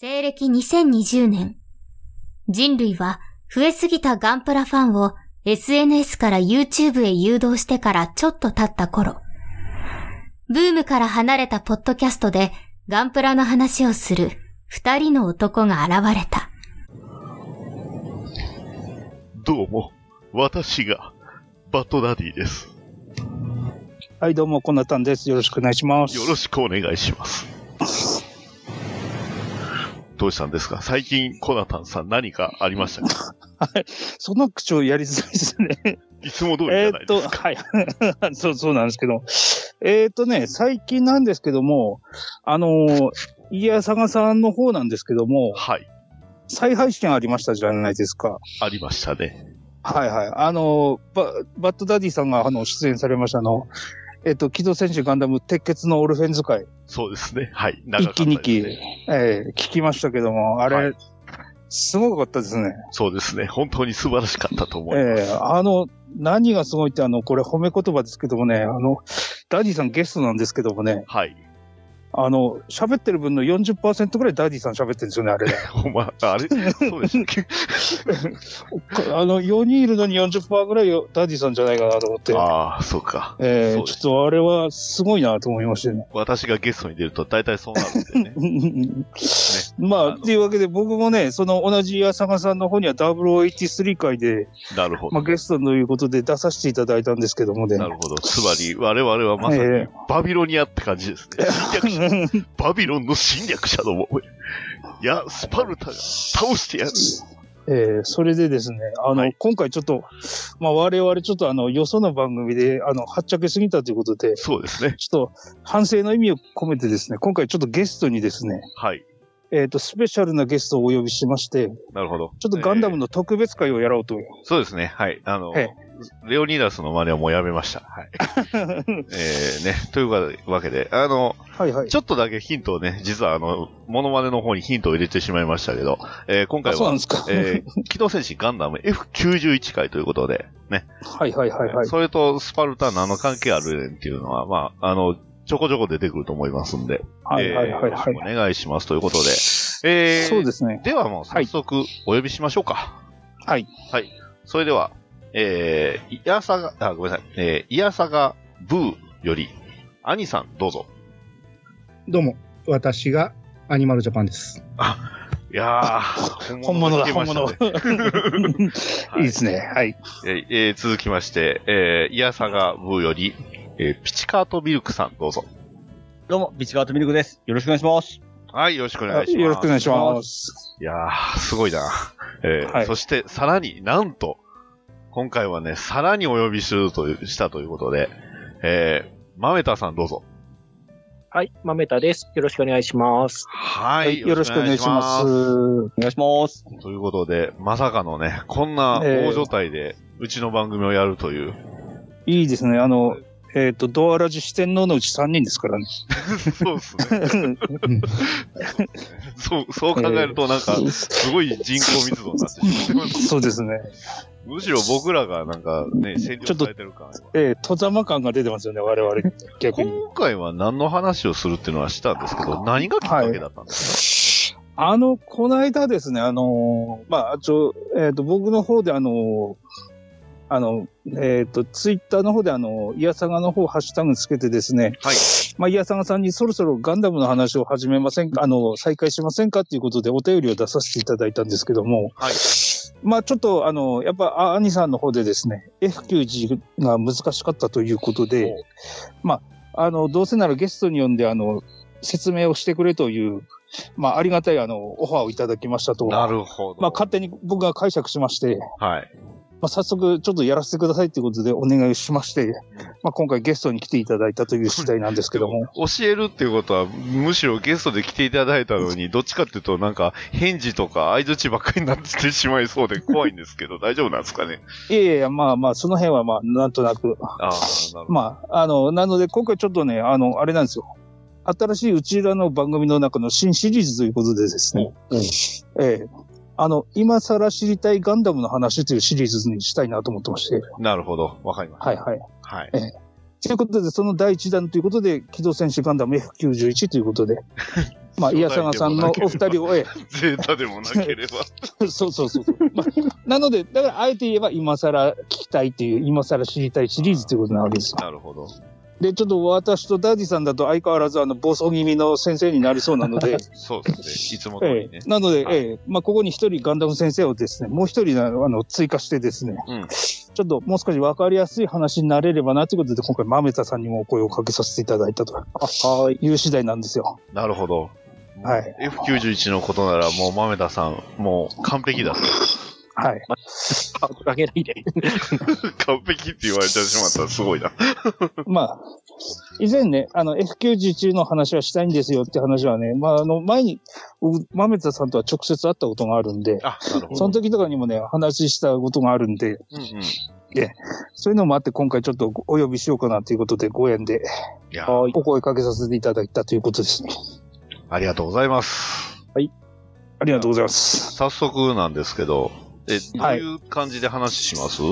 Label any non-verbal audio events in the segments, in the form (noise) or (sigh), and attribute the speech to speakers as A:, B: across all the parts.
A: 西暦2020年、人類は増えすぎたガンプラファンを SNS から YouTube へ誘導してからちょっと経った頃、ブームから離れたポッドキャストでガンプラの話をする二人の男が現れた。
B: どうも、私が、バトダディです。
C: はい、どうも、こんなたんです。よろしくお願いします。
B: よろしくお願いします。どうしたんですか最近、コナタンさん何かありましたか
C: その口調やりづらいです
B: (laughs)
C: ね。
B: いつも通りじ
C: え
B: ゃ
C: ー
B: な
C: っ
B: い
C: と、
B: ですか。
C: はい。 (laughs) そう、そうなんですけど。えーっとね、最近なんですけども、あのー、いや、さがさんの方なんですけども、
B: はい、
C: 再配信ありましたじゃないですか。
B: ありましたね。
C: はいはい。あのー、ババッドダディさんがあの出演されましたあの、えーっと、機動戦士ガンダム鉄血のオルフェン使い、
B: そうですね。はい、長か
C: 一
B: ったで
C: 期
B: す、ね。
C: 二期、えー聞きましたけども、あれ、
B: はい
C: すごかったですね。
B: そうですね。本当に素晴らしかったと思います。
C: ええあの、何がすごいって、あの、これ褒め言葉ですけどもね、あの、ダディさんゲストなんですけどもね、
B: はい。
C: あの、喋ってる分の40%ぐらいダディさん喋ってるんですよね、あれね。
B: (laughs) お前、あれそうでしたっけ
C: あの、4人いるのに40%ぐらいよダディさんじゃないかなと思って。
B: ああ、そうか。
C: ええ
B: そうで
C: ちょ
B: す
C: っとあれはすごいなと思いましてね。
B: 私がゲストに出ると大体そうなるんで
C: (laughs)
B: ね。
C: うんうんうん (laughs) まあ、
B: あの
C: っていうわけで僕もね、その同じ浅賀さんの方には0083回で、
B: なるほ
C: ま
B: ど
C: あ、。ゲストということで出させていただいたんですけどもね。
B: なるほど。つまり、我々はまさ
C: え
B: に
C: え
B: バビロニアって感じですね。侵略者バビロンの侵略者ども。いや、スパルタが倒してやる。
C: えーそれでですね、あの、
B: はい
C: 今回ちょっと、まあ、我々ちょっとあの、よその番組で、あの、はっちゃけすぎたということで、
B: そうですね。
C: ちょっと反省の意味を込めてですね、今回ちょっとゲストにですね、
B: はい。
C: えっ、と、スペシャルなゲストをお呼びしまして、
B: なるほど。
C: ちょっとガンダム
B: の、
C: の特別会をやろうと。
B: そうですね。はい。あの、
C: え
B: レオニダスの真似はもうやめました。
C: (laughs)
B: はい。えー、ね。というわけで、あの、
C: はいはい。
B: ちょっとだけヒントをね、実はあの、モノマネの方にヒントを入れてしまいましたけど、えー今
C: あ
B: 回
C: そうな
B: は
C: ん、ですか。
B: えー、機動戦士ガンダム F91 回ということで、ね。
C: はいはいはいはい。
B: それとスパルタ何の関係あるねんっていうのは、まあ、あの、ちょこちょこ出てくると思いますんで、
C: はいはいはいは
B: えーよろし
C: い。
B: くお願いしますということで、えー、
C: そうですね。
B: ではもう早速お呼びしましょうか。
C: はい。
B: はい。それでは、えー、いやさが、あ、ごめんなさい、えー、いやさがブーより、アニさんどうぞ。
D: どうも、私がアニマルジャパンです。
B: いやー、
C: (laughs) 本物だ、
B: 来ま
C: 本
B: した
C: 物。
B: ね
C: (laughs)
B: はい
C: いですね。はい。
B: えーえー続きまして、えー、いやさがブーより、えー、ピチカートミルクさんどうぞ。
E: どうも、ビチカートミルクです。よろしくお願いします。
B: はい、よろしくお願いします。
C: よろしくお願いします。
B: いやー、すごいな。えー
C: はい
B: そして、さらになんと、今回はね、さらにお呼びするという、したということで、えー、マメタさんどうぞ。
F: はい、マメタです。よろしくお願いします。
B: は、
C: はいい、よろしくお願いします。
E: お願いします。
B: す。ということで、まさかのね、こんな大所帯で、うちの番組をやるという、 (laughs)
C: いいですね。あの、えっ、と、ドアラジ四天王のうち3人です (laughs) からね。
B: そうですね。そう、そう考えるとなんか、すごい人口密度になってしまってます。
C: (laughs) そうですね。
B: むしろ僕らがなんかね、占領されてる感は。
C: ええ戸様感が出てますよね、我々。逆に。
B: 今回は何の話をするっていうのはしたんですけど、何がきっかけだったんですか、
C: あの、この間ですね、あのーまあ、ちょ、えっ、と、僕の方であのーあの、えっ、と、ツイッターの方であの、イヤサガの方ハッシュタグつけてですね、
B: はい。
C: まあ、イヤサガさんにそろそろガンダムの話を始めませんか、あの、再開しませんかっていうことでお便りを出させていただいたんですけども、
B: はい
C: まあ、ちょっとあの、やっぱ、あ兄さんの方でですね、F91 が難しかったということで、まあ、あの、どうせならゲストに呼んで、あの、説明をしてくれという、まあ、ありがたい、あの、オファーをいただきましたと。
B: なるほど。
C: まあ、勝手に僕が解釈しまして、
B: はい。
C: まあ、早速、ちょっとやらせてくださいということでお願いしまして、まあ、今回ゲストに来ていただいたという次第なんですけども。
B: 教えるっていうことは、むしろゲストで来ていただいたのに、どっちかっていうと、なんか、返事とか相槌ばっかりになってしまいそうで怖いんですけど、大丈夫なんですかね。
C: いやいやいや、まあまあ、その辺はまあ、なんとなく。
B: ああ、なるほど。
C: まあ、あの、なので、今回ちょっとね、あの、あれなんですよ。新しいうちらの番組の中の新シリーズということでですね。ええ。あの、今更知りたいガンダムの話というシリーズにしたいなと思ってまして。
B: なるほど。わかりました。
C: はいはい。
B: はい。 (laughs)
C: (laughs) ということで、その第1弾ということで、機動戦士ガンダム F91 ということで、まあ、イヤサガさんのお二人を、え
B: ゼータでもなければ。
C: え、 (laughs) そうそうそうそう、まあ。なので、だから、あえて言えば、今更聞きたいっていう、今更知りたいシリーズということなわけですよ。
B: (laughs) なるほど。
C: で、ちょっと私とダディさんだと相変わらず、あの、暴走気味の先生になりそうなの
B: (laughs)
C: で、
B: そうですね。いつも通
C: え
B: り
C: え
B: ね。
C: なので、
B: はい
C: ええ、まあ、ここに一人ガンダム先生をですね、もう一人あのあの追加してですね、
B: うん
C: ちょっともう少し分かりやすい話になれればなということで、今回、マメタさんにもお声をかけさせていただいたと
F: はい。
C: いう次第なんですよ。
B: なるほど。。
C: はい
B: F91 のことなら、もう、豆田さん、もう、完璧だ。
C: はい。
F: あ、裏切らないで。
B: (laughs) 完璧って言われてしまったらすごいな。
C: まあ、以前ね、あの、F91 の話はしたいんですよって話はね、まあ、あの、前に、う豆田さんとは直接会ったことがあるんで、
B: あ、なるほ
C: そ
B: ど。
C: の時とかにもね、話したことがあるんで、
B: うんうん。い
C: そういうのもあって、今回ちょっとお呼びしようかなということで、ご縁で
B: や、
F: はい。
C: お声かけさせていただいたということですね。
B: ありがとうございます。
C: ありがとうございます。
B: 早速なんですけど、え、どう
C: はい
B: いう感じで話します、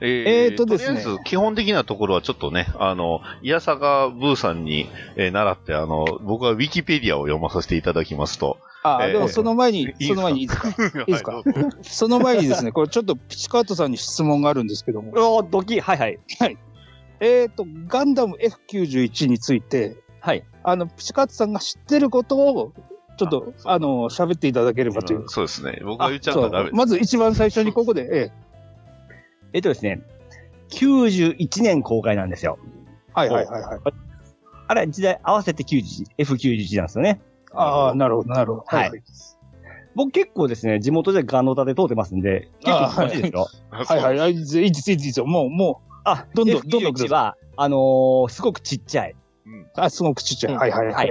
B: え
C: えーとですね
B: とりあえず、基本的なところはちょっとね、あの、いやさがブーさんに、えー習って、あの、僕はウィキペディアを読まさせていただきますと。
C: あ
B: えー
C: でもその前に、
B: いいですか
C: その前にいいですか
B: いい
C: ですかその前にですね、これちょっとピチカートさんに質問があるんですけども、
E: おー、ドキはいはい。
C: えっ、と、ガンダム F91 について、
E: はい。
C: あの、ピチカートさんが知ってることを、ちょっと、あの、喋っていただければという。
B: そうですね。僕が言っちゃった
C: そ
B: らダメ
C: う
B: です。
C: まず一番最初にここで、ええ
E: えっとですね、91年公開なんですよ。
C: はいはいはいはい。
E: あれ、時代合わせて91、F91 なんですよね。
C: ああ、なるほど、なるほど。
E: はい僕結構ですね、地元でガノタで通ってますんで、結構
C: あー
E: 詳しいですよ。
B: あそ
C: は
B: う
C: いはい、あいいですいいですいいですよ。もう、もう、
E: あ、
C: どんどん
E: F91
C: どんどんください
E: は、あのーすごくちっちゃい。
C: あ、すごくちっちゃい。
F: うん
C: はいはいは
E: はいい。。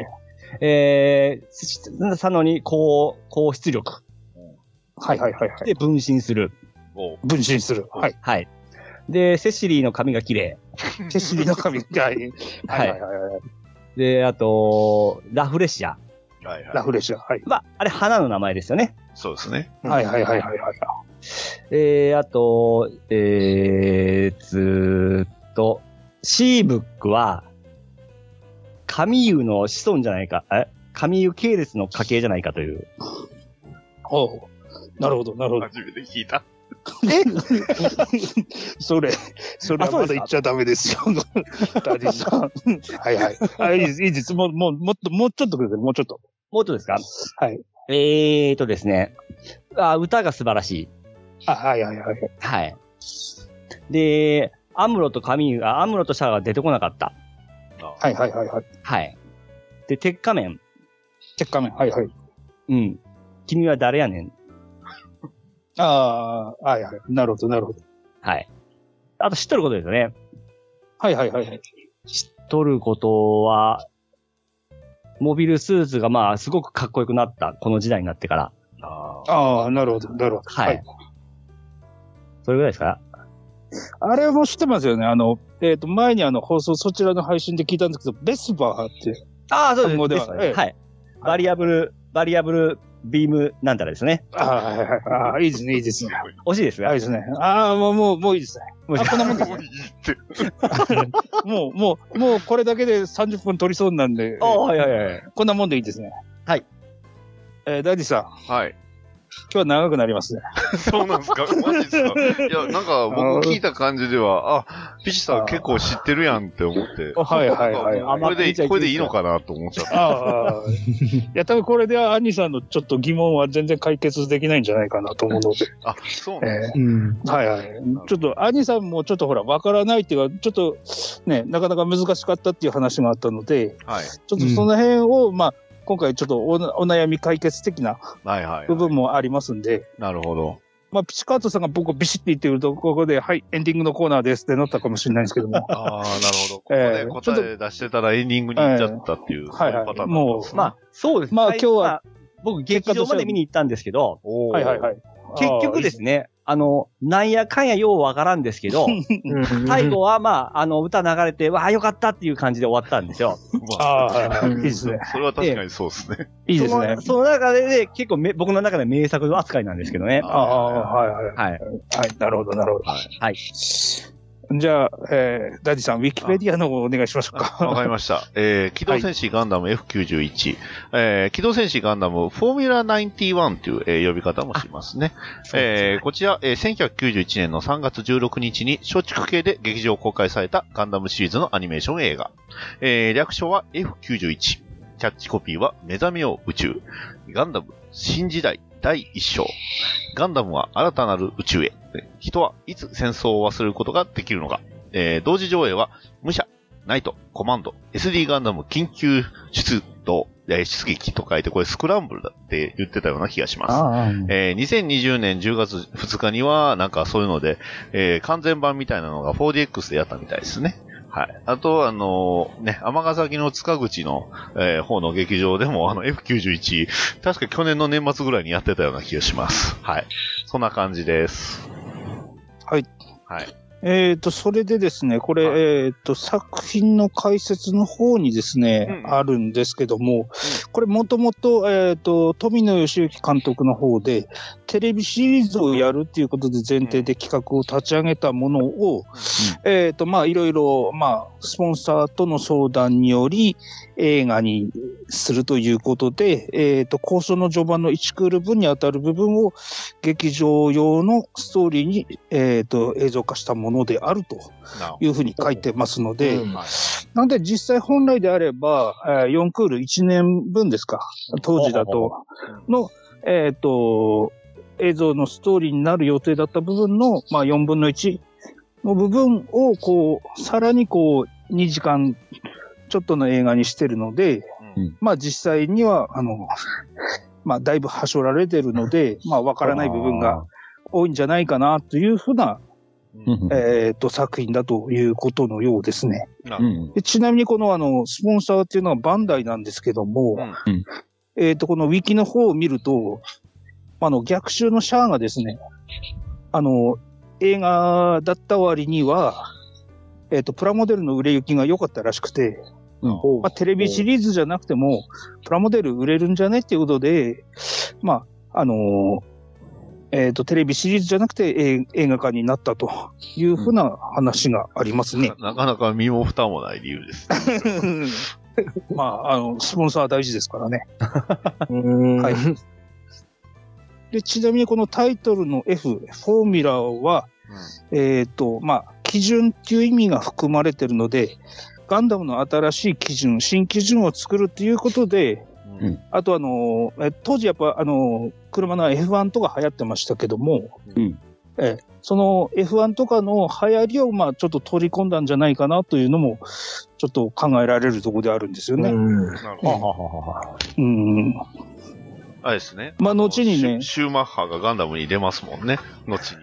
E: えー、さのに高、高出力
C: はいはいはいはい。
E: で分身する。
B: おう
C: 分身する。はい。
E: はい。で、セシリーの髪が綺麗。
C: 手尻の髪。はい。はいはいはいはい。
E: で、あと、ラフレシア。
B: はいはい
C: ラフレシア。はい。
E: まあ、あれ花の名前ですよね。
B: そうですね。
C: はいはいはいはいはい。
E: えー、あと、えー、ずーっと、シーブックは、神湯の子孫じゃないか、え神湯系列の家系じゃないかという。
C: おうなるほど、なるほど。
B: 初めて聞いた。
C: えそれ、それ
E: あ
C: は
E: そう
C: まだ
E: ですか
C: 言っちゃダメですよ。ダディさん。 (laughs) はいはい。あ、いいです、いいです。もう、もう、もっと、もうちょっとください。もうちょっと。
E: もうちょっとですか
C: はい。
E: えーとですね、あ歌が素晴らしい。
C: あ、はいはいはい。
E: はい。で、アムロと神湯、あアムロとシャアが出てこなかった。
B: は
C: はいはいはいはい。
E: はい。で、鉄仮面。
C: チェッカーメン。はいはい。
E: うん。君は誰やねん。
C: ああ、はいはい。なるほど、なるほど。
E: はい。あと知っとることですよね。
C: はいはいはいはい。
E: 知っとることは、モビルスーツがまあ、すごくかっこよくなった。この時代になってから。
B: あー
C: ああ、なるほど、なるほど。
E: はい。それぐらいですか
C: あれも知ってますよね。あの、えっ、と、前にあの放送、そちらの配信で聞いたんですけど、ベスバーって、
E: ああ、そう
C: です
E: で
C: ですす
E: か
C: か
E: ね。
C: ね
E: はい。バリアブル、バリアブルビームなんたらですね。
C: ああ、はいはいはい。ああ、いいですね、いいですね。
E: 惜しいです
C: あい
E: が
C: いですね。ああ、もう、もう、もういいですね。
E: もういい
C: あこんなもんです
B: も
C: ね。
B: ういいって。
C: もう、もう、もうこれだけで30分取りそうなんで、
E: ああ、はいはいはい。
C: こんなもんでいいですね。
E: はい。
C: えー、ダディさん、
B: はい。
C: 今日は長くなりますね。
B: そうなんですかマジですかいや、なんか僕聞いた感じでは、あ、ピチさん結構知ってるやんって思って。
C: はいはいはい
B: なんかもうこれで、これでいいのかなと思っちゃった。
C: ああ。いや、多分これでは、アンニさんのちょっと疑問は全然解決できないんじゃないかなと思うので。
B: あ、そうなん
C: え
D: うん。
C: ーはいはい。ちょっと、アニさんもちょっとほら、わからないっていうか、ちょっと、ね、なかなか難しかったっていう話があったので、
B: はい。
C: ちょっとその辺を、まあ、今回ちょっとおなお悩み解決的な
B: はいはい
C: 部
B: は
C: 分もありますんで、
B: い。なるほど。。
C: まあ、ピチカートさんが僕をビシッて言ってると、ここで、はい、エンディングのコーナーですってなったかもしれないんですけども
B: ああ、なるほど。ここ
C: え
B: で
C: (laughs) え
B: 答え出してたらエンディングに行っちゃったっていう、
C: はい
B: そういうパタ
C: は
B: ー
C: い。
B: ンなん
C: も
B: で
C: う
B: す、ね
E: まあ、そうです。
C: まあ今日は
E: まあ、僕、劇場まで見に行ったんですけど、
B: おー
C: はいはいはい。
E: 結局ですね、あの、なんやかんやようわからんですけど、
F: (laughs)
E: 最後はまあ、あの、歌流れて、わあ、よかったっていう感じで終わったん (laughs) ですよ。
B: まあ
C: ああー、はいはい。いいですね。
B: それは確かにそうですね。
C: いいですね
E: その。その中で、ね、結構め僕の中で名作扱いなんですけどね。
C: ああ、はいはい。
E: はい。
C: はい、なるほど、なるほど。
B: はい
E: はい。
C: じゃあ、えーダディさん、ウィキペディアの方お願いしましょうか。
B: わかりま (laughs) した。えー、機動戦士ガンダム F91、えー、機動戦士ガンダムフォーミュラ91という、えー呼び方もしますね。えーこちら、えー1991年の3月16日に松竹系で劇場公開されたガンダムシリーズのアニメーション映画。えー略称は F91。キャッチコピーは目覚めよう宇宙。ガンダム新時代第一章。ガンダムは新たなる宇宙へ。人はいつ戦争を忘れることができるのか。えー同時上映は武者、ナイト、コマンド、SD ガンダム緊急出動、えー出撃と書いて、これスクランブルだって言ってたような気がします。
C: ああ
B: えー2020年10月2日には、なんかそういうので、えー完全版みたいなのが 4DX でやったみたいですね。はい。あと、あのーね、尼崎の塚口の、えー方の劇場でも、あの F91、確か去年の年末ぐらいにやってたような気がします。はい。そんな感じです。
C: はい。
B: はい。
C: えっ、と、それでですね、これ、
B: はい
C: えっ、と、作品の解説の方にですね、
B: うん
C: あるんですけども、これもともと、えっ、と、富野義行監督の方で、テレビシリーズをやるっていうことで前提で企画を立ち上げたものを、えっ、と、まあ、いろいろ、まあ、スポンサーとの相談により、映画にするということで、えっ、と、構想の序盤の1クール分にあたる部分を、劇場用のストーリーに、えっ、と、映像化したものであると
B: なるほ
C: いうふうに書いてますので、
B: どはい
C: なんで実際本来であれば、えー4クール1年分ですか、当時だと、の、えっ、と、映像のストーリーになる予定だった部分の、まあ、4分の1の部分を、こう、さらにこう、2時間ちょっとの映画にしてるので、
B: うん
C: まあ実際には、あの、まあだいぶはしょられてるので、まあわからない部分が多いんじゃないかなというふうな、
B: うん
C: えっ、と、作品だということのようですね。
B: な
G: う
B: る
G: ん。
C: でちなみにこのあの、スポンサーっていうのはバンダイなんですけども、
G: うんうん
C: えっ、と、このウィキの方を見ると、あの、逆襲のシャアがですね、あの、映画だった割には、えっ、と、プラモデルの売れ行きが良かったらしくて、まあ、テレビシリーズじゃなくても、プラモデル売れるんじゃねっていうことで、まあ、あのーえっ、と、テレビシリーズじゃなくて、えー映画化になったというふうな話があります
B: ほど
C: ね。
B: なかなか身も蓋もない理由ですね。
C: (laughs) まあ、あの、スポンサーは大事ですからね。はいで、ちなみにこのタイトルの F、フォーミュラーは、えっ、と、まあ、基準っていう意味が含まれてるので、ガンダムの新しい基準、新基準を作るっていうことで、
B: うんうん
C: あとあの、え当時やっぱあの、車の F1 とか流行ってましたけども、
G: うん
C: えその F1 とかの流行りをまあちょっと取り込んだんじゃないかなというのも、ちょっと考えられるところであるんですよ
B: な
C: ね。
B: るほ
E: は
B: ど
E: ははは。
C: うん。
B: あれですね。
C: まあ後にね
B: シュシューマッハがガンダムに出ますもんね。後に。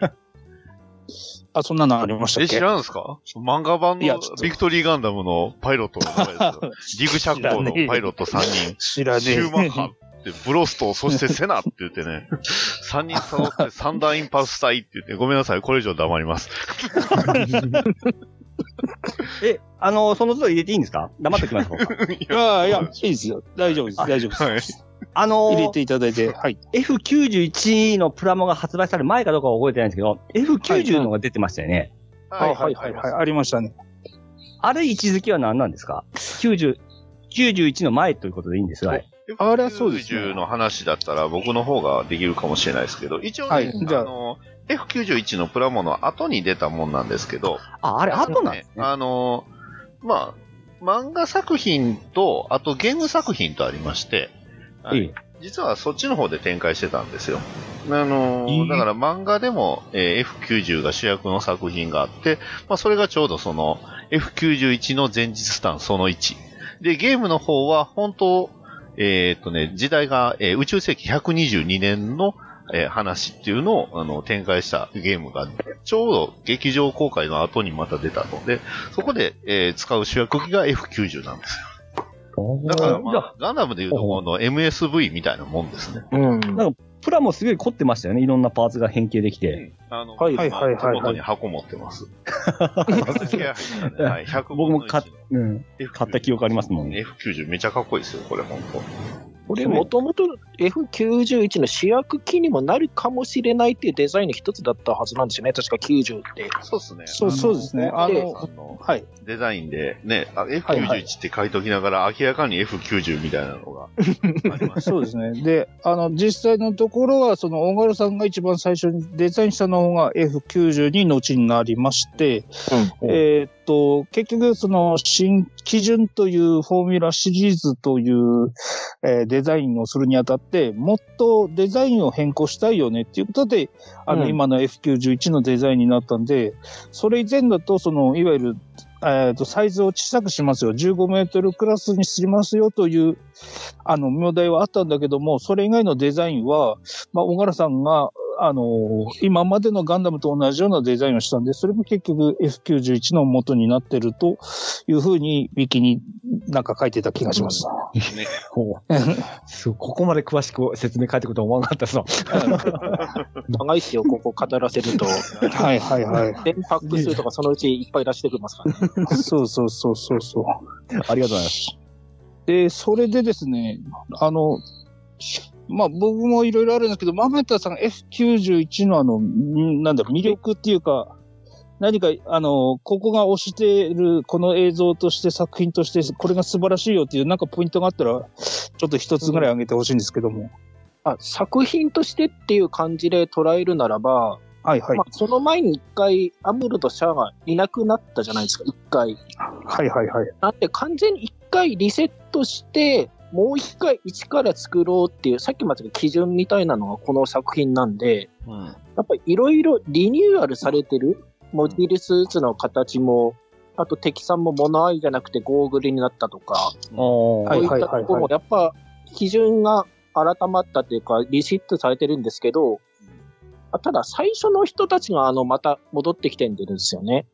C: あ、そんなのありましたっ
B: え、
C: け
B: 知らんすか漫画版
C: いや
B: の
C: ちょっと
B: ビクトリーガンダムのパイロットの名前ですよ。
C: (laughs)
B: ギグシャッコのパイロット3
C: 知ら
B: 人、シュー
C: ねえ。
B: マッハって、ブロスト、そしてセナって言って
C: (laughs)
B: ね、3人揃ってサンダーインパルス隊って言って、ごめんなさい、これ以上黙り
C: (laughs)
B: ます。
E: え、あの、その都度入れていいんですか黙っておきましょうか。
C: (laughs) ああ、いや、いいですよ。大丈夫です。大丈夫です。
B: はい。
E: あの
C: 入れていただ
B: (laughs)
C: いて、はい。
E: F91 のプラモが発売される前かどうかは覚えてないんですけど、F90 のが出てましたよね。
C: はいはいはいはい。ありましたね。
E: あれ位置づけは何なんですか ?90、91の前ということでいいんですよ。はい
C: あれはそうですね
B: 90の話だったら僕の方ができるかもしれないですけど、一応ね、
C: はい
B: あ
C: じゃあ
B: の、F91 のプラモの後に出たもんなんですけど、
E: あ、あれ後なんですね。
B: あの、まあ、漫画作品と、あとゲーム作品とありまして、あ
E: ええ
B: 実はそっちの方で展開してたんですよ。あの
E: ええ
B: だから漫画でも、えー F90 が主役の作品があって、まあ、それがちょうどその F91 の前日スタンその1。で、ゲームの方は本当、えーっとね、時代が、えー宇宙世紀122年の、えー話っていうのをあの展開したゲームが、ちょうど劇場公開の後にまた出たので、そこで、えー使う主役機が F90 なんですよ。だから、ま
E: じゃ
B: あ、ガンダムでいうとこの MSV みたいなもんですね。
F: うん。
E: プラモすごい凝ってましたよね。いろんなパーツが変形できて。
B: あの、
F: はい
B: 今
C: はいはいはい
B: 手元に箱持ってます。 (laughs) はい、100
E: 僕も買っうん。買った記憶ありますもん
B: ね。F90 めちゃかっこいいですよ、これ、本当。
F: これもともと F91 の主役機にもなるかもしれないっていうデザインの一つだったはずなんですよね。確か90って。
B: そうですね。
C: そう、
D: あの
C: そうですね。あ
F: で
C: の、
B: あの
C: はい。
B: デザインで、ね、あ
F: はいはい
B: F91 って書いときながら、明らかに F90 みたいなのがあり (laughs) ました。
C: そうですね。で、あの、実際のところは、その、大丸さんが一番最初にデザインしたのが F90 に後になりまして、
F: うん
C: えーっと、結局、その、新基準というフォーミュラシリーズという、えーデザインをするにあたって、もっとデザインを変更したいよねっていうことで、あの、
F: うん
C: 今の F91 のデザインになったんで、それ以前だと、その、いわゆる、えーっと、サイズを小さくしますよ。15メートルクラスにしますよという、あの、名題はあったんだけども、それ以外のデザインは、まあ、小原さんが、あの今までのガンダムと同じようなデザインをしたんで、それも結局 F91 の元になってるというふうに、ウィキになんか書いてた気がします。
B: ね、
E: ほうすごいここまで詳しく説明書いてくると思わなかったぞ。
F: 長いっすよ、ここ語らせ (laughs) ると。
C: はいはいはい。
F: 電パック数とかそのうちいっぱい出してきますからね。
C: そうそうそうそうそう。
E: ありがとうございます。
C: で、それでですね、あの、まあ僕もいろいろあるんですけど、マメタさん F91 のあの、んなんだ、魅力っていうか、何か、あの、ここが推している、この映像として作品として、これが素晴らしいよっていう、なんかポイントがあったら、ちょっと一つぐらい挙げてほしいんですけども。
F: あ作品としてっていう感じで捉えるならば、
C: はいはい
F: ま。あ、その前に一回、アムルとシャアがいなくなったじゃないですか、一回。
C: はいはいはい。
F: なんで完全に一回リセットして、もう一回一から作ろうっていう、さっきまでの基準みたいなのがこの作品なんで、
B: うん。
F: やっぱりいろいろリニューアルされてる、モディルスーツの形も、あと敵さんもモノアイじゃなくてゴーグルになったとか、
E: おー
C: は
F: こ
C: いう
F: いっ
C: はい
F: た
C: はい
F: ところもやっぱ基準が改まったというか、リセットされてるんですけど、あただ最初の人たちがあの、また戻ってきてるんですよね。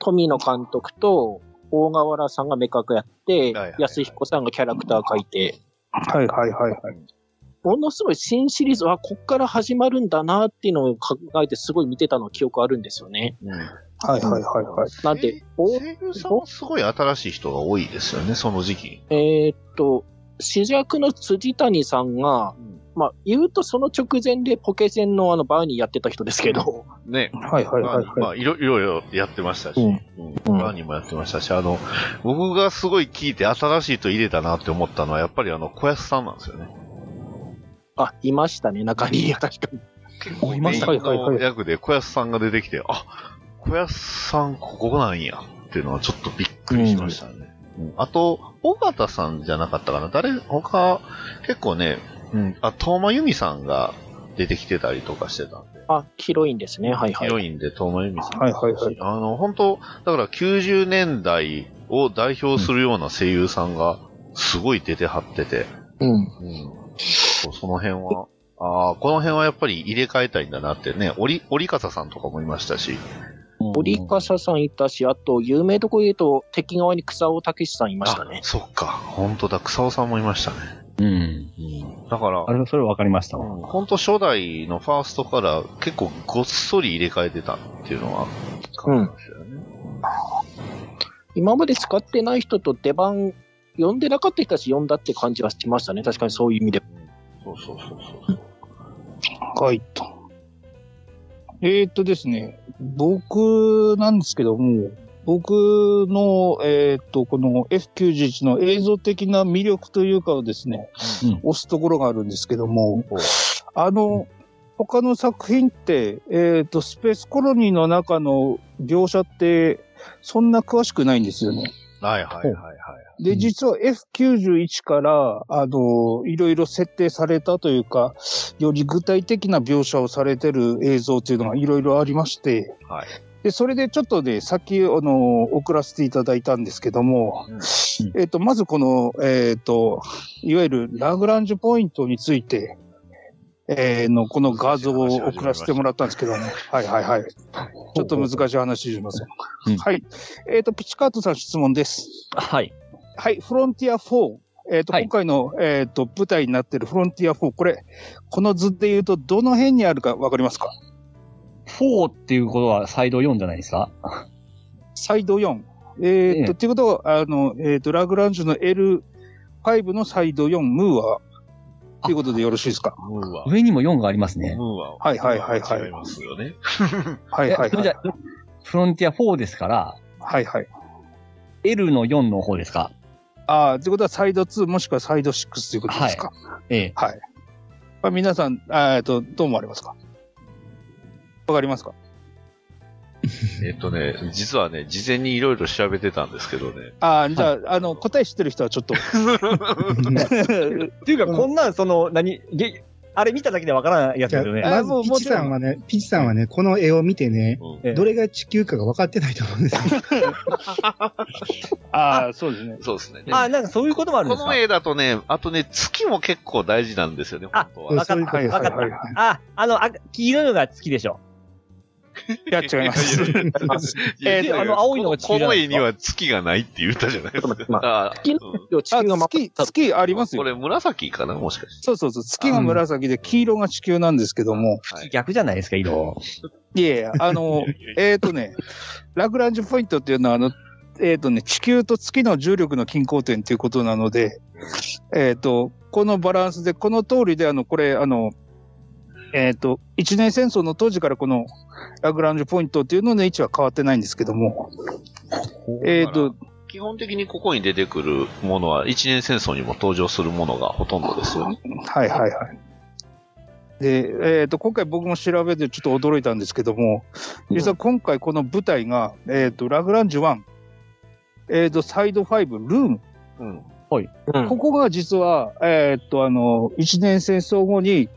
F: 富野監督と大河原さんが目角やって、
B: はいはい
F: 安彦さんがキャラクター書いて、
C: はいはいはいはい。
F: ものすごい新シリーズはこっから始まるんだなっていうのを考えてすごい見てたの記憶あるんですよね。
C: はいはいはいはい。
F: なんで、お
B: 声優さんもすごい新しい人が多いですよね、その時期。
F: えーっと、主役の辻谷さんが、まあ、言うとその直前でポケセンのあのバーニーやってた人ですけど、
B: ね。
C: はいはいはいはい。
B: まあ、いろいろやってましたし、
F: う
B: うんん。バーニーもやってましたし、あの、僕がすごい聞いて新しいと入れたなって思ったのは、やっぱりあの、小安さんなんですよね。
F: あ、いましたね、中に。確かに。
B: 結構
C: いました
B: メイン
C: はいはい
B: の
C: はい
B: 役で小安さんが出てきて、あ、小安さんここなんやっていうのはちょっとびっくりしましたね。うんあと、尾形さんじゃなかったかな誰、他、結構ね、うん、あ、東間由美さんが出てきてたりとかしてたんで、
F: あ、ヒロインですね、はいは
B: ヒ
F: い。
B: ロインで東間由美さん。
C: はいはいはい。
B: あの、本当だから90年代を代表するような声優さんがすごい出てはってて、
F: うん。
B: うんそうその辺は、ああ、この辺はやっぱり入れ替えたいんだなってね、折折笠さんとかもいましたし、
F: 折笠さんいたし、あと、有名どころで言うと、敵側に草尾武さんいましたね
B: あ。そっか、本当だ、草尾さんもいましたね。
E: うん。
B: だから
E: あ、れ、それ分かりましたわ。
B: 本当初代のファーストから結構ごっそり入れ替えてたっていうのは感じましたよね。
F: 今まで使ってない人と出番、呼んでなかった人たち呼んだって感じはしましたね。確かにそういう意味で。
B: そうそうそうそう。
C: はいと。えー、っとですね、僕なんですけども、僕の、えーっと、この F91 の映像的な魅力というかをですね、
E: うん
C: 押すところがあるんですけども
B: お、
C: あの、他の作品って、えーっと、スペースコロニーの中の描写って、そんな詳しくないんですよね。
B: はいはいはいはい。
E: う
C: で、
E: ん
C: 実は F91 から、あの、いろいろ設定されたというか、より具体的な描写をされてる映像というのがいろいろありまして、
B: はい
C: で、それでちょっとね、先、あの、送らせていただいたんですけども、
B: うん
C: えっ、と、まずこの、えっ、と、いわゆるラグランジュポイントについて、えーの、この画像を送らせてもらったんですけども、はいはいはい。ちょっと難しい話します
E: うん
C: はい。えっ、と、ピチカートさん質問です。
E: はい。
C: はい、フロンティア4。えっ、と、
E: はい
C: 今回の、えっ、と、舞台になってるフロンティア4。これ、この図で言うと、どの辺にあるかわかりますか
E: 4っていうことはサイド4じゃないですか
C: サイド4。えっ、と、
E: ええ
C: っていうことは、あの、えっ、と、ラグランジュの L5 のサイド4、ムーは、ということでよろしいですか
B: ムーは、ム
E: 上にも4がありますね。
B: ーは、
C: はいはいはいはい
B: 違いますよね。
C: はいはい
E: えそ
C: は
E: れじ
C: い
E: ゃ。あフロンティア4ですから、
C: はいはい。
E: L の4の方ですか
C: ああ、ということはサイド2もしくはサイド6ということですか。
E: ええ。
C: まあ、皆さん、あーえっと、どう思われますかわかりますか
B: えっとね、実はね、事前にいろいろ調べてたんですけどね。
C: ああ、じゃあ、あの、答え知ってる人はちょっと。
E: (laughs) っていうか、
D: うん
E: こんなん、その、何、げあれ見ただけでわからないやつ
D: (laughs) じゃ
E: で
D: あ
E: すよね。
D: まず、ピチさんはね、ピチさんはね、この絵を見てね、
B: うん
E: ええ
D: どれが地球かが分かってないと思うんですよ。
C: ああ、そうですね。
B: そうですね。
E: あ、なんかそういうこともあるん
B: こ
E: ですか
B: の絵だとね、あとね、月も結構大事なんですよね、
E: あ
B: 本当
D: うん
B: は。
E: わか
D: そ
E: っ
D: ういうこと
C: はい
E: た。
C: は
E: わ
C: い
E: か
C: は
E: っ
C: い
E: た。
C: はい。
E: あ、あの、あ黄色いのが月でしょ。
C: いや、違います。
F: ます。
E: えーとあの青いのが地球
B: こ
E: じゃ
B: の
E: ない
B: 絵
E: ですか
B: には月がないって言ったじゃないですか。
F: ま
B: あ
F: 月の
B: うん
F: 地
C: あ
F: 球がま、
C: 月、月あります
B: これ
C: よ。
B: 紫かなもしかして。
C: そうそうそう。月が紫で黄色が地球なんですけども。
B: はい
E: 逆じゃないですか、色。
C: いやいや、あ
F: (laughs)
C: の、えっとね、ラグランジュポイントっていうのは、あの、えっ、とね、地球と月の重力の均衡点ということなので、えっ、と、このバランスで、この通りで、あの、これ、あの、えっ、と、一年戦争の当時からこのラグランジュポイントっていうのの位置は変わってないんですけども、えっ、と、
B: 基本的にここに出てくるものは、一年戦争にも登場するものがほとんどですよね。
C: はいはいはい。で、えっ、と、今回僕も調べてちょっと驚いたんですけども、実は今回この舞台が、えっ、と、ラグランジュ1、えっ、と、サイド5、ルーム、
B: うん。
F: うん
C: ここが実は、えーっと、あの、一年戦争後に、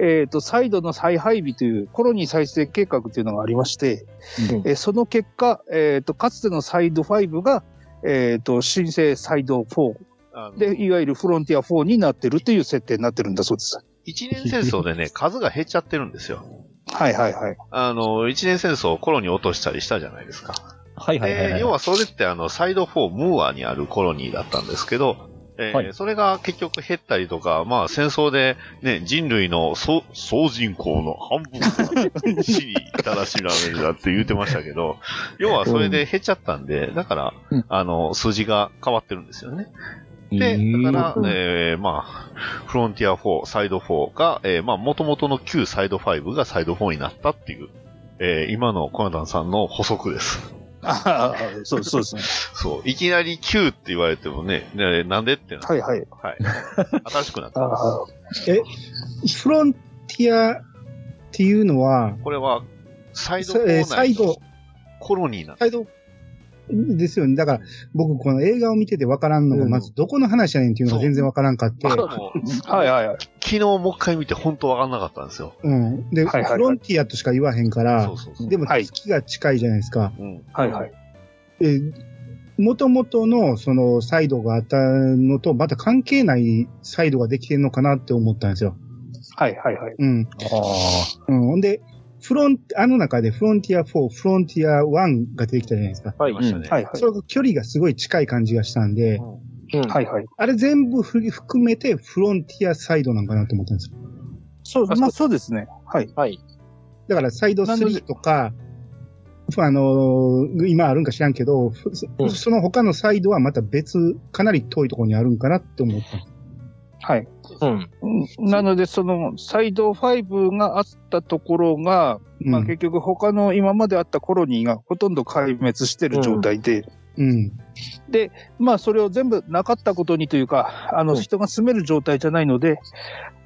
C: えーっと、再度の再配備というコロニー再生計画というのがありまして、
F: うん
C: えーその結果、えーっと、かつてのサイド5が、えーっと、新生サイド4
B: あの
C: で、いわゆるフロンティア4になってるという設定になってるんだそうです。
B: 一年戦争で
E: (laughs)
B: ね、数が減っちゃってるんですよ。
C: はいはいはい。
B: あの、一年戦争をコロニー落としたりしたじゃないですか。
E: はいはいはいは
B: で
E: い。
B: 要はそれってあの、サイド4ムーアにあるコロニーだったんですけど、えー
E: はい
B: それが結局減ったりとか、まあ戦争でね、人類の総総人口の半分が死に至らしめられるだって言ってましたけど、
E: (laughs)
B: 要はそれで減っちゃったんで、だから、
E: うん
B: あの、数字が変わってるんですよね。で、だから、えーまあ、フロンティア4、サイド4が、えーまあ、元々の旧サイド5がサイド4になったっていう、えー今のコナタンさんの補足です。
C: (laughs) ああ、そうそうですね。
B: そう。いきなり9って言われてもね、ねなんでってな
C: はいはい。
B: はい。新しくなった。
C: あ
D: フロンティアっていうのは、
B: これは、サイド
D: さえー最
B: コーナー
D: 後、
B: コロニーな
D: サイドですよね。だから、僕この映画を見てて分からんのが、
F: うん
D: まずどこの話やねんっていうのが全然分からんかって、
B: の。もう
C: あはいはいはい。
B: 昨日もう一回見て本当わかんなかったんですよ。
D: うん。で、
C: はいはいはい
D: フロンティアとしか言わへんから、
B: そうそうそう。
D: でも
C: はい
D: 月が近いじゃないですか。
B: うん。
C: はいはい。
D: で、元々のそのサイドがあったのと、また関係ないサイドができてんのかなって思ったんですよ。
C: はいはいはい。
D: うん。
E: あ
D: うん。ほんで、フロン、あの中でフロンティア4、フロンティア1が出てきたじゃないですか。
B: ありましたね。
C: はいはい
D: それが距離がすごい近い感じがしたんで、
F: うん
C: はいはい。
D: あれ全部ふり含めてフロンティアサイドなんかなと思ったんですよ。
C: そう、まあそうですね。はい。
F: はい。
D: だからサイド
C: なんで
D: 3とか、あのー今あるんか知らんけど、ふ
F: うん
D: その他のサイドはまた別、かなり遠いところにあるんかなって思った。
C: はい。
F: うん。
C: うんなので、その、サイド5があったところが、
D: うん。
C: まあ結局他の今まであったコロニーがほとんど壊滅してる状態で、
D: うん。
C: まあそれを全部なかったことにというか、あの
F: うん
C: 人が住める状態じゃないので、
F: うん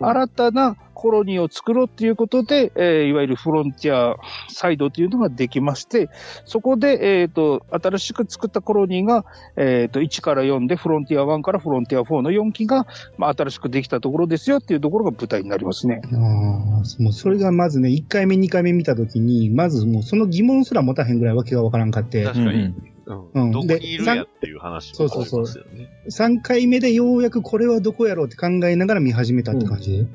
C: 新たなコロニーを作ろうということで、えーいわゆるフロンティアサイドというのができまして、そこで、えっ、と、新しく作ったコロニーが、えっ、と、1から4で、フロンティア1からフロンティア4の4期が、まあ新しくできたところですよっていうところが舞台になりますね。
D: ああ、もうそれがまずね、1回目、2回目見たときに、まずもうその疑問すら持たへんぐらいわけがわからんかって、
B: 確か
E: う
B: に
E: ん。
B: うん
D: うん
B: どこにいるん
D: で
B: やっていう話もありますよね。
D: 3回目でようやくこれはどこやろうって考えながら見始めたって感じで。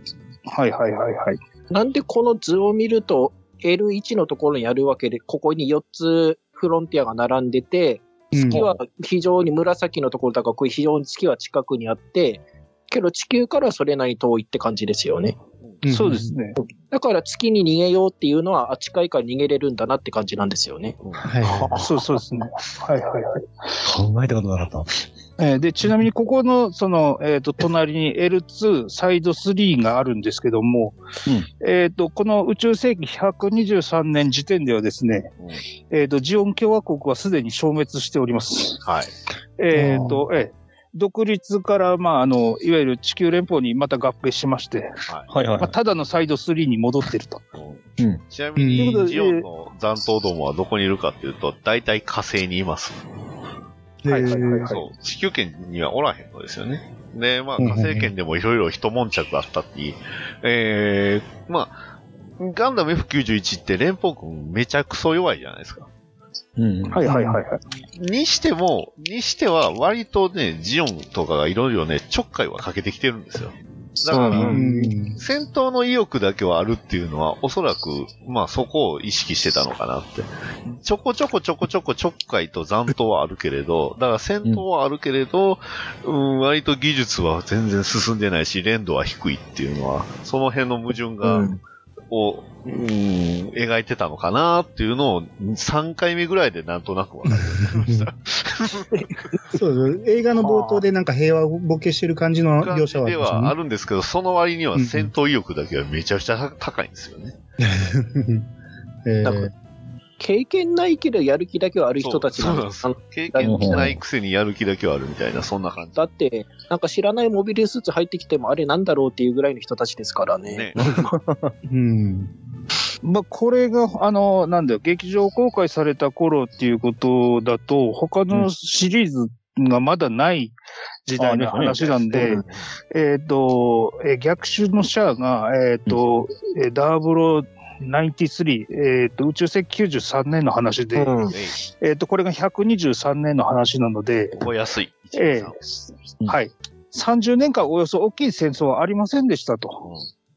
C: はいはいはいはい。
F: なんでこの図を見ると、L1 のところにあるわけで、ここに4つフロンティアが並んでて、
D: うん
F: 月は非常に紫のところだから、これ非常に月は近くにあって、けど地球からはそれなりに遠いって感じですよね。
D: ん
C: そうですね。
F: だから月に逃げようっていうのは、あ、近いから逃げれるんだなって感じなんですよね。
D: はい。
C: そうそうですね。はいはいはい。
E: 考えたことなかっ
C: えーで、ちなみにここの、その、えっ、と、隣に L2 サイド3があるんですけども、えっ、と、この宇宙世紀123年時点ではですね、
B: うん
C: えっ、と、ジオン共和国はすでに消滅しております。
B: はい。
C: えっ、と、えー独立から、まあ、あの、いわゆる地球連邦にまた合併しまして、
E: はいはい
C: まあ、ただのサイド3に戻ってると。
B: うんちなみ
D: う
B: に、
C: ん
B: ジオンの残党どもはどこにいるかっていうと、大体火星にいます。
F: はいはいはいはい
B: そう。地球圏にはおらへんのですよね。で、まあ、
D: うんうん
B: 火星圏でもいろいろ一悶着あったって、えー、まあ、ガンダム F91 って連邦軍めちゃくそ弱いじゃないですか。
E: うん。
C: はいはいはいはい。
B: にしても、にしては割とね、ジオンとかがいろいろね、ちょっかいはかけてきてるんですよ。だか
F: そうな
B: ら、
F: ん
D: うん
B: 戦闘の意欲だけはあるっていうのは、おそらく、まあそこを意識してたのかなって。ちょこちょこちょこちょこちょっかいと残党はあるけれど、だから戦闘はあるけれど、うん、割と技術は全然進んでないし、連度は低いっていうのは、その辺の矛盾が、
F: うん
B: を、うん、描いてたのかなっていうのを、3回目ぐらいでなんとなく分かるようになりました。
D: そうそう映画の冒頭でなんか平和ボケしてる感じの
B: 感
D: 描
B: じ
D: 写はあ
B: で
D: りました
B: はあ
D: ね
B: るんですけど、その割には戦闘意欲だけはめちゃくちゃ高いんですよね。
D: え
F: だか
D: ー
F: ら経験ないけどやる気だけはある人たち
B: そう
F: な
B: そ
F: ん
B: うなん
F: で
B: ですす。経験ないくせにやる気だけはあるみたいな、そんな感じ。
F: だって、なんか知らないモビルスーツ入ってきても、あれなんだろうっていうぐらいの人たちですから
B: ね。
F: ね。
D: うん。
C: まあ、これが、あの、なんだよ、劇場公開された頃っていうことだと、他のシリーズがまだない時代の話なんで、えっ、と、えー逆襲のシャアが、えっ、と、えーダーブロ93、えっ、と、宇宙世紀93年の話で、
F: うん
B: え
C: えっ、と、これが123年の話なので、
B: い覚えやすい。
C: え
E: うん
C: はい。30年間およそ大きい戦争はありませんでしたと。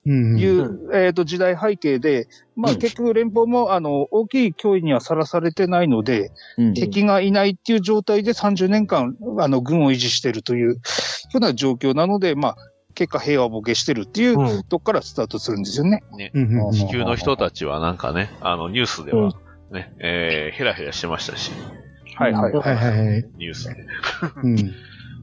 D: うん。
C: いう、えっ、と、時代背景で、まあ、
E: うん
C: 結局連邦も、あの、大きい脅威にはさらされてないので、
E: うん
C: 敵がいないっていう状態で30年間、あの、軍を維持してるという、ふうな状況なので、まあ、結果平和ボケしてるっていう
F: うん
C: とこからスタートするんですよね。
D: うんうん
B: 地球の人たちはなんかね、あの、ニュースでは、ね、えー、ヘラヘラしてましたし、
C: はいはい。
D: はいはいはい。
B: ニュースで。
D: うん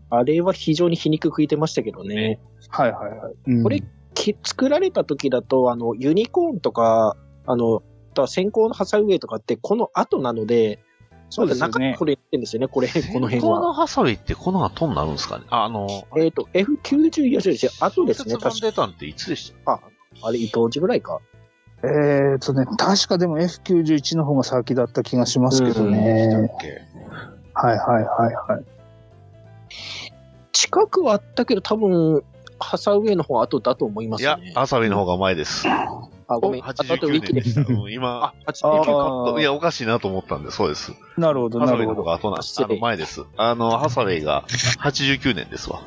F: あれは非常に皮肉食いてましたけどね。
C: はいはいはい。
D: うん
F: これき作られた時だと、あの、ユニコーンとか、あの、とは先行のハサウェイとかって、この後なので、
C: そうですよ
F: なんか
C: ね
F: これ言ってんですよね、これ、この辺
B: こ
F: は。
B: のハサウェイってこの後になるんですかねあの、
F: えっ、と、F94 より後です
B: 小説
F: ね、
B: 版
F: 確
B: 出たんっていつでした
F: か。あれ、伊藤時ぐらいか。
C: えっ、とね、確かでも F91 の方が先だった気がしますけどね。
B: っけ
C: はいはいはいはい。
F: 近くはあったけど、多分、ハサウェイの方が後だと思いま
B: い
F: す
B: や
F: ね、。
B: ハサウェイの方が前です。
F: あ、ごめん。あとウ
B: 89
F: ィ
B: 年
F: キ
B: で。
F: で
B: した。うん今、
F: あ、89
C: あ
F: か。
B: いや、おかしいなと思ったんで、そうです。
C: なるほど、
B: ハ
C: な
B: サウェ
C: る
B: イの
C: ほ
B: 方
C: ど。
B: が後なんです。あの、前です。あの、ハサウェイが89年ですわ。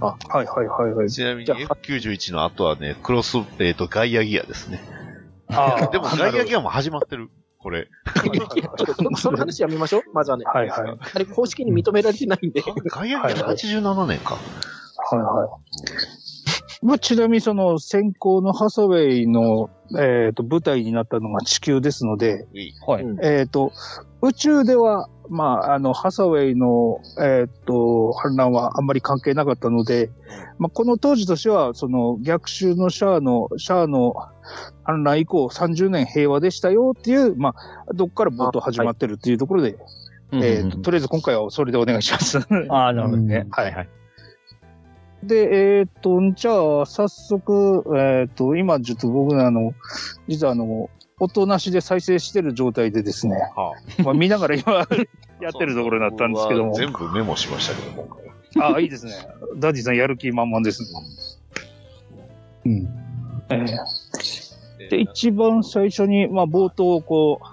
C: はいはいはいはい。
B: ちなみに
F: じゃ
B: F91 の後はね、クロス、えっ、と、ガイアギアですね。
C: あ
B: (laughs)
C: ー
B: でも、ガイアギアも始まってる。これ。
F: いやちょっとそのその話やめましょう。
C: (laughs)
F: まずはね。
C: はいはい。はい
F: あれ、公式に認められてないんで。
B: ガイアギア87年か。
C: はい。 (laughs) まあ、ちなみにその先行のハサウェイの、えー、と舞台になったのが地球ですので、
E: はい
F: うん
C: えー、と宇宙では、まあ、あのハサウェイの、えー、と反乱はあんまり関係なかったので、まあ、この当時としてはその逆襲のシャアのシャアの反乱以降30年平和でしたよっていう、まあ、どこから冒頭始まってるっていうところで、
E: うん
C: えー、ととりあえず今回はそれでお願いします。
E: ああ、なるほど
D: う
E: ね
D: ん。
E: はいはい。
C: で、えーっと、じゃあ、早速、えーっと、今、ちょっと僕らあの、実はあの、音なしで再生してる状態でですね、
B: は
C: まあ、見なが
B: (laughs)
C: ら今、やってるところになったんですけども
B: 僕、は全部メモしましたけど、今回は。
C: ああ、いいですね。ダディさん、やる気満々ですね。
D: うん
C: えーで、一番最初に、まあ、冒頭、こう、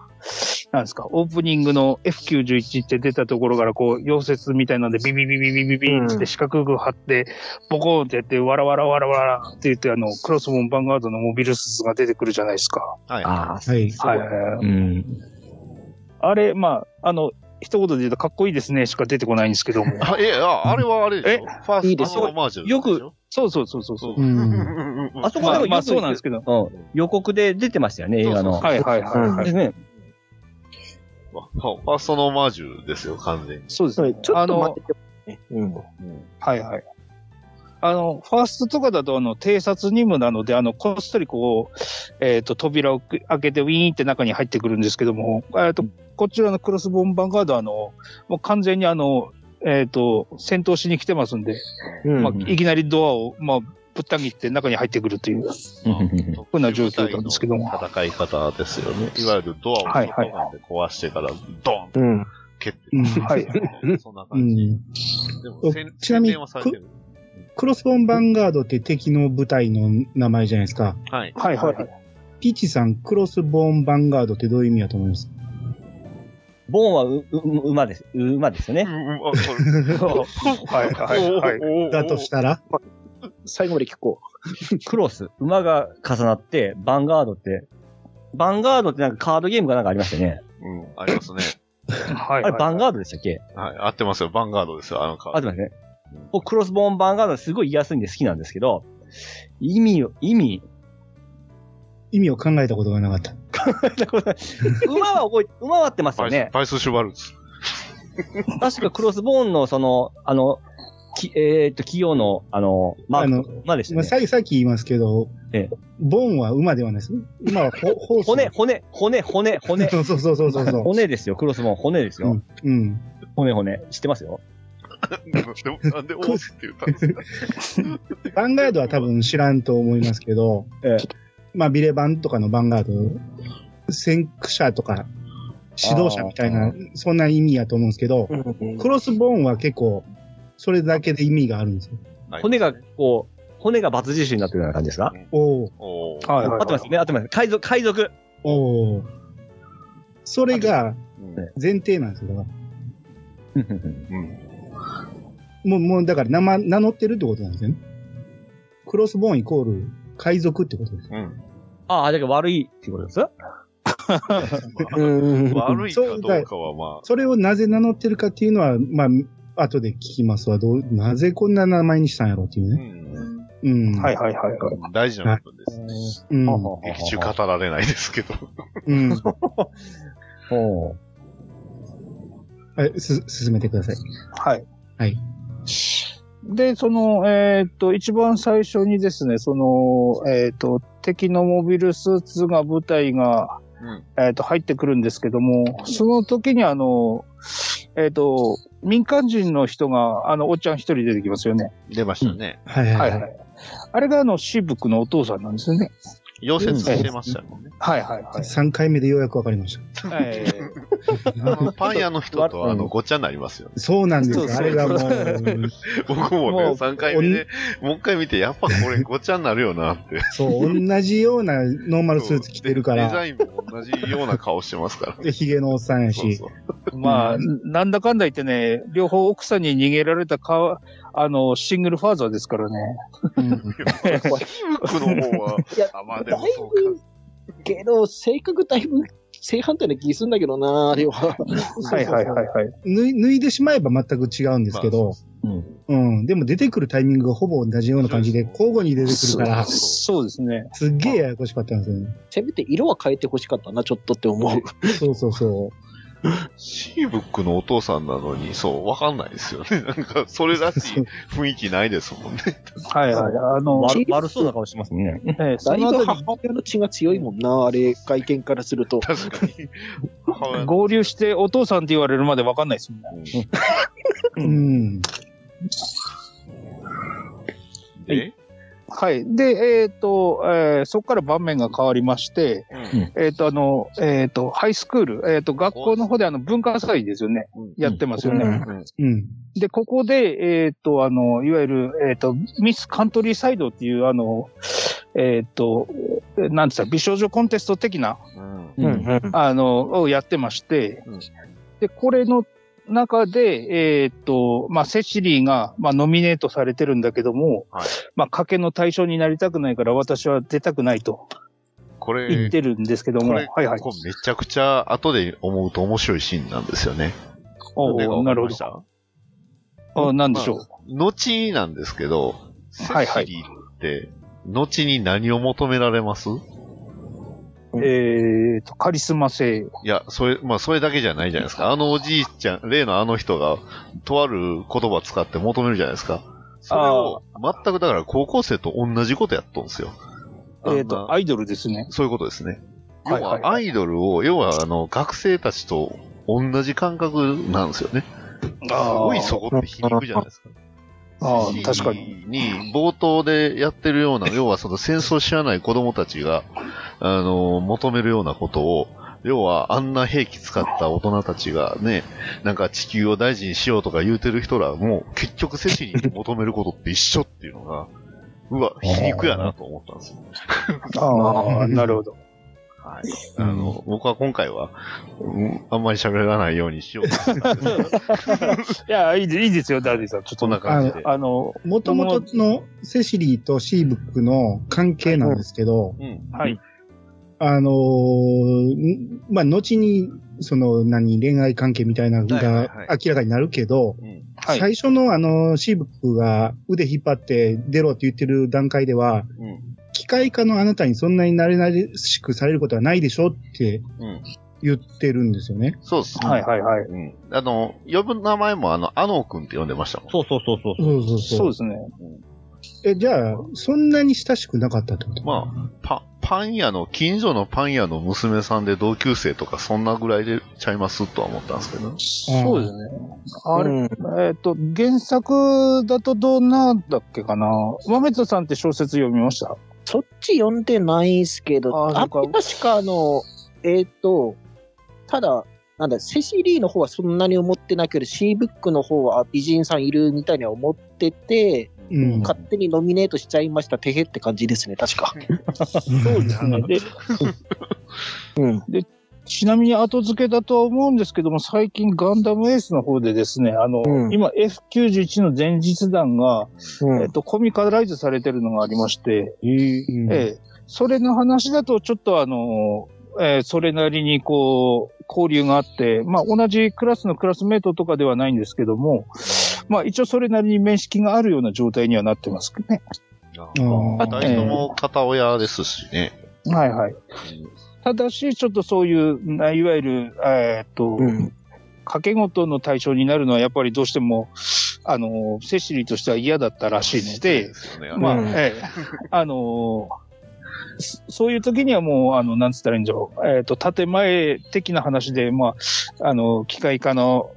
C: なんですか、オープニングの F91 って出たところから、こう、溶接みたいなんで、ビビビビビビビンって四角く貼って、ボコーンってやって、わらわらわらわらって言って、あの、クロスボンバンガードのモビルスーツが出てくるじゃないですか。
B: はい。
E: あ
D: はい。
C: はい。
E: あ、うん。
C: あれ、まあ、あの、一言で言うと、かっこいいですね、しか出てこないんですけども。
B: あ、え、ああれはあれでしょ
C: え
B: ファースト
F: いいですよ
B: オマージュでしょ
C: よく、そうそうそうそう。そう
B: う
D: うんん。
E: あそこ
C: ま
E: で
C: あ、
E: も
C: まあ、そうなんですけど。
E: うん予告で出てましたよね、映画
B: そう
E: の。
B: そう
C: はいはいはいはい。
E: ですね。
B: ファーストのオマージュですよ、完全に。
C: そうです
F: は
C: ね (laughs)
F: い。ちょっと待ってて、ね。うん。
C: はいはい。あの、ファーストとかだと、あの、偵察任務なので、あの、こっそりこう、えっ、と、扉をく開けてウィーンって中に入ってくるんですけども、えっ、と、こちらのクロスボンバンガードは、あの、もう完全にあの、えっ、と、戦闘しに来てますんで、
F: うん
C: まあ、いきなりドアを、まあ、ぶった切って中に入ってくるという。ふうな状況なんですけども
B: 戦い方ですよね。いわゆるドアを外
C: はいはい
B: 側で壊してから、ドーンと
F: うん。
B: 蹴って。
D: うん
C: はい
B: そんな
D: う
B: 感じ。
D: ん。
B: でも、せん
D: ちなみ
B: 宣
D: に
B: 伝はされてる。
D: クロスボーンバンガードって敵の部隊の名前じゃないですか。
B: はい。
C: はいはいはい。
D: ピチさん、クロスボーンバンガードってどういう意味だと思います
E: ボーンはう、う、馬です。馬ですよね。
C: はいはいはい。
D: だとしたら
F: 最後まで聞こ
E: クロス、馬が重なって、バンガードって、バンガードってなんかカードゲームかなんかありましたよね。
B: うん、ありますね。
C: は
E: あ
C: いは
E: れ、
C: い
E: バンガードでしたっけ
B: はい。合ってますよ。バンガードですよ、あのカ
E: あ
B: ー
E: って
B: ド。
E: ますね。僕、クロスボーンバンガードすごい言いやすいんで好きなんですけど、意味を、意味、
D: 意味を考えたことがなかった。
E: 馬は覚え、 (laughs) 馬は合ってます
B: バ
E: よ
B: イス
E: ね。
B: バイス・シュバルツ。
E: 確かクロスボーンのその、あの、きえーっと、企業の、あの、マーク、馬でした
D: まあ、
E: ね。
D: ささっき言いますけど、
E: ええ
D: ボンは馬ではないです。馬はほホー
E: (laughs)
D: ス。
E: 骨、骨、骨、骨、骨。
D: (laughs) そうそうそうそうそう
E: (laughs)
D: そ
E: 骨ですよ、クロスボーン、骨です
D: う。う
E: よ
D: ん。。うん。
E: 骨、骨。知ってますよ
B: でもでもなんで王子って言ったんですか
D: ヴァンガードは多分知らんと思いますけど、
E: ええ
D: まあ、ビレバンとかのヴァンガード、先駆者とか、指導者みたい
E: あ
D: な、そんな意味やと思うんですけど
F: う。、うん
D: クロスボーンは結構、それだけで意味があるんですよ。
E: 骨が、こう、骨がバツ印になってるような感じですか
D: おー
B: おー
C: はい
E: 合
C: はい
E: ってま
C: は
E: すよね、合ってますよ。海賊、海賊。
D: おーそれが
B: うん
D: 前提なんですよ。だから
B: うん
D: もう、もう、だから名前、名乗ってるってことなんですよね。クロスボーンイコール、海賊ってことです。
B: うん
E: ああ、だから悪いってことです (laughs)
F: うん。
B: まあ悪いかどうかはま
D: それをなぜ名乗ってるかっていうのは、まあ、後で聞きますわ。どう、なぜこんな名前にしたんやろうっていう
B: あ、う
D: ね。
B: ん
D: うん。
C: はいはいはいはい。
B: 大事な部分です。
D: うん。
B: 劇中語られないですけど。
D: うん。
E: おう
D: はいす、進めてください。
C: はい。
D: はい。
C: で、その、えーっと、一番最初にですね、その、えーっと、敵のモビルスーツが、部隊が、
B: うん
C: えーっと、入ってくるんですけども、その時にあの、えーっと、民間人の人が、あの、おっちゃん一人出てきますよね。
B: 出ましたね。
D: はいは
C: はいい
D: は。
C: はいい。あれがあの、シーブックのお父さんなんですよね。
B: 溶接してましたもんね。
C: はいはいはい。
D: 3回目でようやくわかりまし
C: えー
B: あのパン屋の人とあ
E: う
B: の
E: ん
B: ごっちゃになりますよね。
D: た。 (laughs) そうなんです
C: そう
D: よ。
C: そう
D: あれがもう、
B: 僕も
C: も
B: ね、
C: う
B: 3回目で、もう一回見て、やっぱこれごっちゃになるよなって。
D: そう、同じようなノーマルスーツ着てるか
B: デザ
D: ら、
B: インも同じような顔してますから。
D: で、ヒゲのおっさんや
B: そう
D: し
B: そ。う
C: まあ、なんだかんだ言ってね、両方奥さんに逃げられたか、あの、シングルファーザーですからね。
D: うん
B: 服の方は、
F: いや
B: あ、まあで
F: だい
B: もそう
F: ぶ、けど、性格だいぶ正反対な気するんだけどな、あれは。
C: はいはいはいはい。
D: 脱い脱いでしまえば全く違うんですけど、うん。でも出てくるタイミングがほぼ同じような感じで、
B: そうそう
D: 交互に出てくるから、
C: そうですね。
D: すっげえややこしかったんですよね。
F: せめて色は変えてほしかったな、ちょっとって思う。
D: そうそうそ
B: か。シーブックのお父さんなのに、そう、わかんないですよね。 (laughs) なんか、それらしい雰囲気ないですもんね。
C: はいはい。あの、
E: 悪悪そうな顔してますもんね。
C: ええ
F: だ
C: そ
F: い
C: の
F: ぶ
C: 後
F: 母親の血が強いもんな、あれ、外見からすると。
B: 確かに。母親
C: に
B: の
C: 合流してお父さんって言われるまでわかんないですもんね。
D: う。うん。
B: で
C: はい。で、えっ、と、えーそこから場面が変わりまして、
B: うん
C: えっ、と、あの、えっ、と、ハイスクール、えっ、と、学校の方であの、文化祭ですよね。
B: うん
C: やってますよね。
B: うん
D: うん。
C: で、ここで、えっ、と、あの、いわゆる、えっ、と、ミスカントリーサイドっていう、あの、えっ、と、なんて言ったら美少女コンテスト的な、
B: うん
E: うん
C: あの、をやってまして、
B: うん
C: で、これの中で、えっ、と、まあ、セシリーが、まあ、ノミネートされてるんだけども、
B: はい
C: まあ、賭けの対象になりたくないから、私は出たくないと
B: こ
C: 言
B: れ
C: っ、てるんですけど
B: こ
C: も、
B: れ、
C: はいはい。
B: こうめちゃくちゃ後で思うと面白いシーンなんですよね。
C: お
B: なんでか
C: ー
B: わか
C: な
B: り
C: るほ
B: まし
C: ど。
B: た
C: あなんでしょう。
B: 後なんですけど、セ
C: はいは
B: シ
C: い
B: リーって、後に何を求められます
C: えっと、カリスマ性。
B: いや、それ、まあ、それだけじゃないじゃないですか。あのおじいちゃん、例のあの人が、とある言葉使って求めるじゃないですか。それを、全くだから高校生と同じことやっとんですよ。
C: えっ
B: あん
C: と、
B: な
C: アイドルですね。
B: そういうことですね。
C: はい
B: 要
C: はい
B: はアイドルを、要はあの学生たちと同じ感覚なんですよね。すごいそこって皮肉じゃないですか。
C: ああ
B: シーン、
C: 確かに。
B: に、冒頭でやってるよう
C: (laughs)
B: な、要はその戦争を知らない子供たちが、あの、求めるようなことを、要はあんな兵器使った大人たちがね、なんか地球を大事にしようとか言うてる人らはもう結局世知に求めることって一緒っていうのが、うわ、皮肉やなと思ったんですよ。
C: ああ、なるほど。
B: はい。あの、僕は今回は、うんあんまり喋らないようにしようと
C: (laughs)
B: してたんですけど
C: いや、いいでいいですよ、ダーディさん。ちょっ
B: そん
C: と
B: な感じで。
C: あの、
D: もともとのセシリーとシーブックの関係なんですけど、
B: うん。
C: はい。
D: あのーんまあ、後に、その、何、恋愛関係みたいなの
B: はいはいはい
D: が明らかになるけど、
B: うん
C: はい
D: 最初のあの、シーブックが腕引っ張って出ろって言ってる段階では、
B: うん
D: 機械化のあなたにそんなに慣れ慣れしくされることはないでしょって
B: うん
D: 言ってるんですよね。
B: そうですね。
C: はいはいはい。
B: うん。あの、呼ぶ名前もあの、アノー君って呼んでましたもん。
E: そうそうそうそう。
D: そうそう
C: そ
D: そうう。
C: ですね。
D: え、じゃあ、そんなに親しくなかったってこと
B: まあ、パ、パン屋の、近所のパン屋の娘さんで同級生とか、そんなぐらいでちゃいますとは思ったんですけど。
D: そうです
C: ね。あれ、
F: うん
C: えっ、と、原作だとどんなんだっけかな。豆田さんって小説読みました
F: そっち読んでないんすけど、
C: あー
F: あ
C: そうか
F: 確かあの、えっ、と、ただ、なんだ、セシリーの方はそんなに思ってないけど、シーブックの方はあ美人さんいるみたいには思ってて、
D: うん。
F: 勝手にノミネートしちゃいました、てへって感じですね、確か。
C: そうですね。で、
F: うん。
C: ちなみに後付けだとは思うんですけども、最近ガンダムエースの方でですね、あの、
F: うん
C: 今 F91 の前日談が、
F: うん
C: えっ、と、コミカライズされてるのがありまして、
D: うん
C: ええそれの話だとちょっとあの、えーそれなりにこう、交流があって、まあ同じクラスのクラスメートとかではないんですけども、まあ一応それなりに面識があるような状態にはなってますね。
D: あ
B: 二人とも片親ですしね。
C: はいはい。ただし、ちょっとそういう、ないわゆる、えーっと、
F: うん
C: 掛け事の対象になるのはやっぱりどうしても、あの、セシリーとしては嫌だったらしいので、まあ、
F: うん
C: ええ、あのそそういう時にはもう、あの、なんつったらいいんじゃろう、えーっ、と、建前的な話で、まあ、あの、機械化の、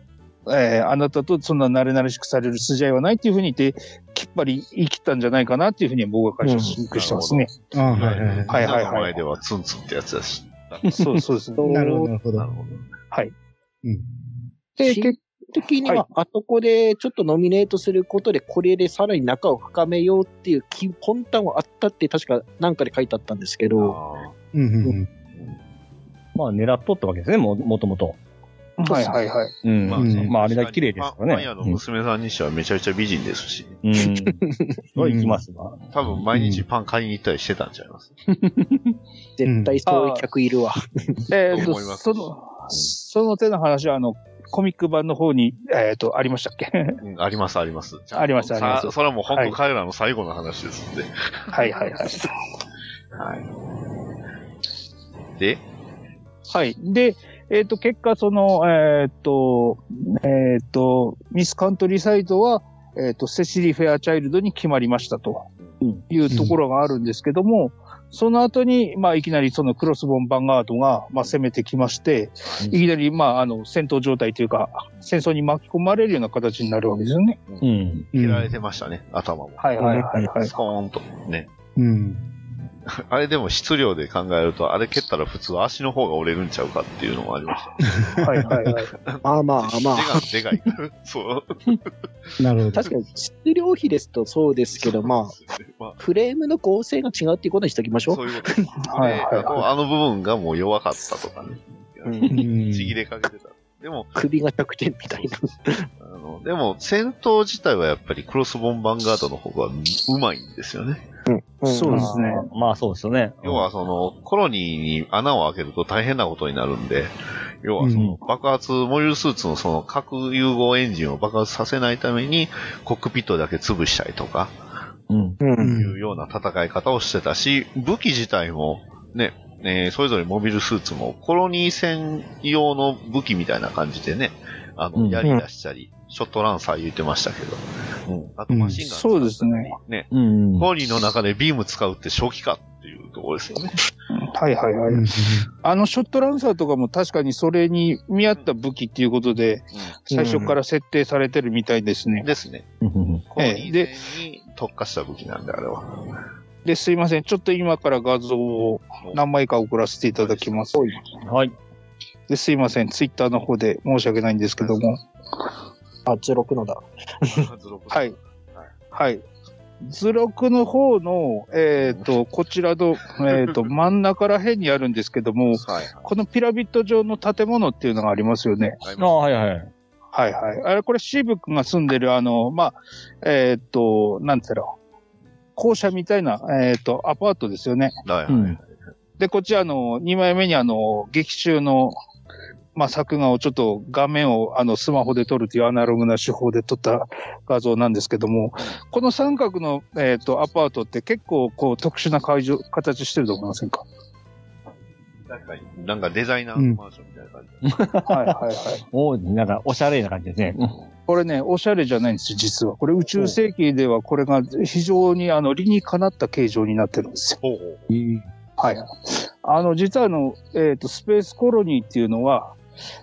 C: えーあなたとそんな慣れ慣れしくされる筋合いはないっていうふうに言って、きっぱり言い切ったんじゃないかなっていうふうに僕は解釈してますね。
D: ああはいはい
C: はいはいはい
B: 名前ではツンツンってやつだし。
C: そうそうです。
D: なるほど、なるほ
B: なる
D: ど。
B: ほど。
C: で、
F: し
C: 結
F: 的に
C: は
F: は、あそこでちょっとノミネートすることで、これでさらに仲を深めようっていう基本端はあったって、確かなんかで書いてあったんですけど、
B: あ
D: うんうんうん。
E: まあ、狙っとったわけですね、も、もともと。
C: はいはいはい。
E: うん。
B: ー
E: ま
D: うん
E: あ、あれだけ綺麗ですから
B: パン
E: ね
B: 屋。の娘さんにしてはめちゃくちゃ美人ですし、
E: うん。うんは行きますわ。
B: 多分毎日パン買いに行ったりしてたんちゃいます。
F: 絶対そういう客いるわ。
C: えー
B: と思いま
C: と、
B: す
C: その、その手の話は、あの、コミック版の方に、えっ、と、ありましたっけ (laughs)
B: うんあります、あります。
C: ありますあります
B: さそれはもう本
C: は
B: 当
C: い
B: 彼らの最後の話ですんで。
C: はいはいはい。
B: で、
C: はい。で、えっ、と、結果、その、えっ、と、えっ、と、ミスカントリーサイドは、えっ、と、セシリー・フェアチャイルドに決まりましたというところがあるんですけども、その後に、まあ、いきなりそのクロスボン・ヴァンガードが、まあ、攻めてきまして、
E: うん
C: いきなり、まあ、あの、戦闘状態というか、戦争に巻き込まれるような形になるわけですよね。
E: うん。
D: うん
B: 切られてましたね、頭も。
C: はいはいはいはい。
B: スコーンと。ね。
D: うん。
B: あれでも質量で考えると、あれ蹴ったら普通足の方が折れるんちゃうかっていうのもありました。
C: はいはいはい。
F: (laughs) まあまあまあ。
B: 手がでかい。 (laughs) そう。
D: なるほど。
F: 確かに質量比ですとそうです (laughs) けど、まあ、
B: まあ、
F: フレームの構成が違うっていうことにしておきましょう。
B: そういうことです。
C: はいはいはい
B: であとあの部分がもう弱かったとかね。
F: うん
D: うん
B: ちぎれかけてた。でも、
F: 首が100点みたいな。
B: あの、でも、戦闘自体はやっぱりクロスボンバンガードの方がうまいんですよね。
C: そうですね。
E: まあ、そうですよね。
B: 要はその、コロニーに穴を開けると大変なことになるんで、要はその爆発、モビルスーツのその核融合エンジンを爆発させないために、コックピットだけ潰したりとか、
E: うん、
F: うん。
B: いうような戦い方をしてたし、武器自体もね、えーそれぞれモビルスーツも、コロニー戦用の武器みたいな感じでね、あ
E: う
B: の、
E: ん
B: やり出したり、ショットランサー言ってましたけど、うん、あとマシンガン使ったり、
C: うんそうですね。
B: ね、
E: うん
B: コロニーの中でビーム使うって正気かっていうところですよね。
C: はいはいはい。
D: うん
C: あのショットランサーとかも確かにそれに見合った武器っていうことで、最初から設定されてるみたいです
B: う
C: ね
B: ん、。ですね。
E: うん
B: コロニー戦に特化した武器なんで、あれは。
C: で、すいません。ちょっと今から画像を何枚か送らせていただきます。
E: はい。
C: で、すいません。ツイッターの方で申し訳ないんですけども。
F: あ、16のだ。
C: はい。はい。図録の方の、えっ、と、こちらの、えっ、
B: (laughs)
C: と、真ん中ら辺にあるんですけども、
B: はい。
C: このピラミッド状の建物っていうのがありますよね。
B: あり
E: あ
B: ま
E: はいはい。
C: はいはい。あれ、これ、シーブ君が住んでる、あの、まあ、えっ、と、なんつうの、校舎みたいな、えっ、と、アパートですよね。
B: すはいは
E: う
B: い
E: ん。
C: で、こっち、あの、2枚目に、あの、劇中の、まあ、作画をちょっと画面をあのスマホで撮るというアナログな手法で撮った画像なんですけども、この三角の、えっとアパートって結構こう特殊な会場形してると思いませんか
B: なんかなんかデザイナーのマンションみたいな感じ。
C: はいはいはい。
E: おなんか、おしゃれな感じですね。
C: これね、おしゃれじゃないんですよ、実は。これ宇宙世紀ではこれが非常にあの理にかなった形状になってるんですよ
B: ほうほう。
C: はい。あの、実はあの、えっ、と、スペースコロニーっていうのは、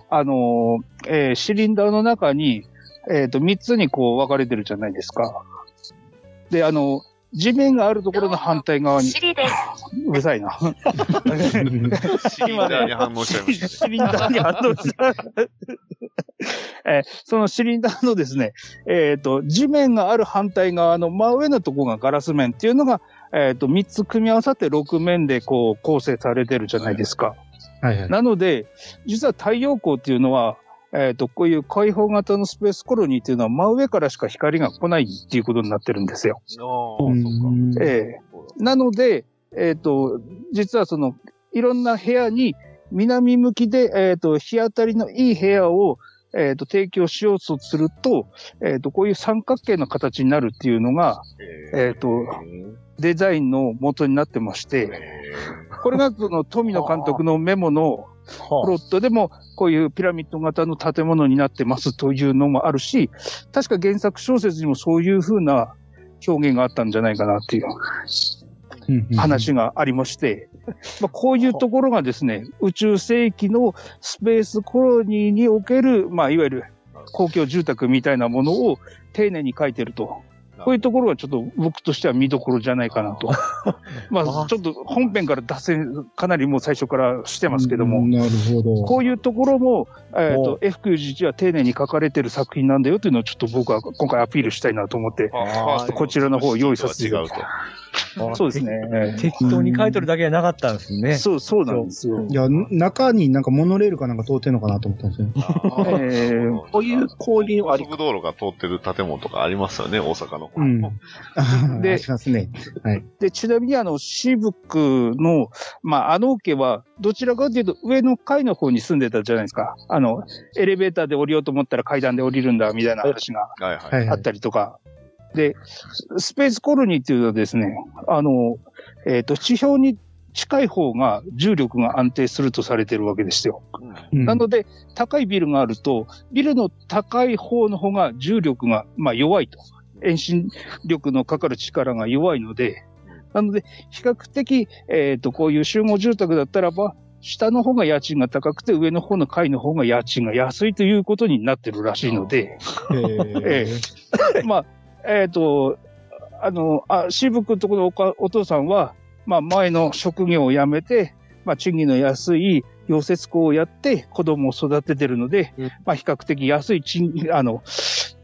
C: あのー、えーシリンダーの中に、えっ、と、3つにこう分かれてるじゃないですか。で、あの、地面があるところの反対側に、
G: シリです。
C: うるさいな。
B: シリンダーに反応しちゃいましたね。
C: シリンダーに反応した。 (laughs) えーそのシリンダーのですね、えっ、と、地面がある反対側の真上のところがガラス面っていうのが、えっ、と、3つ組み合わさって6面でこう構成されてるじゃないですか。
D: (laughs) はいはい。
C: なので、実は太陽光っていうのは、えっ、と、こういう開放型のスペースコロニーっていうのは真上からしか光が来ないっていうことになってるんですよ。
B: あ
D: うん
B: あ、そっか。
C: えなので、えっ、と、実はその、いろんな部屋に南向きで、えっ、と、日当たりのいい部屋を、えっ、と、提供しようとすると、えっ、と、こういう三角形の形になるっていうのが、えっとデザインの元になってまして、これがその富野監督のメモの、プロットでもこういうピラミッド型の建物になってますというのもあるし、確か原作小説にもそういうふうな表現があったんじゃないかなっていう
D: うんうん
C: 話がありまして、まあ、こういうところがですね、宇宙世紀のスペースコロニーにおける、まあ、いわゆる公共住宅みたいなものを丁寧に書いてると。こういうところはちょっと僕としては見どころじゃないかなと。まあちょっと本編から脱線かなりもう最初からしてますけども
D: う。んなるほど。
C: こういうところも、えっ、
E: お
C: と、F91 は丁寧に書かれてる作品なんだよというのをちょっと僕は今回アピールしたいなと思って。
B: あ
C: こちらの方を用意させていただき
B: 違うと。
C: そうですね。
E: 適当に書いてるだけじゃなかったんですね。
C: そう、そうなんですよ
D: い。や、中になんかモノレールかなんか通ってんのかなと思ったんですよ。
C: えー
F: こういう交流はあ
B: 高
F: り
B: 速道路が通ってる建物とかありますよね、大阪の方。
D: うん。
C: で
D: あしますね。
C: で、ちなみにあの、シーブックの、まあ、あの家は、どちらかというと上の階の方に住んでたじゃないですか。あの、エレベーターで降りようと思ったら階段で降りるんだ、みたいな話が
B: はい
D: は
B: はい
C: あ
D: は
C: っ
D: い。
C: たりとか。で、スペースコロニーっていうのはですね、あの、えっ、と、地表に近い方が重力が安定するとされてるわけですよ。
B: い。
D: うん
C: なので、高いビルがあると、ビルの高い方の方が重力が、まあ、弱いと。遠心力のかかる力が弱いので、なので、比較的、えっ、と、こういう集合住宅だったらば、下の方が家賃が高くて、上の方の階の方が家賃が安いということになってるらしいので、
D: ええ
C: まあ、えっ、と、あの、あ、渋君とこのおかお父さんは、まあ、前の職業を辞めて、まあ、賃金の安い溶接工をやって子供を育ててるので、
F: うん
C: まあ、比較的安い賃金、あの、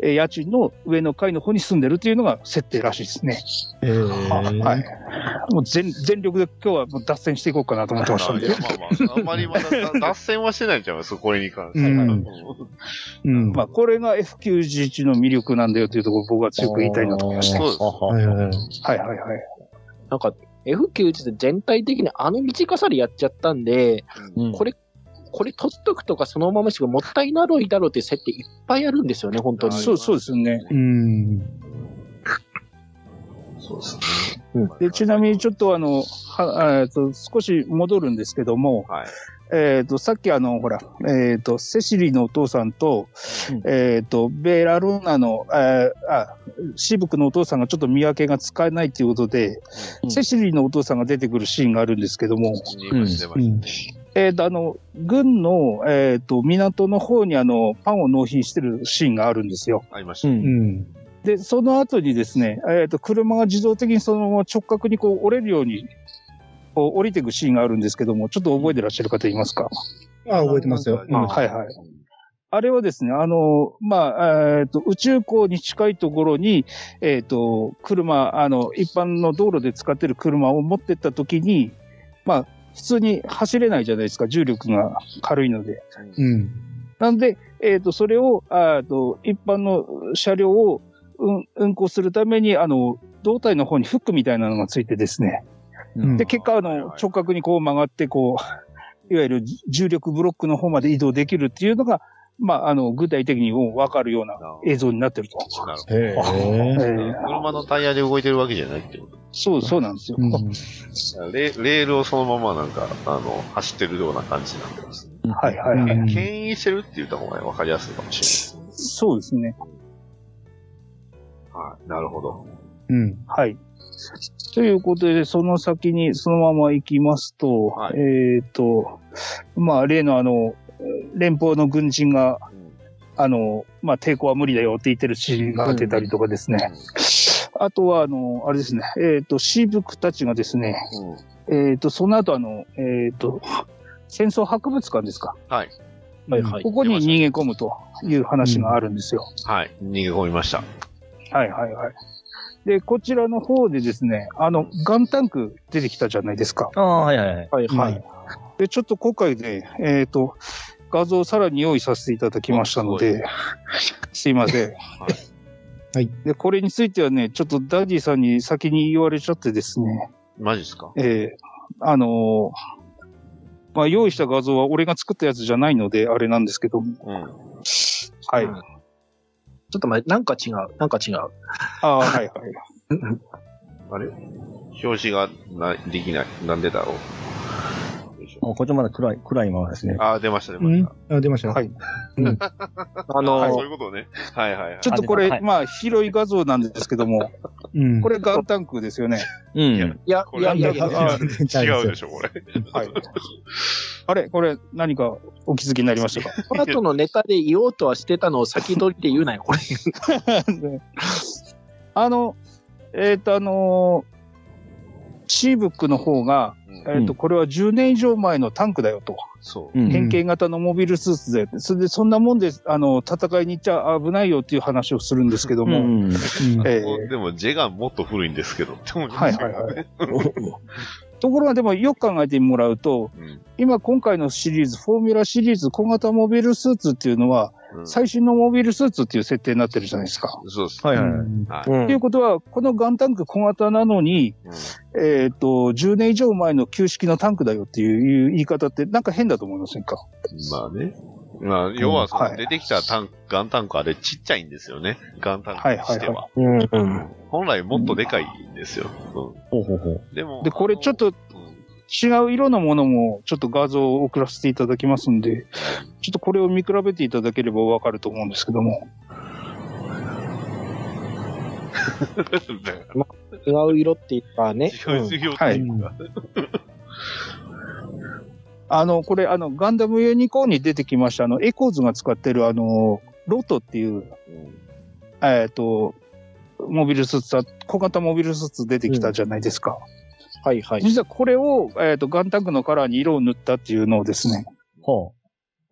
C: えー家賃の上の階の方に住んでるというのが設定らしいですね。
D: ええ
C: はい。もう全全力で今日はもう脱線していこうかなと思ってましたん
B: い
C: で
B: や、。まあまあ、あんまりまだ脱線はしてないんちゃいますこれに関して。
D: うん
B: うん
D: うん。
C: まあ、これが F91 の魅力なんだよというところを僕は強く言いたいなと思いました。
B: そうです
D: はいはいは
C: は
D: い。
C: いはいはい。
F: なんか、F91 で全体的にあの短さでやっちゃったんで、
E: うん
F: これ、これ取っとくとかそのまましかもったいなろいだろうっていう設定いっぱいあるんですよね、本当に。
B: はい
C: そうそうですよね。
D: うん。
B: そうです
F: う
B: ね
F: ん。
C: で、ちなみにちょっとあの、は、えっと、少し戻るんですけども、
B: はい
C: えっと、さっきあの、ほら、えっと、セシリのお父さんと、
B: うん
C: えっと、ベラルーナの、えーあ、シブクのお父さんがちょっと見分けがつかないということで、
E: うん
C: セシリのお父さんが出てくるシーンがあるんですけども、
B: 言いましたね
C: えっと、あの、軍の、えっと、港の方にあの、パンを納品してるシーンがあるんですよ。
B: ありまし
E: う。
B: たね。
D: うんん。
C: で、その後にですね、えっ、と、車が自動的にそのまま直角にこう折れるように、こう降りていくシーンがあるんですけども、ちょっと覚えてらっしゃる方いますか
D: ああ、覚えてますよ。う
B: あ
D: ん
C: あはいはい。あれはですね、あの、まあ、えっ、と、宇宙港に近いところに、えっ、と、車、あの、一般の道路で使ってる車を持ってった時に、まあ、普通に走れないじゃないですか、重力が軽いので。
D: うん。
C: なんで、えっ、と、それを、あーと一般の車両を運運行するために、あの、胴体の方にフックみたいなのがついてですね。
D: うん
C: で、結果、あ
B: はい
C: の
B: は、い
C: 直角にこう曲がって、こう、いわゆる重力ブロックの方まで移動できるっていうのが、まあ、あの、具体的にもう分かるような映像になってると。
B: なるほ
D: へえ
C: え
B: ど
C: ー
B: 車のタイヤで動いてるわけじゃないってこと。
C: そう、そうなんですよ。
B: レレールをそのままなんか、あの、走ってるような感じになってますね。
C: はいはいはい。
D: うん
B: 牽引してるって言った方が分かりやすいかもしれないですね。
C: そうですね。
B: はい、なるほど。
D: うん。
C: はい。ということで、その先にそのまま行きますと、
B: はい
C: えっ、と、まあ、例のあの、連邦の軍人が、あの、まあ、抵抗は無理だよって言ってるシーンが出たりとかですね。あとは、あの、あれですね、えっ、と、シーブクたちがですね、
B: うん
C: えっ、と、その後あの、えっ、と、戦争博物館ですか。
B: はい。
F: はいはい。
C: ここに逃げ込むという話があるんですよ。
B: はい、逃げ込みました。
C: はいはいはい。で、こちらの方でですね、あの、ガンタンク出てきたじゃないですか。
E: ああ、はいはいはい。
F: はいは
D: う
F: い。
C: で、ちょっと今回ね、えっ、と、画像をさらに用意させていただきましたので、すいません。
D: はい。
C: で、これについてはね、ちょっとダディさんに先に言われちゃってですね、
B: マジですか
C: えーあのーまあ、用意した画像は俺が作ったやつじゃないので、あれなんですけども。
B: うん。
C: はい。
F: うんちょっと待って、なんか違う、なんか違う。
C: ああ、はいはい。
B: あれ表紙がなできない。なんでだろう。よいしょ
E: もうこっちまだ暗い、暗いままですね。
B: あー、出ました、出
D: う
B: まし
D: ん
B: た。。
D: あ、出ましたよ。
C: はい。
F: あ
B: あ
F: の、
B: そういうことね。はいはいはい。
C: ちょっとこれ、
E: はい
C: まあ、広い画像なんですけども、
D: うん。
C: これガンタンクですよね。
E: う
B: いや
E: ん。
F: いや、
B: こ
F: い
B: れ
F: やいやい
D: あ
F: や、
D: ああ
B: 違うでしょ、これ。
C: はい。あれこれ何かお気づきになりましたか
F: この後のネタで言おうとはしてたのを先取りで言うなよ、これ。
C: (laughs) あの、えっ、と、あのーシーブックの方が、えっ、と、
E: うん
C: これは10年以上前のタンクだよと。
B: そう
E: う。ん。
C: 変形型のモビルスーツで、それで、そんなもんで、あの、戦いに行っちゃ危ないよっていう話をするんですけど
E: う
C: も、
E: ん。
D: うん
C: え
B: こう
C: ー
B: でも、ジェガンもっと古いんですけどって思いま
C: はい
B: した
C: は
B: け
C: い
B: ど
C: は
B: ね
C: い。ところがでもよく考えてもらうと、今今回のシリーズ、フォーミュラシリーズ小型モビルスーツっていうのは、
B: うんうん
C: 最新のモビルスーツっていう設定になってるじゃないですか。
B: そうです。
E: はいは
D: う
E: いはい。
D: ん
B: は
E: う。
C: というんことは、このガンタンク小型なのに、
B: うん
C: えっ、と、10年以上前の旧式のタンクだよっていう言い方って、なんか変だと思いませんか
B: まあね。まあ、要はその、
C: はい
B: 出てきたタンク、ガンタンクあれちっちゃいんですよね。ガンタンク
C: はい
B: に
C: はい
B: しては
C: は。
E: うん。うん。
B: 本来もっとでかいんですよ。
E: ほうほうほう。
B: うんでも、
C: い。で、これちょっと
B: あの、うん
C: 違う色のものも、ちょっと画像を送らせていただきますんで、ちょっとこれを見比べていただければわかると思うんですけども。
B: (laughs)
F: 違う色って言ったね。
B: 違う授業
C: はいあの、これ、あの、ガンダムユニコーンに出てきました、あの、エコーズが使ってる、あの、ロトっていう、えっ、と、モビルスーツだ、小型モビルスーツ出てきたじゃないですか。
F: はいはい。
C: 実はこれを、えっ、と、ガンタンクのカラーに色を塗ったっていうのをですね、
E: ほ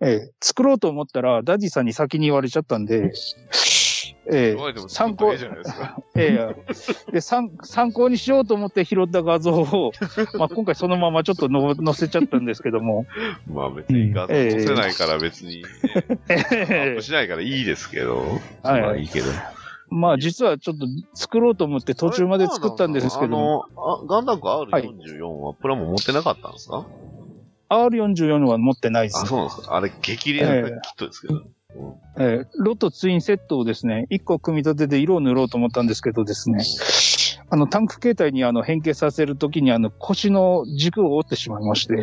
C: ええ作ろうと思ったら、ダディさんに先に言われちゃったんで、ええ
B: 言われても参
C: 参考
B: 考じゃないですか。
C: ええで参参考にしようと思って拾った画
B: (laughs)
C: 像を、まあ、今回そのままちょっとの載せちゃったんですけども、
B: (laughs) まあ別に画像載せないから別に、ねア
C: え
B: ッ
C: え
B: プしないからいいですけど。
C: はい
B: まあいいけど。
C: まあ実はちょっと作ろうと思って途中まで作ったんですけども、
B: あのあガンダム R44 はプラモ持ってなかったんですか、
C: R44 は持ってないです
B: あ、。そうなんですか。あれ激レアなキットですけど。
C: ええロトツインセットをですね、1個組み立てて色を塗ろうと思ったんですけどですね、あの、タンク形態にあの変形させるときにあの腰の軸を折ってしまいまして、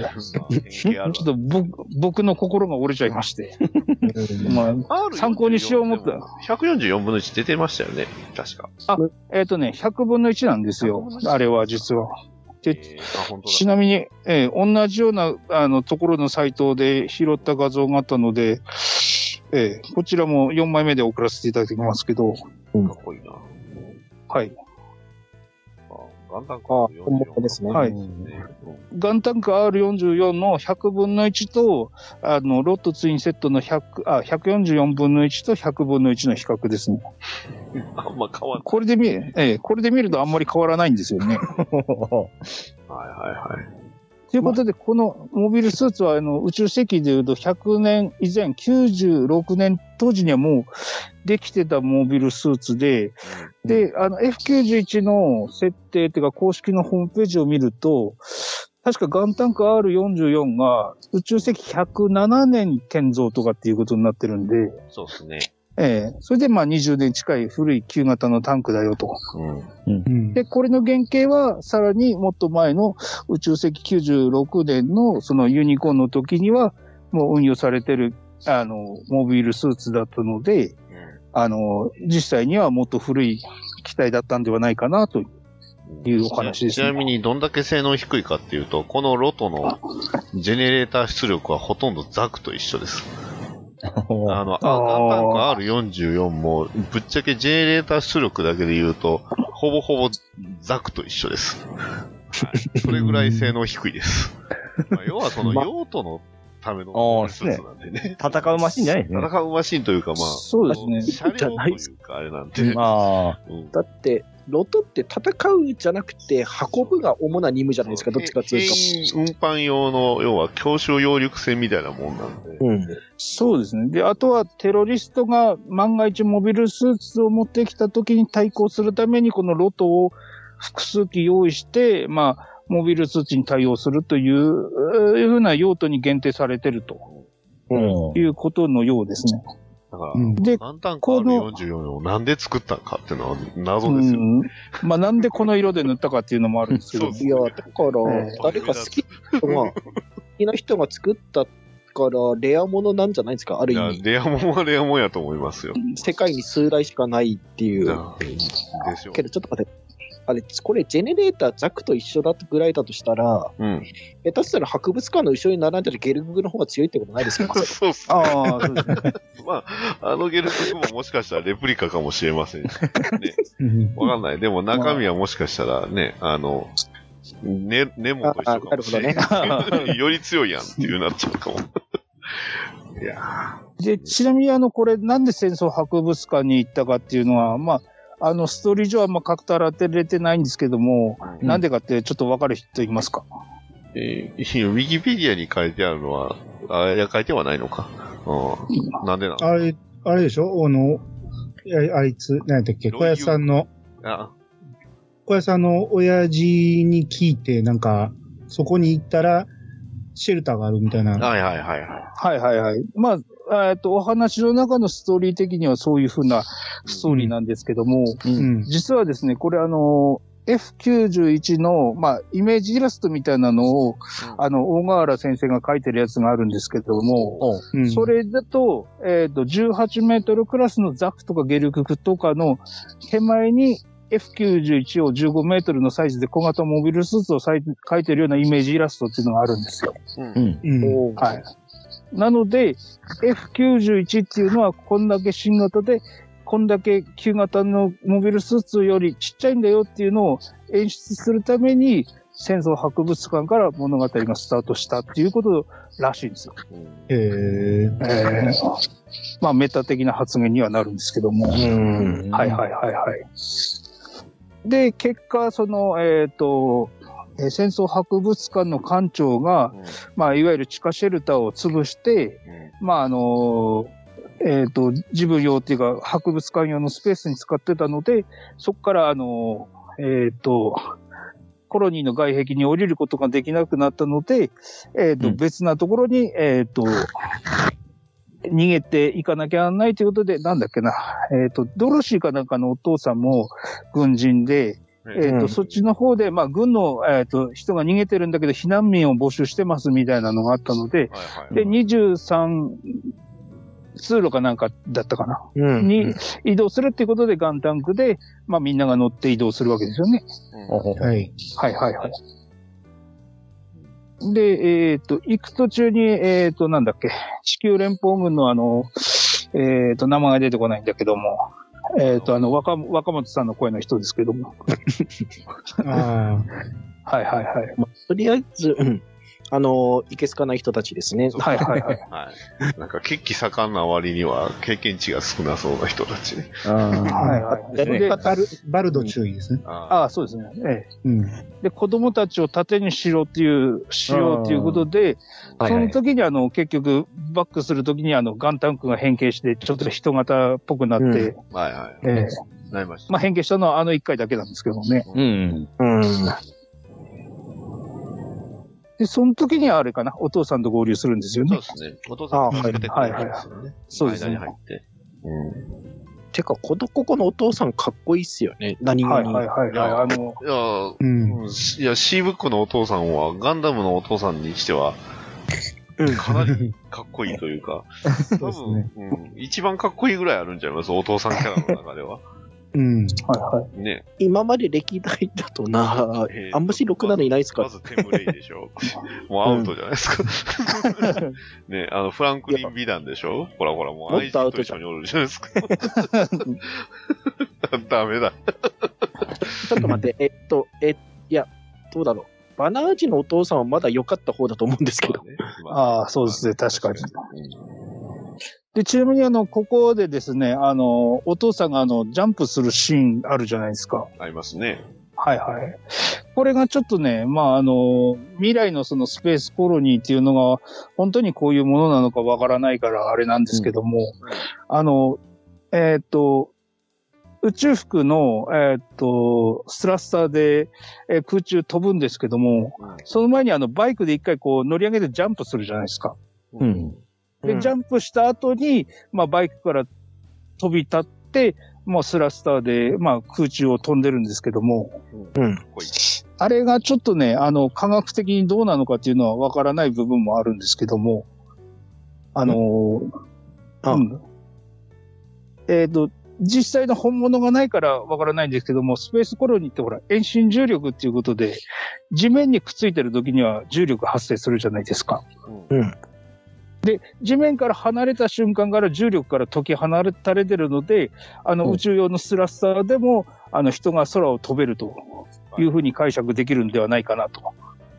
C: ちょっと僕僕の心が折れちゃいまして、まあ、参考にしよう思ったら。
B: 144分の1出てましたよね。確か。
C: えっ、とね、100分の1なんですよ
B: 100分の、一
C: あれは実は。で
B: えーあ、本当だ
C: ちなみに、えー同じようなあのところのサイトで拾った画像があったので、えーこちらも4枚目で送らせていただきますけど、
B: かっこいいな。
C: はい。
B: あガンダム
F: あ、本物ですね。
C: はい
B: うん
C: ガンタンク R44 の100分の1と、あの、ロットツインセットの100、あ、144分の1と100分の1の比較ですね。
B: あんま変わん
C: これで見、えーこれで見るとあんまり変わらないんですよ
B: な
C: ね。
B: い。はいはいはい。
C: ということで、このモビルスーツは、あの、宇宙世紀でいうと100年以前、96年当時にはもうできてたモビルスーツで、で、あの、F91 の設定っていうか、公式のホームページを見ると、確かガンタンク R44 が宇宙世紀107年建造とかっていうことになってるんで、
B: そうですね。
C: ええそれでまあ20年近い古い旧型のタンクだよと。
B: うん。
D: うん
C: で、これの原型は、さらにもっと前の宇宙世紀96年のそのユニコーンの時には、もう運用されてる、あの、モビルスーツだったので、あの、実際にはもっと古い機体だったんではないかなと。いうお話ですね
B: ちなみに、どんだけ性能低いかっていうと、このロトのジェネレーター出力はほとんどザクと一緒です。あの、あガンタンク R44 も、ぶっちゃけジェネレーター出力だけで言うと、ほぼほぼザクと一緒です。はい、それぐらい性能低いです。まあ、要はその
F: ま
B: 用途のための
E: あー
B: スーツなんでね。
E: 戦うマシンじゃないですね。
B: 戦うマシンというか、まあ、
C: そうですね
B: 車両というか、あれなんで。
E: まあ、
B: うん
F: だって、ロトって戦うじゃなくて、運ぶが主な任務じゃないですか、どっちかっていうと。
B: そう兵員運搬用の、要は、強襲揚陸船みたいなもんなんで。
F: うん。
C: そうですね。で、あとはテロリストが万が一モビルスーツを持ってきた時に対抗するために、このロトを複数機用意して、まあ、モビルスーツに対応するというえーいうふうな用途に限定されてると
E: うん。
C: いうことのようですね。
B: だから、
D: うん
C: で、
B: ガンタンク R44 をなんで作ったんかっていうのは謎ですよ。
C: うん、まあ、なんでこの色で塗ったかっていうのもあるんですけど、
B: (laughs) そう
F: いや、だから、誰か好きまあ、好きな人が作ったから、レアものなんじゃないですか、ある
B: い
F: 意
B: や、
F: 味。
B: レアもんはレアもんやと思いますよ。
F: 世界に数台しかないってい。
B: いうやでしょう
F: け。ど、ちょっと待って。あれ、これ、ジェネレーターザクと一緒だとぐらいだとしたら、
B: うん。
F: 下手したら博物館の後ろに並んでるゲルググの方が強いってことないですか
B: (laughs) そうっす。
C: ああ、そうですね。
B: まあ、あのゲルクももしかしたらレプリカかもしれませんし。ね。
D: うん
B: わかんない。でも中身はもしかしたらね、
F: (laughs)
B: あの、ね、ネモと一緒かもしれない。 (laughs) より強いやんっていうなっちゃうかも。いや
C: で、ちなみにあの、これなんで戦争博物館に行ったかっていうのは、まあ、あの、ストーリー上はあんま書くたられてないんですけども、
B: ー
C: な、んでかってちょっとわかる人いますか
B: えーウィキペディアに書いてあるのは、あいや、書いてはないのか。うん。なんでなの
D: あれ、あれでしょあの、ああいつ、何やったっけ
B: ど
D: 小
B: ういう
D: 屋さんの、
B: あ
D: 小屋さんの親父に聞いて、なんか、そこに行ったら、シェルターがあるみたいな。
B: はいはいはいはい。
C: はいはいはい。まあ、えっと、お話の中のストーリー的にはそういうふうなストーリーなんですけども、
D: うん。
C: 実はですね、これあの、F91 の、まあ、イメージイラストみたいなのを、あの、大河原先生が書いてるやつがあるんですけども、
D: うん
C: そ、れだと、えっ、と、18メートルクラスのザクとかゲルククとかの手前に F91 を15メートルのサイズで小型モビルスーツをさい描いてるようなイメージイラストっていうのがあるんですよ。
D: うん。
F: もう
C: はい。なので、F91 っていうのはこんだけ新型で、こんだけ旧型のモビルスーツよりちっちゃいんだよっていうのを演出するために、戦争博物館から物語がスタートしたっていうことらしいんですよ。
D: へえ。
C: えーまあ、メタ的な発言にはなるんですけども。
E: うん。
C: はいはいはいはい。で、結果、その、えっ、と、えー戦争博物館の館長が、まあ、いわゆる地下シェルターを潰して、まあ、あのーえっ、と、自分用っていうか、博物館用のスペースに使ってたので、そこから、あのーえっ、と、コロニーの外壁に降りることができなくなったので、えっ、と、
E: うん
C: 別なところに、えっ、と、逃げていかなきゃなんないということで、なんだっけな、えっ、と、ドロシーかなんかのお父さんも軍人で、えっ
F: う
C: と、
F: ん
C: そっちの方で、まあ、軍の、えっと、人が逃げてるんだけど、避難民を募集してますみたいなのがあったので、
B: はいは
C: で、
B: い。
C: 23通路かなんかだったかな。
F: うん
C: に移動するっていうことで、ガンタンクで、まあ、みんなが乗って移動するわけですよね。
B: うん
D: は
C: は
D: い。
C: いはいはい。で、えっ、と、行く途中に、えっ、と、なんだっけ、地球連邦軍のあの、えっ、と、名前が出てこないんだけども、えっ、と、あの、若、若松さんの声の人ですけども。
D: あ
C: はいはいはい。
F: とりあえず、うんあの、いけすかない人たちですね。
C: はいはいはい。
B: はい。なんか、血気盛んな割には、経験値が少なそうな人たちね。
C: はいはい。
E: ですね
D: あ。で、
C: で
D: バル、バルド注意ですね。
B: あ
C: ああ、そうですね。え
D: うん。
C: え。で、子供たちを盾にしろっていう、しようっていうことで、
E: はい
C: そ
E: は
C: の
E: い
C: 時にあの、結局、バックする時にあの、ガンタンクが変形して、ちょっと人型っぽくなって、
F: う
B: あ。
F: ん
B: はいは
C: ええ
B: い。なりました。
C: まあ、変形したのはあの一回だけなんですけどね。
E: うん。
F: うん。
C: で、その時にはあれかな、お父さんと合流するんですよ
B: そう
C: ね
B: で。すね。お父さんが助けてくれるんですよね。
C: そうです
B: 間に
C: ね。
B: 入って。うん。
F: てか、この、ここのお父さんかっこいいっすよね。何
C: は
F: が
C: い
F: に。
C: はいはいはい。あの、
B: いやー、
D: うん。
B: うんいや、シーブックのお父さんは、ガンダムのお父さんにしては、
F: うん
B: かなりかっこいいというか、多
D: そうです
B: 分、
D: ね。
B: うん、一番かっこいいぐらいあるんちゃいますお父さんキャラの中では。
D: うん。
C: はいはい。
B: ね。
F: 今まで歴代だとな
B: え、ー
F: あんましろくなのいないっすか
B: まずテムレイでしょ。もうアウトじゃないですか。ね、あの、フランクリン・美談でしょほらほら、もう
F: も
B: 愛
F: っとア
B: 人
F: ウ
B: と
F: ト
B: 一
F: じゃ
B: 緒
F: ん
B: におるじゃないですか。ダメだ。
F: ちょっ
B: (laughs)
F: と待って、えっと、え、いや、どうだろう。バナージのお父さんはまだ良かった方だと思うんですけど。
B: まあね
C: ああ、そうですね、確かに。
B: うん
C: で、ちなみにあの、ここでですね、あの、お父さんがあの、ジャンプするシーンあるじゃないですか。
B: ありますね。
C: はいはい。これがちょっとね、まああの、未来のそのスペースコロニーっていうのが、本当にこういうものなのかわからないからあれなんですけども、あの、えーっと、宇宙服の、えーっと、スラスターで、えー空中飛ぶんですけども、
B: うん
C: その前にあのバイクで一回こう乗り上げてジャンプするじゃないですか。
E: うん。
C: で、ジャンプした後に、まあ、バイクから飛び立って、まあ、スラスターで、まあ、空中を飛んでるんですけども、
F: うん。
B: こいい
C: あれがちょっとね、あの、科学的にどうなのかっていうのはわからない部分もあるんですけども、あのー
F: あ
C: うんえっ、と、実際の本物がないからわからないんですけども、スペースコロニーってほら、遠心重力っていうことで、地面にくっついてる時には重力発生するじゃないですか。
F: うん
C: で、地面から離れた瞬間から重力から解き離れたれてるので、あ
F: う
C: の
F: ん
C: 宇宙用のスラスターでも、あの人が空を飛べるというふうに解釈できるんではないかなと。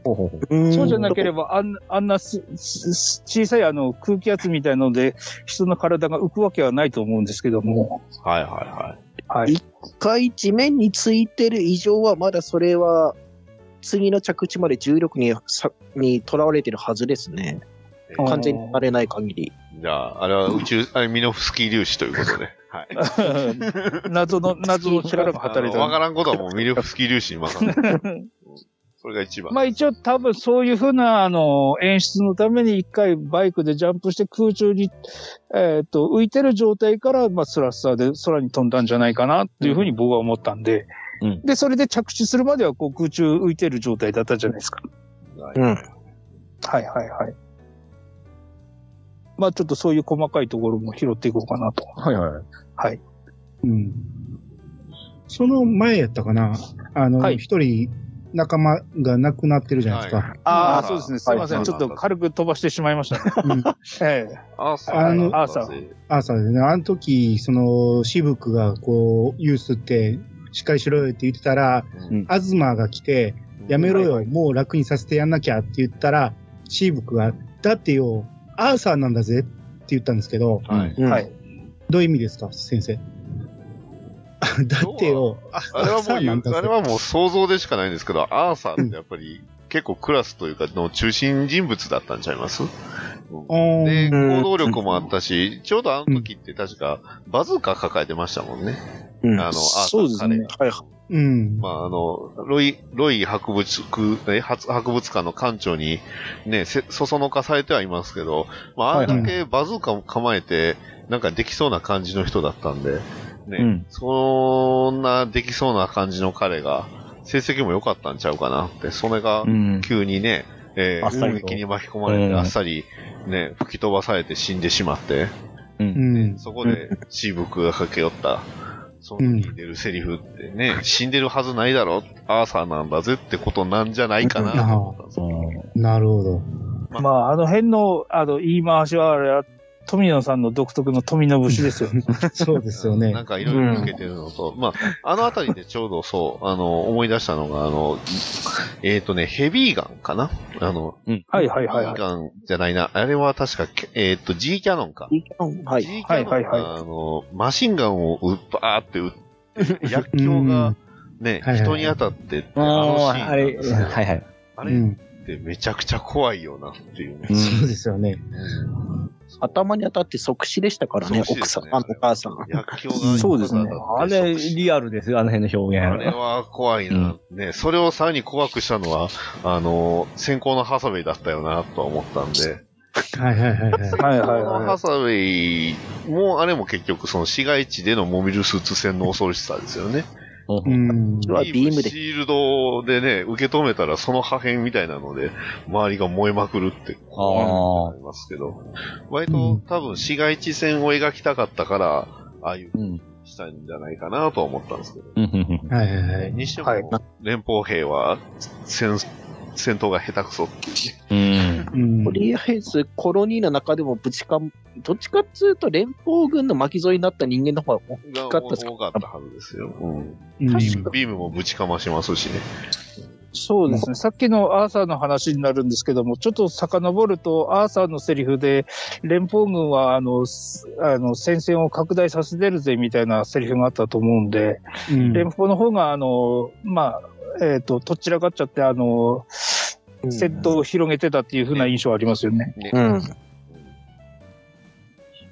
E: ほうほうほう。
C: そうじゃなけれ
F: ば。
C: ば、あんあんなすす小さいあの空気圧みたいので、人の体が浮くわけはないと思うんですけども、
B: はいはいはい。
C: はい。
E: (laughs)
F: 一回地面についてる以上は、まだそれは、次の着地まで重力にさにとらわれてるはずですね。
B: え
C: あ
B: ー
C: ー
F: 完全に慣れない限り。
B: じゃあ、あれは宇宙、あれミノフスキー粒子ということで。はい。
C: 謎の、謎の力が働い
B: わか
C: た。
B: らんことはもうミノフスキー粒子に任せる。 (laughs) うんそれが一番。
C: まあ一応多分そういうふうなあの演出のために一回バイクでジャンプして空中に、えっと浮いてる状態から、まあ、スラスターで空に飛んだんじゃないかなっていうふうに僕は思ったんで、
E: うん
C: で、それで着地するまではこう空中浮いてる状態だったじゃないですか。
F: うん。
C: はいはいはい。まあちょっとそういう細かいところも拾っていこうかなと。
E: はいはい。
D: うん。その前やったかな。あの、
C: はい
D: 一、人仲間が亡くなってるじゃないですか。
C: あ
B: あー
C: あ、そうですね。すいませ
B: は
C: ん。
B: い
C: ちょっと軽く飛ばしてしまいましたね。
D: うん
C: (laughs) え
B: アーサ
D: あ
B: ー
D: の
B: だ
C: ア
B: っ
C: ーサ
B: た
C: ー
B: んで。
D: 朝でね、あの時、その、渋くが、こう、ユースって、しっかりしろよって言ってたら、
B: うん
D: 東が来て、やめろよ、もう楽にさせてやんなきゃって言ったら、シーブクが、だってよ、アーサーなんだぜって言ったんですけど、
B: はい。
C: えは
F: はいい。。
D: どういう意味ですか、先生。 (laughs) だってよ、ア
B: あれはもう言う、あれ
D: ぜ。
B: はもう想像でしかないんですけど、アーサーってやっぱり結構クラスというかの中心人物だったんちゃいます
D: うん
B: で、
F: うん
B: 行動力もあったし、ちょうどあの時って確かバズーカ抱えてましたもんね。
F: う
B: あ
F: ん
B: の、アーサ
C: そうで
B: ー
C: す
B: 彼
C: ね
B: が。
F: はい。
D: うん。
B: まあ、あの、ロイ、ロイ博物区、え、博博物館の館長に、ね、せ、そそのかされてはいますけど、まあ、あれだけバズーカも構えて、なんかできそうな感じの人だったんで、ね、
E: うん
B: そんなできそうな感じの彼が、成績も良かったんちゃうかなって、それが
E: うん。
B: 急にね、え
E: あ
B: ー、
E: っさりと
B: 攻撃に巻き込まれて、
E: うん
B: あっさり、ね、吹き飛ばされて死んでしまって、
D: うん。
B: そこでシーブックが駆け寄った、その時に出るセリフってね、死んでるはずないだろ、アーサーなんだぜってことなんじゃないかなと思ったん
E: (laughs)
B: ですよ
D: なるほど。
C: まあ、あの辺の、あの、言い回しは、あれは、富野さんの独特の富の節です (laughs) よね。
D: そうですよね
B: な。んかいろいろ抜けてるのと、まあ、あのあたりでちょうどそう、あの、思い出したのが、あの、えっ、とね、ヘビーガンかなあの、
C: はいはいはい
B: ヘ
C: は
B: ビー
C: い。
B: ガンじゃないな、あれは確か、えっ、と、G キャノンか。
F: はい
B: G キャノン
C: はいはい
B: が、あの、マシンガンをうバーって撃って、薬莢がね、
D: うんはいはい
B: 人に当たってって、
E: あ
B: の
E: あ
B: シーンな
E: ー、あ
B: ん
E: れ、
B: ですよ
E: はいはい。
B: あ
D: う
B: れっ
D: ん。
B: てめちゃくちゃ怖いよなっていうね。
D: そうですよね。
F: 頭に当たって即死でしたからね、
B: 即死で
F: 奥
B: す
F: さ
B: ね
F: ん、あのお母さん。
B: 薬莢が
C: そうですね
E: あれ、リアルですよ、あの辺の表
B: あ
E: 現
B: れ。は怖いな、ね。それをさらに怖くしたのは、あの、先行のハサウェイだったよな、とは思ったんで。
D: はいはいはいはい。
C: はい
B: 先
C: は
B: 行
C: い
B: の
C: は
B: ハサウェイも、あれも結局、その市街地でのモビルスーツ戦の恐ろしさですよね。
D: うん。
F: うわビームで
B: シールドでね、受け止めたらその破片みたいなので、周りが燃えまくるって怖いなってなりますけど、割と多分市街地戦を描きたかったから、ああいう
E: うん。うん
B: したんじゃないかなとは思ったんですけど。
E: うんうん
D: はいはいはい。
B: にしても、
F: はい
B: 連邦兵は戦戦闘が下手くそっていうね
E: うん。
D: うん
F: とりあえず、コロニーの中でもぶちか、どっちかっつうと連邦軍の巻き添えになった人間の方が大き
B: が
F: かったですか
B: 多かったはずですよ。うん
D: うん
B: ビームビームもぶちかましますしね。
C: そうですね。さっきのアーサーの話になるんですけども、ちょっと遡ると、アーサーのセリフで、連邦軍は、あの、すあの戦線を拡大させてるぜ、みたいなセリフがあったと思うんで、
D: うん
C: 連邦の方が、あの、まあ、えっ、と、とっちらかっちゃって、あの、戦闘を広げてたっていうふうな印象ありますよね。
B: ね
F: うん。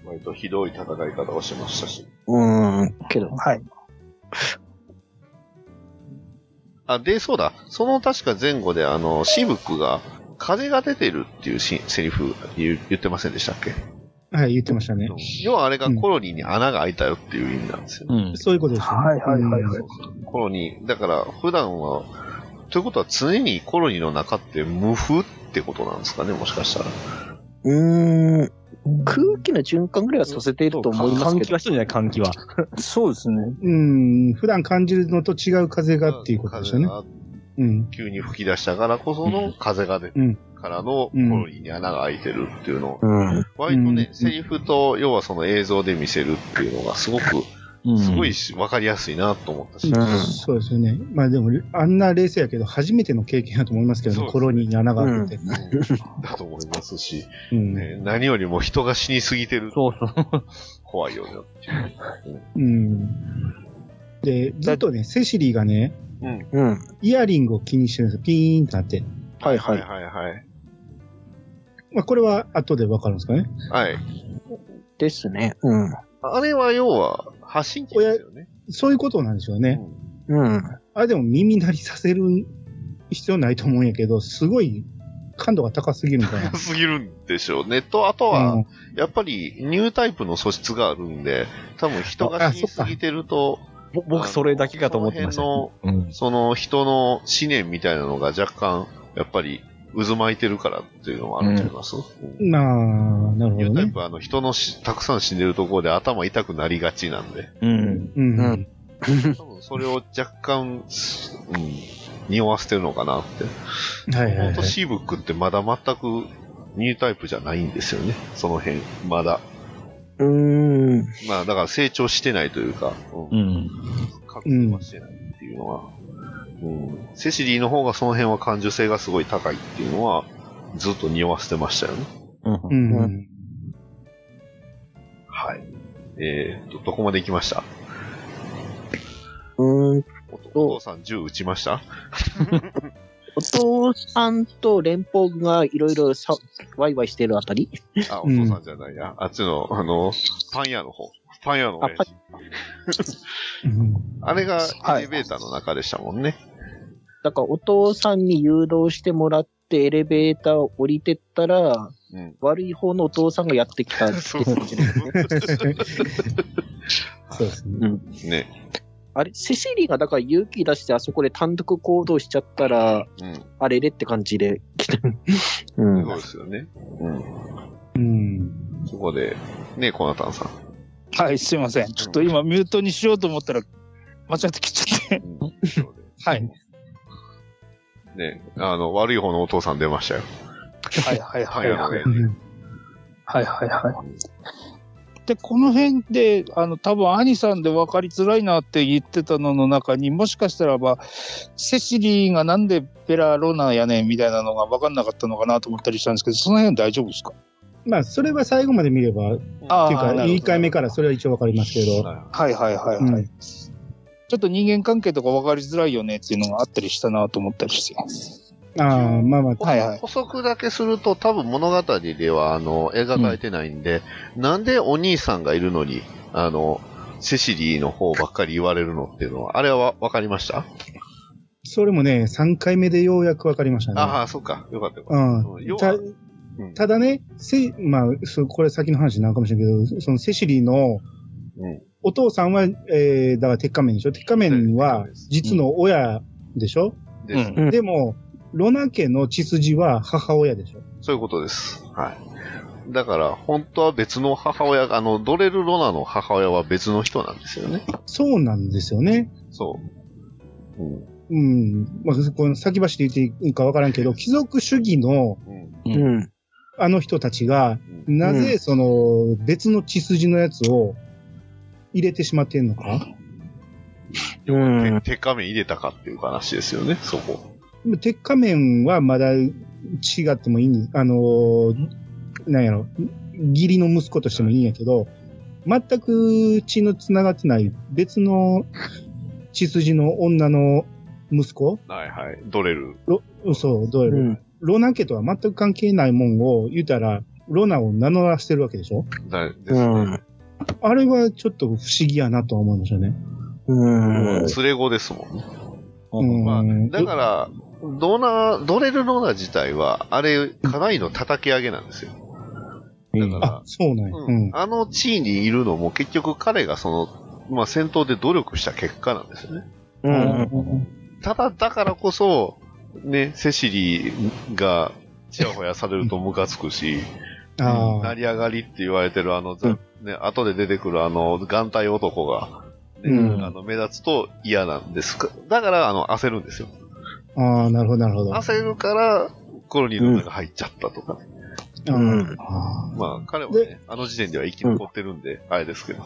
B: 割とひどい戦い方をしましたし。
F: うん。けど、
C: はい。
B: あ、で、そうだ。その確か前後で、あの、シブックが、風が出てるっていうシーンセリフ言言ってませんでしたっけ
D: はい、言ってましたね。
B: 要はあれがコロニーに穴が開いたよっていう意味なんですよね。
E: うん。
D: そういうことですよね。
C: はいはいはい
D: うん
C: はい。
B: コロニー、だから普段は、ということは常にコロニーの中って無風ってことなんですかね、もしかしたら。
F: うーん。空気の循環ぐらいはさせていると思います
E: 換
F: け
E: 気
F: ど
E: は、してるんじゃない換気は。
C: そうですね。
D: うん、普段感じるのと違う風がっていうことですよね
B: 風。が
D: うん。
B: 急に吹き出したからこその風が出て
D: うん
B: からのコロニーに穴が開いてるっていうのを、
F: うん。
B: 割とね、
D: うん
B: セリフと、要はその映像で見せるっていうのがすごく、すごいしわかりやすいなと思ったし。
F: うん
D: そうですよね。まあでも、あんな冷静やけど、初めての経験だと思いますけど
B: そう
D: ね、
B: ですね
D: コロニーに穴が開けて。
B: だと思いますし、
D: うん。
B: ね、何よりも人が死にすぎてる
E: そうそう。
B: 怖いよね。
D: うん。で、ずっとね、セシリーがね、
B: うん。
F: うん。
D: イヤリングを気にしてるんですよ。ピーンってなって。
F: はいは
B: はい
F: い。
B: はいはい。
D: まあこれは後でわかるんですかね。
B: はい。
F: ですね。うん。
B: あれは要は、発信機ですよね。。
D: そういうことなんでしょうね。
F: うん。
D: あれでも耳鳴りさせる必要ないと思うんやけど、すごい感度が高すぎるんかな
B: (laughs) すぎるんでしょうね。と、あと
D: う
B: は
D: ん、
B: やっぱり、ニュータイプの素質があるんで、多分人が死にすぎてると、
E: ぼ僕、それだけかと思ってました。
B: その
E: うん。
B: その人の思念みたいなのが若干、やっぱり、渦巻いてるからっていうのもあるんちゃいます、うん
D: まあ、なるほ
B: ニュ
D: ど
B: ータイ
D: ね。
B: プはあの人のしたくさん死んでるところで頭痛くなりがちなんで、
E: うん。
D: うん。
F: う
B: 多分それを若干、うん、匂わせてるのかなって。
D: はいはい、
B: 本
D: は
B: 当
D: い。
B: シーブックってまだ全くニュータイプじゃないんですよね。その辺、まだ。
F: うん。
B: まあだから成長してないというか、う、
E: うんん。
B: 覚悟はしてないっていうのは、うん、セシリーの方がその辺は感受性がすごい高いっていうのは、ずっと匂わせてましたよね。
E: うん
D: うん。
F: う
B: はい。えー、と、どこまで行きました
F: うん。
B: おお父さん銃撃ちました
F: お父さんと連邦軍がいろいろさワイワイしてるあたり
B: あ、お父さんじゃないや。あっちの、あの、パン屋の方。パン屋の親父。
D: (laughs) うん
B: あれが
F: はい
B: エレベーターの中でしたもんね。
F: だからお父さんに誘導してもらってエレベーターを降りてったら、
B: うん
F: 悪い方のお父さんがやってきたって
B: そ
F: 感
B: う
F: じ
B: そう
F: ですね。
D: そうですね。
B: (laughs) ね。
F: あれ、セシリがだから勇気出してあそこで単独行動しちゃったら、
B: うん。
F: あれれって感じで来た。うん。
B: そうですよね。
D: うん。
B: そこで、ね、コナタンさん。
C: はい、すいません。ちょっと今、ミュートにしようと思ったら、間違って切っちゃって。はい。
B: ね、あの、悪い方のお父さん出ましたよ。
C: はいはいはい
B: 早
C: はい。
B: め
D: うん
C: はいはいはい。で、この辺で、あの、多分、兄さんで分かりづらいなって言ってたのの中に、もしかしたらば、セシリーがなんでペラロナやねんみたいなのが分かんなかったのかなと思ったりしたんですけど、その辺大丈夫ですか
D: まあ、それは最後まで見れば、って
C: あー
D: いうか、
C: なるほど
D: 1回目からそれは一応わかりますけど、
C: はいはいはいはい。
D: うん
C: ちょっと人間関係とか分かりづらいよねっていうのがあったりしたなと思ったりして。
D: ああ、まあまあ、
C: はいはい。
B: 補足だけすると、多分物語では、あの、描かれてないんで、なんでお兄さんがいるのに、あの、セシリーの方ばっかり言われるのっていうのは、あれはわわかりました、
D: それもね、3回目でようやくわかりましたね。
B: ああ、そうか。よかったよかっ
D: う
B: 要は
D: ん、
B: た。
D: た
B: うん
D: ただね、せまあ、そうこれ先の話になるかもしれんけど、そのセシリーの
B: うん
D: お父さんは、えー、だから鉄仮面でしょ鉄仮面は実の親でしょ、
B: です
C: うん
F: うん
D: でも、ロナ家の血筋は母親でしょ
B: そういうことです。はい。だから、本当は別の母親が、あの、ドレル・ロナの母親は別の人なんですよね。
D: そうなんですよね。
B: そう。うん。
D: うん。まあ、この先走り言っていいかわからんけど、貴族主義の
B: うん。
F: うん。
D: あの人たちが、なぜその別の血筋のやつを入れてしまってんのか、
F: うん。
B: 鉄仮面入れたかっていう話ですよね、そこ。
D: 鉄仮面はまだ違ってもいいんあのーなんやろ、義理の息子としてもいいんやけど、全く血の繋がってない別の血筋の女の息子
B: はいはい。ドレル。
D: そう、どうやら、
F: うん。
D: ロナ家とは全く関係ないもんを言うたら、ロナを名乗らせてるわけでしょ
B: だです
F: う
B: ね。
F: ん。
D: あれはちょっと不思議やなとは思いましたね。
F: うん。
B: 連れ子ですもんね。
D: うん
B: まあ、だから、ドナ、ドレル・ロナ自体は、あれ、かなりの叩き上げなんですよ。だか
D: あ
B: ら、、
D: そうなんや。
B: う
D: うんん。
B: あの地位にいるのも結局彼がその、まあ戦闘で努力した結果なんですよね。
F: うん。
B: ただ、だからこそ、ね、セシリが、ちやほやされるとムカつくし、
D: (laughs) あ
B: 成
D: あ、
B: り上がりって言われてるあの、ざね、後で出てくるあの、眼帯男が、ね
F: うん
B: あの、目立つと嫌なんですか。だから、あの、焦るんですよ。
D: ああ、なるほど、なるほど。あ
B: 焦るから、コロニーの中入っちゃったとか、ね
D: ーあ
B: まあ、彼はね、あの時点では生き残ってるんで、あれですけど。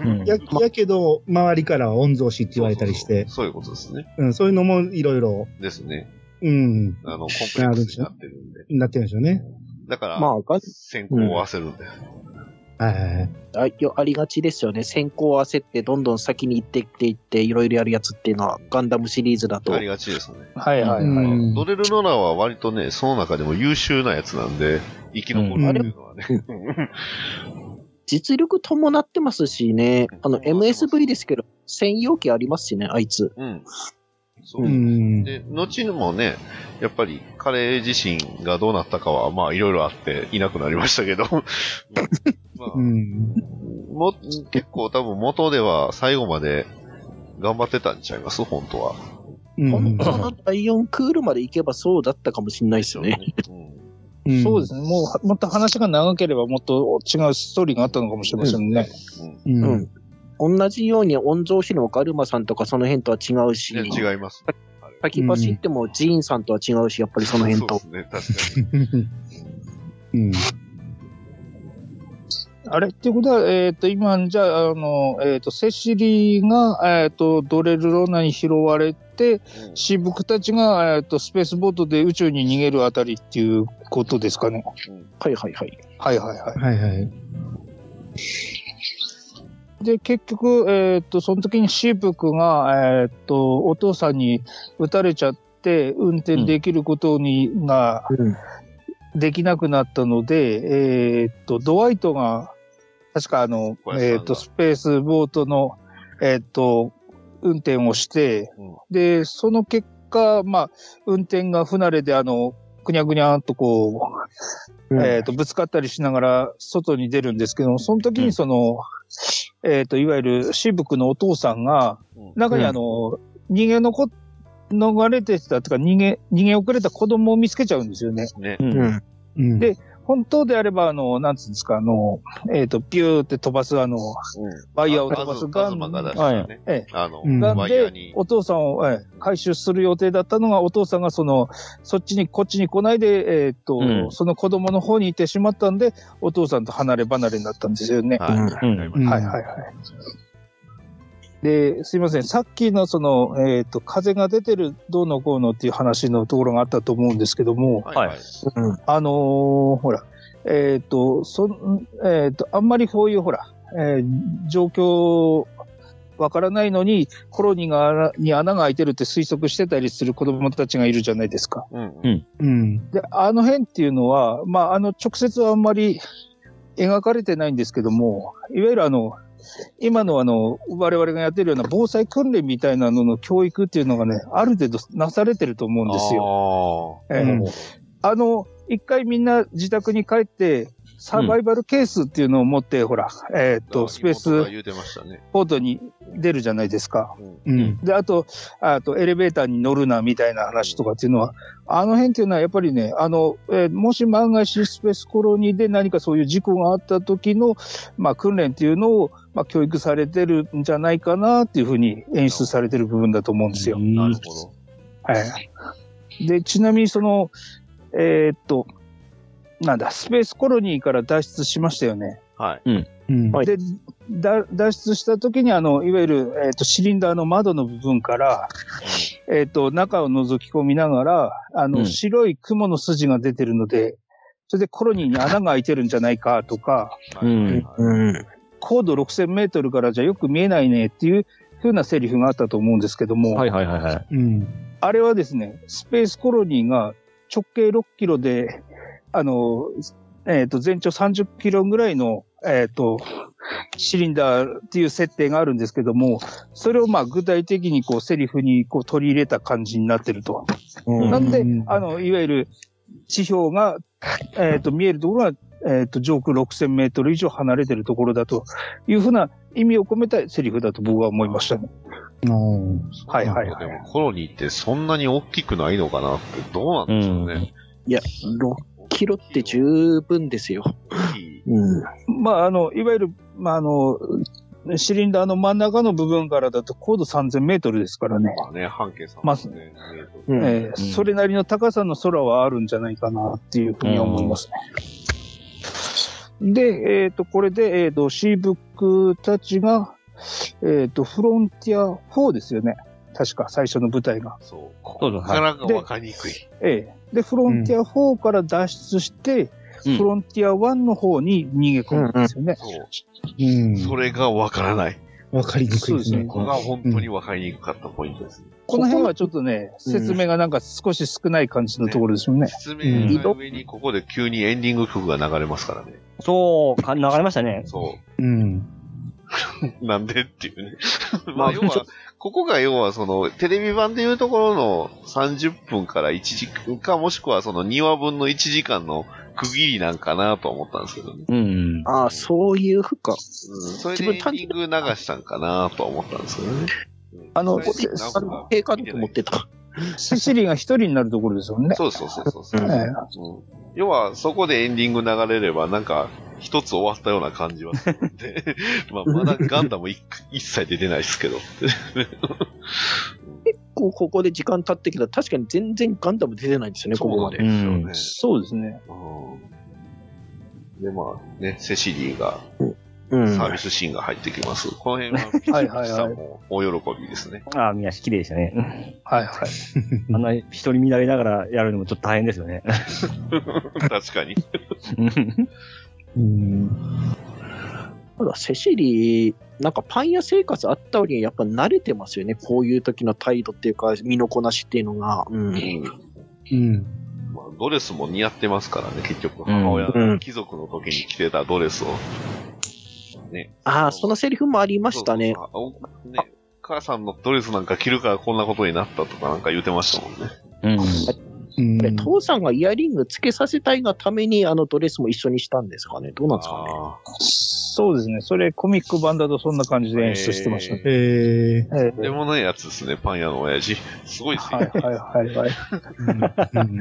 D: ー。や、やけど、周りからは御曹司って言われたりして、
B: そうそうそうそういうことですね。
D: うん、そういうのもいろいろ、
B: ですね。
D: うん、
B: あの、コンプレックスになってるんで。
D: なってるんでしょうね。
B: だから、
F: まあ、が
B: 先行を焦るんだよ。
D: はいはいはい。
F: あよありがちですよね。先行を焦って、どんどん先に行ってっていって、いろいろやるやつっていうのは、ガンダムシリーズだと。
B: ありがちですね。
C: はいはい
D: うん
C: はい。
D: うん
B: ドレル・ロナは割とね、その中でも優秀なやつなんで、生き残るっていうのはね。
F: 実力伴ってますしね。あの、MSV ですけど、専用機ありますしね、あいつ。
B: うん。そうう。
D: ん。
B: で、後にもね、やっぱり彼自身がどうなったかは、まあいろいろあっていなくなりましたけど、まあ
D: う、ん。
B: も結構多分元では最後まで頑張ってたんちゃいます本当は。
D: うん
F: 本当の第4クールまで行けばそうだったかもしれないですよね。
B: うん
D: ん
C: そうですね。もう、もっと話が長ければ、もっと違うストーリーがあったのかもしれませんね。
B: うん
D: うん。
F: うん同じように、御曹司のガルマさんとかその辺とは違うし、
B: いや違います。
F: 先走ってもジーンさんとは違うし、やっぱりその辺と。
B: そうですね、
D: (laughs) うん。
C: あれっていうことは、えっ、と、今、じゃあ、あの、えっ、と、セシリーが、えっ、と、ドレルローナに拾われて、
B: 確かに。
C: シブクたちが、えっ、と、スペースボートで宇宙に逃げるあたりっていうことですかね。
F: はいはいはい。
C: はいはいは
D: はいはい。
C: い。で、結局、えっ、と、その時にシブクが、えっ、と、お父さんに撃たれちゃって、運転できることに、が、
F: うん。
C: できなくなったので、えーっと、ドワイトが、確かあの
B: 小、林さんが
C: えーっと、スペースボートの、えーっと、運転をして、
B: うん
C: で、その結果、まあ、運転が不慣れで、あの、ぐにゃぐにゃっとこう、えーっと、ぶつかったりしながら外に出るんですけども、その時にその、えっ、と、いわゆるシブクのお父さんが、
B: うん
C: 中にあの、逃げ残っ、逃れてた、とか逃げ、逃げ遅れた子供を見つけちゃうんですよね。
B: ね。
E: うん
D: うん。うん。
C: で本当であれば、あの、なんつうんですか、あの、えっ、と、ピューって飛ばす、あの、ワイヤーを飛ばす
B: ガ
C: ガ
B: ズ
C: ン
B: マが出した
C: は
B: ね
C: い。ええ
B: あの、
D: うん
C: ガ
B: ワ
C: ン
B: イヤー
C: で
B: に、。
C: お父さんを、ええ回収する予定だったのが、お父さんがその、そっちに、こっちに来ないで、えっ、と、
E: うん
C: その子供の方に行ってしまったんで、お父さんと離れ離れになったんですよね。
B: はい。
E: うん
B: わかりま
D: う
B: し
D: ん
B: た
C: はいはいはい。で、すいません。さっきのその、えっ、と、風が出てる、どうのこうのっていう話のところがあったと思うんですけども、
B: はいはい。
C: あのーほら、えっ、と、そん、えっ、と、あんまりこういうほら、えー状況、わからないのに、コロニーが穴に穴が開いてるって推測してたりする子供たちがいるじゃないですか。
B: うん
E: うん
D: うん。
C: で、あの辺っていうのは、まあ、あの、直接はあんまり描かれてないんですけども、いわゆるあの、今のあの、我々がやってるような防災訓練みたいなのの教育っていうのがね、ある程度なされてると思うんですよ。
B: よ。
C: ええ
D: うん
C: あの、一回みんな自宅に帰って、サバイバルケースっていうのを持って、ほら、えーっ
B: あー
C: と、スペー
B: 妹が
C: ス
B: 言うてましたね。
C: ポートに出るじゃないですか。
D: うん。
C: で、あと、あとエレベーターに乗るなみたいな話とかっていうのは、あの辺っていうのはやっぱりね、あの、えーもし万が一スペースコロニーで何かそういう事故があった時の、まあ訓練っていうのを、まあ教育されてるんじゃないかなっていうふうに演出されてる部分だと思うんですよ。
B: なるほど。
C: はい。で、ちなみにその、えーっと、なんだ、スペースコロニーから脱出しましたよね。
B: はい。
D: うん。
E: はい
C: で、だ脱出した時に、あの、いわゆる、えーっと、シリンダーの窓の部分から、えっ、と、中を覗き込みながら、あの、
E: うん
C: 白い雲の筋が出てるので、それでコロニーに穴が開いてるんじゃないかとか、
B: はいはいはい
C: 高度6000メートルからじゃよく見えないねっていう風なセリフがあったと思うんですけども、
E: はいはいはいはい。
D: うん。
C: あれはですね、スペースコロニーが直径6キロで、 (laughs) あの、えっ、と、全長30キロぐらいの、えっ、と、シリンダーっていう設定があるんですけども、それをまあ具体的にこうセリフにこう取り入れた感じになってると。
E: うん
C: なんで
D: うん、
C: あの、いわゆる地表が、えっ、と、見えるところが、えっ、と、上空6000メートル以上離れてるところだというふうな意味を込めたセリフだと僕は思いましたね。
D: うん
C: はいはい
B: で
C: はい。
B: もコロニーってそんなに大きくないのかなってどうなんでしょうね。
F: いや、6キロって十分ですよ。
B: 大きい
F: うん。
C: まあ、あの、いわゆる、まあ、あの、シリンダーの真ん中の部分からだと高度3000メートルですからね。
B: まあね、半径
C: まあ
B: 3ね。
F: うん
C: えー
E: うん
C: それなりの高さの空はあるんじゃないかなっていうふうに思いますね。で、えっ、と、これで、えっ、と、シーブックたちが、えっ、と、フロンティア4ですよね。確か、最初の舞台が。
B: そう。
E: そ
B: こ
E: うそう
B: こからが分かりにくい。
C: ええで、フロンティア4から脱出して、
E: うん
C: フロンティア1の方に逃げ込むんですよね。
B: そう。
D: うん。
B: それが分からない。
D: わかりにくいですね。
B: ここが本当に分かりにくかったポイントですね。
C: この辺はちょっとね、説明がなんか少し少ない感じのところですよね。
B: 説明の上にここで急にエンディング曲が流れますからね。
E: そう、か流れましたね。
B: そ
D: うん。
B: う。なんでっていうね。ま
E: ま
B: あ
E: あ
B: 要は、ここが要はその、テレビ版でいうところの30分から1時間か、もしくはその2話分の1時間の区切りなんかなとは思ったんですけどね。
E: うん。
F: ああ、そういうふうか。
B: うん、それでエンディング流したんかなとは思ったんですけどね。うん
C: あの
B: それでなん
F: あの
B: か
F: 閉館と思ってた。
C: セシリーが一人になるところですよね。
B: そうそうそうそうそう、
C: ええ
B: うん要は、そこでエンディング流れれば、なんか、一つ終わったような感じはするんで、 (laughs) まあ、まだガンダム一一切出てないですけど。
F: こうここで時間経ってきたら、確かに全然ガンダム出てないんですよね、ここまで。
B: そうなんでし
C: そうですね。
B: ょうね。うんで、まあね、セシリーが、
F: う
B: サービスシーンが入ってきます。この辺は、ピチ
C: はい
B: ピ
C: はいはい
B: チさんも大喜びですね。
E: ああ、みんな綺麗でしたね。
C: はいはい。
E: あんな一人見られながらやるのもちょっと大変ですよね。
B: (laughs) 確かに。
D: うん。
F: ただ、セシリー、なんかパン屋生活あった割にやっぱ慣れてますよね。こういう時の態度っていうか、身のこなしっていうのが。うん。
D: うん。
B: まあ、ドレスも似合ってますからね、結局、母親
F: う
B: が
F: ん
B: 貴族の時に着てたドレスを。ね。
F: ああ、そのセリフもありましたね。
B: そうそうそうあおね母さんのドレスなんか着るからこんなことになったとかなんか言ってましたもんね。
E: うん。
D: うん
F: これ、父さんがイヤリングつけさせたいがために、あのドレスも一緒にしたんですかね。どうなんですかね。
B: あ
C: そうですね。それコミック版だとそんな感じで演出してまし
B: (laughs)
C: たね。
D: えー
C: ええ
B: とんでもないやつですね、パン屋の親父。すごいです
C: はい
B: ね。
C: はいはいはい。
D: うん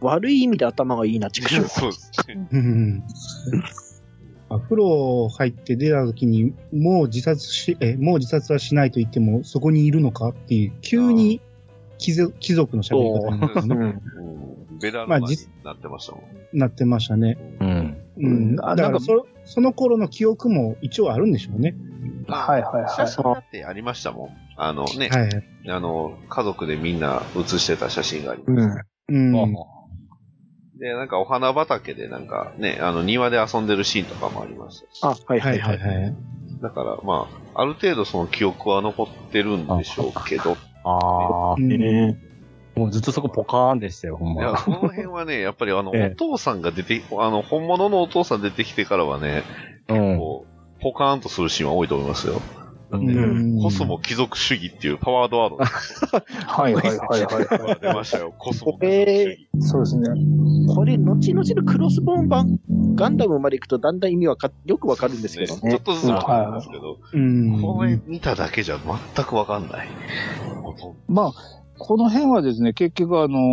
F: 悪い意味で頭がいいな、ちくしょう。
B: (laughs) そうですね。
D: うんうんあ風呂入って出た時に、もう自殺し、え、もう自殺はしないと言っても、そこにいるのかっていう、急に貴族貴族の喋り方になって,、
B: うんベラルマになってましたもん。
D: なってましたね。
E: うん。
D: うん。
C: あ
D: だ
C: な
D: か
C: ん
D: ら
C: か
D: そ、その頃の記憶も一応あるんでしょうね。
C: はいはい
B: 写
C: は
B: 真だってありましたもん。あのね、
D: はい。
B: あの、家族でみんな写してた写真があります。
F: うん。
D: うん。
B: で、なんかお花畑でなんかね、あの庭で遊んでるシーンとかもありましたし。
F: あ、はい
D: は
F: はいい
D: は
F: はいい。
D: はい。
B: だからまあ、ある程度その記憶は残ってるんでしょうけど、
E: ああ
D: う、ん
E: もうずっとそこポカーンでしたよ、ほん
B: いや、
E: ま。
B: この辺はね、やっぱりあの、
E: え
B: お
E: え
B: 父さんが出て、あの、本物のお父さん出てきてからはね、
E: うん。
B: こう、ポカーンとするシーンは多いと思いますよ。
D: うん
B: コスモ貴族主義っていうパワードワード
C: (laughs) はいはいはいはいは
B: が
C: い。
B: 出ましたよ。コスモ貴族主義。
C: そうですね。
F: これ、後々のクロスボーン版、ガンダムまで行くとだんだん意味わか、よくわかるんですけど
B: ねちょ
F: ね
B: っ。とずつわかるんですけど、
D: うん。
B: これ見ただけじゃ全くわかんない。ほとんど
C: まあ、この辺はですね、結局あのー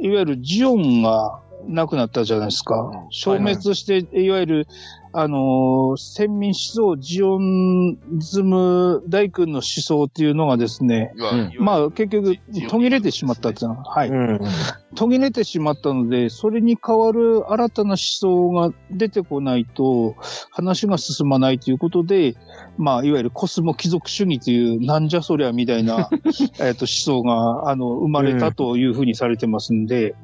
C: いわゆるジオンがなくなったじゃないですか
B: うん。
C: 消滅して、いわゆる、あのー先民思想、ジオンズム大君の思想っていうのがですね、
B: いわ
E: うん
B: いわゆる
C: まあ結局
B: ジオン
C: 途切れてしまったっていうのは、は
F: う
C: い。
F: ん。
C: 途切れてしまったので、それに代わる新たな思想が出てこないと、話が進まないということで、まあ、いわゆるコスモ貴族主義という、なんじゃそりゃみた
B: (laughs)
C: いな、えっと、思想が、あの、生まれたというふうにされてますんで、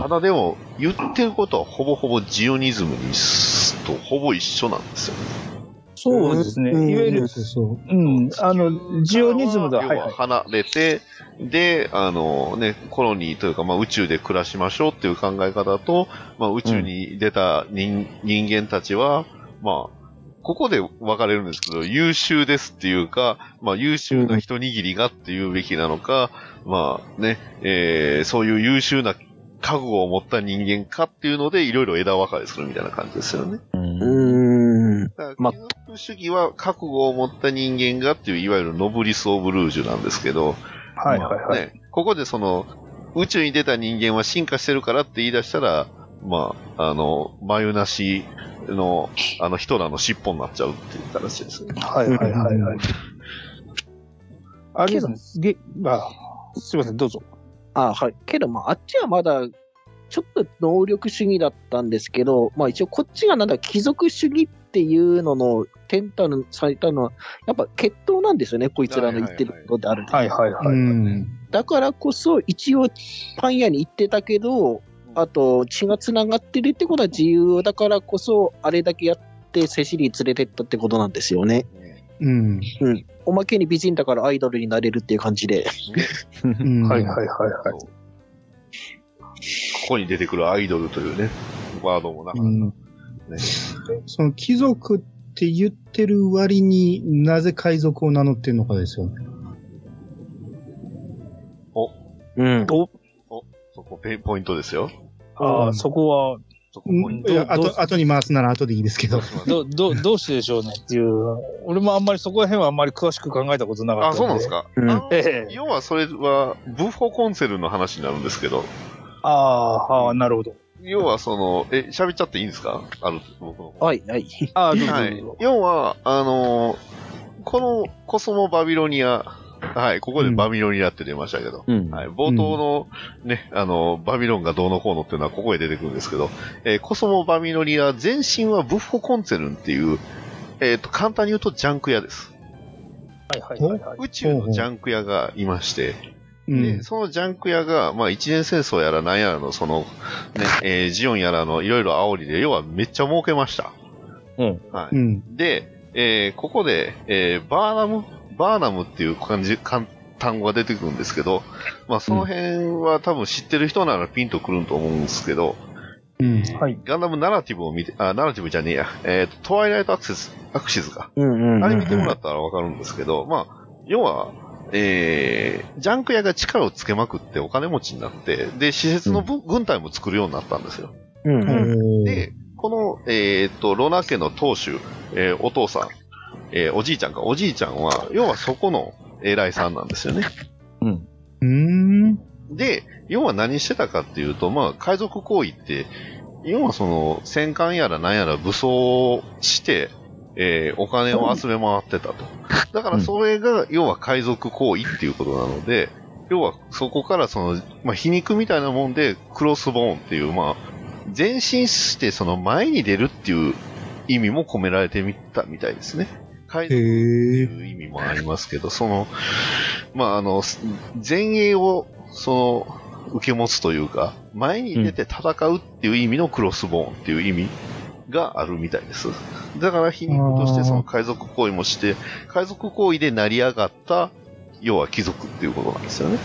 B: ただでも、言ってることはほぼほぼジオニズムにすとほぼ一緒なんですよね。
C: そうですね。
F: うん
C: いわゆ
D: そう
C: る、
D: そうそう。
C: うん、あの、ジオニズムだ。
B: 要
C: はいは。
B: はい離れて、で、あのね、コロニーというか、まあ、宇宙で暮らしましょうっていう考え方と、まあ、宇宙に出た人,、人間たちは、まあ、ここで分かれるんですけど、優秀ですっていうか、まあ、優秀な一握りがっていうべきなのか、まあね、えーそういう優秀な覚悟を持った人間かっていうので、いろいろ枝分かれするみたいな感じですよね。
F: うん。
B: だから
F: ま
B: 貴族主義は覚悟を持った人間がっていう、いわゆるノブリス・オブルージュなんですけど、
C: はいはいはい。
B: ね、ここでその、宇宙に出た人間は進化してるからって言い出したら、まあ、あの、眉なしの、あの、ヒトラーの尻尾になっちゃうっていう形ですね。
C: はいはいはいはい。あれですね、げあすいません、どうぞ。
F: あ、はい。けど、まあ、あっちはまだ、ちょっと能力主義だったんですけど、まあ一応こっちがなんだ、貴族主義っていうのの、天たの、されたのは、やっぱ決闘なんですよね、こいつらの言ってることである程度
C: はいはいはい。
D: うん。
F: だからこそ、一応、パン屋に行ってたけど、あと、血が繋がってるってことは自由だからこそ、あれだけやって、セシリー連れてったってことなんですよね。
D: うん。
F: おまけに美人だからアイドルになれるっていう感じで。
D: うん
C: はいはいはいはい。
B: そうここに出てくるアイドルというね、ワードもなか
D: う
B: なか
D: ん
B: ね。
D: その貴族って言ってる割になぜ海賊を名乗ってるのかですよね。
F: うん。
C: お
B: そこペポイントですよ。
C: ああ、そこは、
B: そこポイン
D: い
B: ト。
D: や、あと、後に回すなら後でいいですけど。
C: ど、ど、どうしてでしょうねっていう。俺もあんまりそこら辺はあんまり詳しく考えたことなか
B: あ、
C: った。
B: そうなんです。か。
F: うん
B: あの
C: ええ
B: 要はそれは、ブッフォコンセルの話になるんですけど、
C: ああ、 (laughs) はあ、なるほど。
B: 要はその、え、喋っちゃっていいんですかある、僕の。
F: はい、はい。
C: ああ、どうぞ
B: は
C: どう
B: い
C: ぞ。。
B: 要は、あのーこのコスモバビロニア、はい、ここでバビロニアって出ましたけど、
E: うん。
B: はい、冒頭のね、あのーバビロンがどうのこうのっていうのはここへ出てくるんですけど、えーコスモバビロニア、前身はブッフォコンツェルンっていう、えっ、と、簡単に言うとジャンク屋です。
C: はいはいはいはい。
B: 宇宙のジャンク屋がいまして、
D: うん
B: で、そのジャンク屋が、まあ、一年戦争やらなんやらの、その、ね、えージオンやらのいろいろ煽りで、要はめっちゃ儲けました。
E: うん。
B: はい。
D: うん。
B: で、えーここで、えーバーナム、バーナムっていう漢字、漢単語が出てくるんですけど、まあその辺は多分知ってる人ならピンとくると思うんですけど、
D: うん。
C: はい。
B: ガンダムナラティブを見て、あ、ナラティブじゃねえや、えっ、と、トワイライトアクセス、アクシズか。
F: うんうんうん。
B: あれ見てもらったらわかるんですけど、まあ、要は、えージャンク屋が力をつけまくってお金持ちになって、で、施設のぶ軍隊も作るようになったんですよ。
F: うんうん。
D: おー
B: で、この、えーっと、ロナ家の当主、えーお父さん、えーおじいちゃんか、おじいちゃんは、要はそこの偉いさんなんですよね。
D: うーん。
B: で、要は何してたかっていうと、まあ、海賊行為って、要はその、戦艦やら何やら武装をして、えーお金を集め回ってたと。だからそれが、要は海賊行為っていうことなので、要はそこからその、まあ、皮肉みたいなもんで、クロスボーンっていう、まあ、前進してその前に出るっていう意味も込められてみたみたいですね。海賊
D: へ
B: って
D: え。
B: いう意味もありますけど、その、まあ、あの、す前衛を、その、受け持つというか、前に出て戦うっていう意味のクロスボーンっていう意味があるみたいです。だから、皮肉としてその海賊行為もして、海賊行為で成り上がった、要は貴族っていうことなんですよね。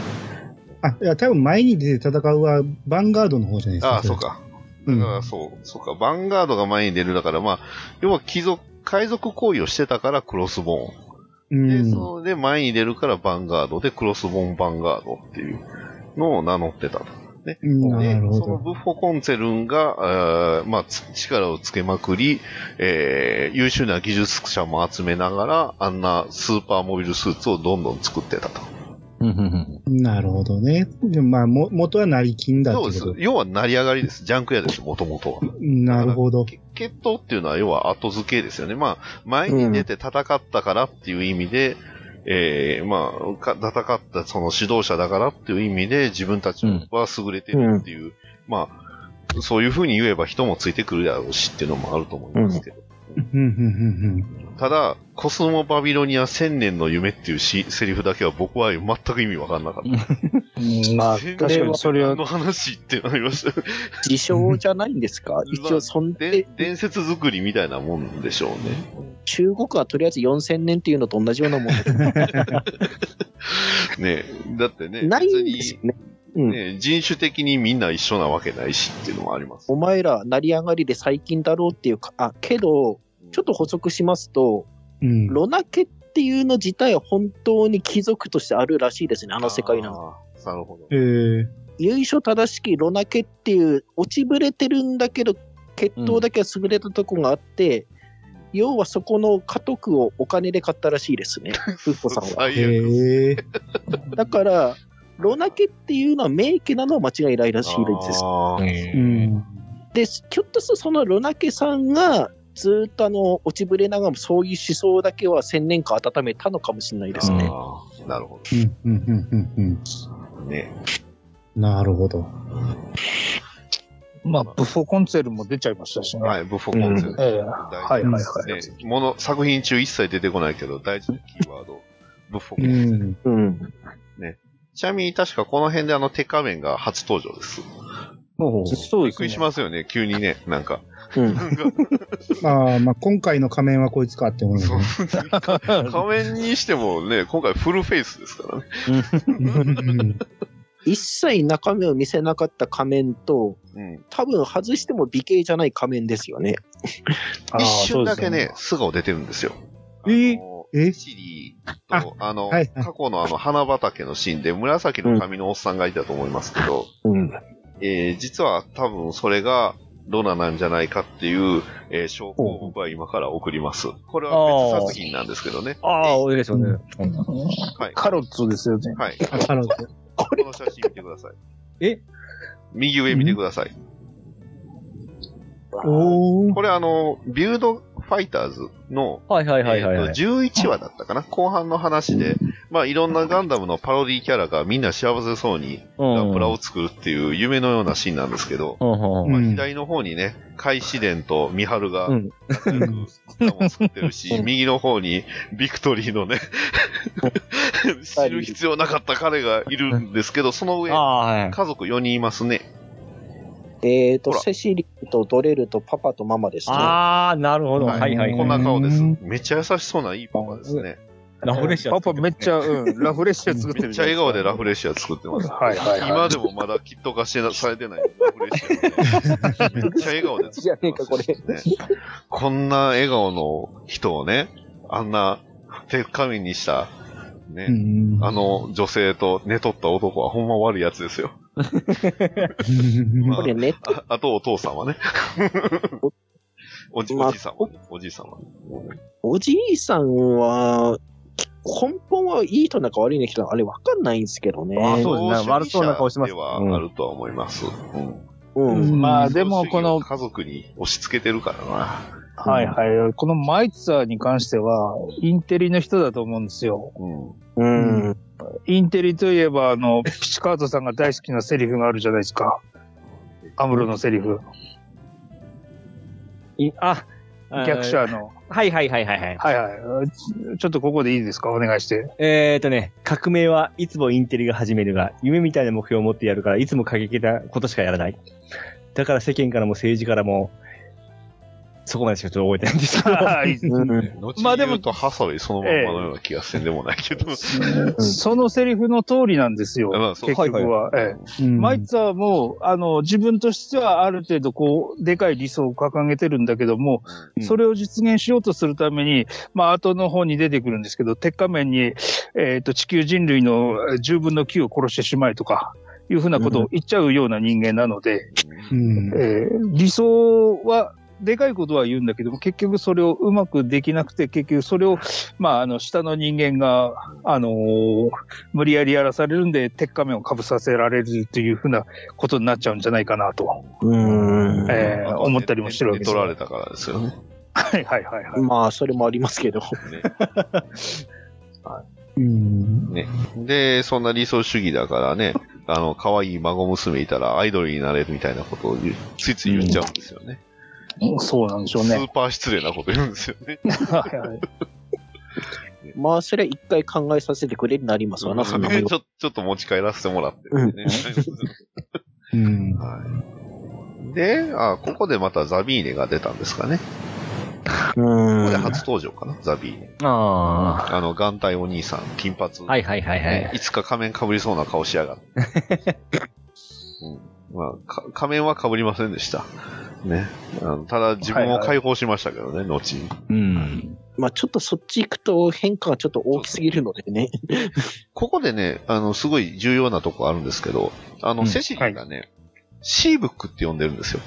D: あ、いや、多分前に出て戦うは、ヴァンガードの方じゃないですか。
B: ああ、そう。か。
D: う
B: だ
D: ん。
B: か
D: あ
B: ら、そう、そうか。ヴァンガードが前に出るだから、まあ、要は貴族、海賊行為をしてたからクロスボーン。で、それで前に出るからヴァンガードで、クロスボンヴァンガードっていうのを名乗ってたと。で
D: な、るほ
B: その
D: ど。
B: ブッフォ・コンツェルンが、えーまあ、つ力をつけまくり、えー優秀な技術者も集めながら、あんなスーパーモビルスーツをどんどん作ってたと。
D: なるほどね。でもまあ、も、元は成金だって
B: そう
D: こ
B: です
D: と。。
B: 要は成り上がりです。ジャンク屋です、もともとは。
D: なるほど。
B: け決闘っていうのは要は後付けですよね。まあ、前に出て戦ったからっていう意味で、えーまあ、か戦ったその指導者だからっていう意味で自分たちは優れてるっていう、まあ、そういうふうに言えば人もついてくるだろうしっていうのもあると思いますけど。
D: うん、うん、うん、
B: ただ、コスモバビロニア千年の夢っていうしセリフだけは僕は全く意味わかんなかった。
F: うんまあ、確かにそれは
B: 何の話ってなりました。
F: 自称じゃないんですか一応、そん
B: で
F: で、
B: 伝説作りみたいなもんでしょうね。
F: 中国はとりあえず4000年っていうのと同じようなもの。
B: ねえだってね、
F: ない
B: 別
F: ん
B: に
F: ですよね。うん。
B: ねえ人種的にみんな一緒なわけないしっていうのもあります。
F: お前ら成り上がりで最近だろうっていうか、あ、けど、ちょっと補足しますと、
D: うん。うん。
F: ロナ家っていうの自体は本当に貴族としてあるらしいですね、あの世界の。
B: あーなるほど。
D: えー、
F: 由緒正しきロナ家っていう、落ちぶれてるんだけど、血統だけは優れたとこがあって、要はそこの家督をお金で買ったらしいです (laughs) ね、フッコさんは。
B: 最悪。
D: えー、
F: だから、ロナ家っていうのは名家なのは間違いないらしいです。
B: あー
D: うん。
F: で、ひょっとするとそのロナ家さんが、ずっとあの、落ちぶれながらもそういう思想だけは千年間温めたのかもしれないですね。
B: あーなるほ
D: うん、うん、うん、うん、
B: どね。
D: うん。なるほど。
C: まあ、ブッフォーコンツェルも出ちゃいましたしね。
B: はい、ブッフォコンセル。
C: ええは
B: 大
C: い
B: 事
C: は
B: で
C: い
B: す
C: はい。
B: ね。もの、作品中一切出てこないけど、大事なキーワード。ブッフォコ
D: う
B: ンセル。
F: う
D: ん。
F: ん。
B: ちなみに確かこの辺であのテカ面が初登場です。
C: そう
B: び
C: で
B: っ
C: す
B: く
C: ね
B: りしますよね、急にね、なんか。
F: うん
B: なんか
D: まあ、まあ、今回の仮面はこいつかって思うよ
B: そう
D: ね。
B: 仮面にしてもね、今回フルフェイスですからね。
D: うん
F: 一切中身を見せなかった仮面と、
B: うん。
F: 多分外しても美形じゃない仮面ですよね。
B: 一瞬だけね、素顔出てるんですよ。
C: えー
B: あの
D: え
B: シリ
D: あ
B: と、あの、
D: はい
E: (laughs)
D: はい
B: 過去のあの、花畑のシーンで紫の髪のおっさんがいたと思いますけど、
F: うん。
B: えー実は多分それが、ロナなんじゃないかっていう、えー証拠を僕は今から送ります。これは別作品なんですけどね。
E: ああ、おいでしょうね。
B: はい。
C: カロットですよね。
B: はい。
D: あカロット
B: この写真見てください。
E: え
B: 右上見てください。
D: おー
B: これあの、ビュードファイターズの、
E: はいはいはいはい
B: え
E: は
B: ー
E: い。
B: と11話だったかな後半の話で、まあいろんなガンダムのパロディキャラがみんな幸せそうにガンプラを作るっていう夢のようなシーンなんですけど、
E: うん
B: ま
D: う
B: あ
D: ん
B: 左の方にね、海紫伝とミハルが
E: うん
B: 仲良く歌も作ってるし、右の方にビクトリーのね、知る必要なかった彼がいるんですけど、その上
E: あ、あ、はい。
B: 家族4人いますね。
F: えーと、
B: ほら
F: セシリとドレルとパパとママですね。
E: ああ、なるほど。
B: は
E: はいいはい。
B: こんな顔です
D: うん。
B: めっちゃ優しそうないいパパですね。
E: ラフレシア。
C: パパめっち
E: ゃ。
C: ゃ、うん、ラフレシア作ってる。
B: めっちゃ笑顔でラフ
C: レ
B: レシア作ってます。
C: はいはいはい
B: 今でもまだキット化してなされてないラフレシアがね。めっちゃ笑顔で作ってますしね、
F: じゃね
B: こんな笑顔の人をね、あんな手紙にした、ね、
D: うん
B: あの女性と寝とった男はほんま悪いやつですよ。ま
F: これネット
B: ああとお父さんはね。おじ、
F: まあ
B: おじさまね、おじさまね。
F: おじいさんは、根本はいい人なんか悪い人なんかあれわかんないんですけどね。
E: あそうです
B: 同志
E: ね
B: 社
E: 悪そうな顔してます
B: ではあるとは思います。うん。
F: うん。
C: まあでもこの
B: 民主主義を家族に押し付けてるからな。
C: はいはい。このマイツァーに関しては、インテリの人だと思うんですよ。
B: うん。
F: うん。
C: インテリといえば、あの、ピチカートさんが大好きなセリフがあるじゃないですか。アムロのセリフ。
E: いあ、
C: 逆者の。
E: はいはいはいはいはい。
C: はいはい。ちょっとここでいいですかお願 (laughs) いして。
E: えっ、ー、とね、革命はいつもインテリが始めるが、夢みたいな目標を持ってやるから、いつも過激なことしかやらない。だから世間からも政治からも、そこまでしかちょっと覚えてないんですけど。
C: ああいいですね
B: 後
C: まあ
B: に
C: で
B: 言
C: も
B: うと、ハサウェイそのまんまのような気がせんでもないけど。
C: そのセリフの通りなんですよ。
B: まあそう
C: 結局は。ええ
D: うん
C: マイツはもう、あの、自分としてはある程度こう、でかい理想を掲げてるんだけども、
E: うん
C: それを実現しようとするために、まあ、後の方に出てくるんですけど、鉄仮面に、えっ、と、地球人類のえー10分の9を殺してしまえとか、いうふうなことを言っちゃうような人間なので、
D: うん
C: えー理想は、でかいことは言うんだけども、結局それをうまくできなくて、結局それを、まあ、あの、下の人間が、あのー無理やりやらされるんで、鉄仮面をかぶさせられるというふうなことになっちゃうんじゃないかなと、
F: うん。
C: えー
B: まあ
C: 思ったりもしてるわけ
B: 寝
C: です
B: 取
C: よ。
B: られたからですよね。
C: はいはいはいはい。
F: まあ、それもあります
B: (laughs)
F: けど。
B: ね
D: うん
B: で、そんな理想主義だからね、あの、可愛い孫娘いたらアイドルになれるみたいなことを言うついつい言っちゃうんですよね。
C: そうなんでしょう
B: ス
C: ね
B: ー。パー失礼なこと言うんですよね。
C: はいはい
F: まあ、それは一回考えさせてくれになりますわな、そんなも
B: ね (laughs)
F: ん
B: ち。ょちょっと持ち帰らせてもらって、ね。
D: うん
B: はいで、あ、ここでまたザビーネが出たんですかね。ここで初登場かな、ザビーネ。
E: (laughs) あ
B: あの、眼帯お兄さん、金髪。
E: あ。はいはいはいは
B: ね
E: い。
B: いつか仮面被りそうな顔しやがって。うんまあ、か仮面は被りませんでした。ね。あのただ自分を解放しましたけどね、後に。
E: うん。
F: まあ、ちょっとそっち行くと変化がちょっと大きすぎるのでね。
B: ここでね、あの、すごい重要なとこあるんですけど、あの、
E: うん
B: セシリがね、シーブックって呼んでるんですよ。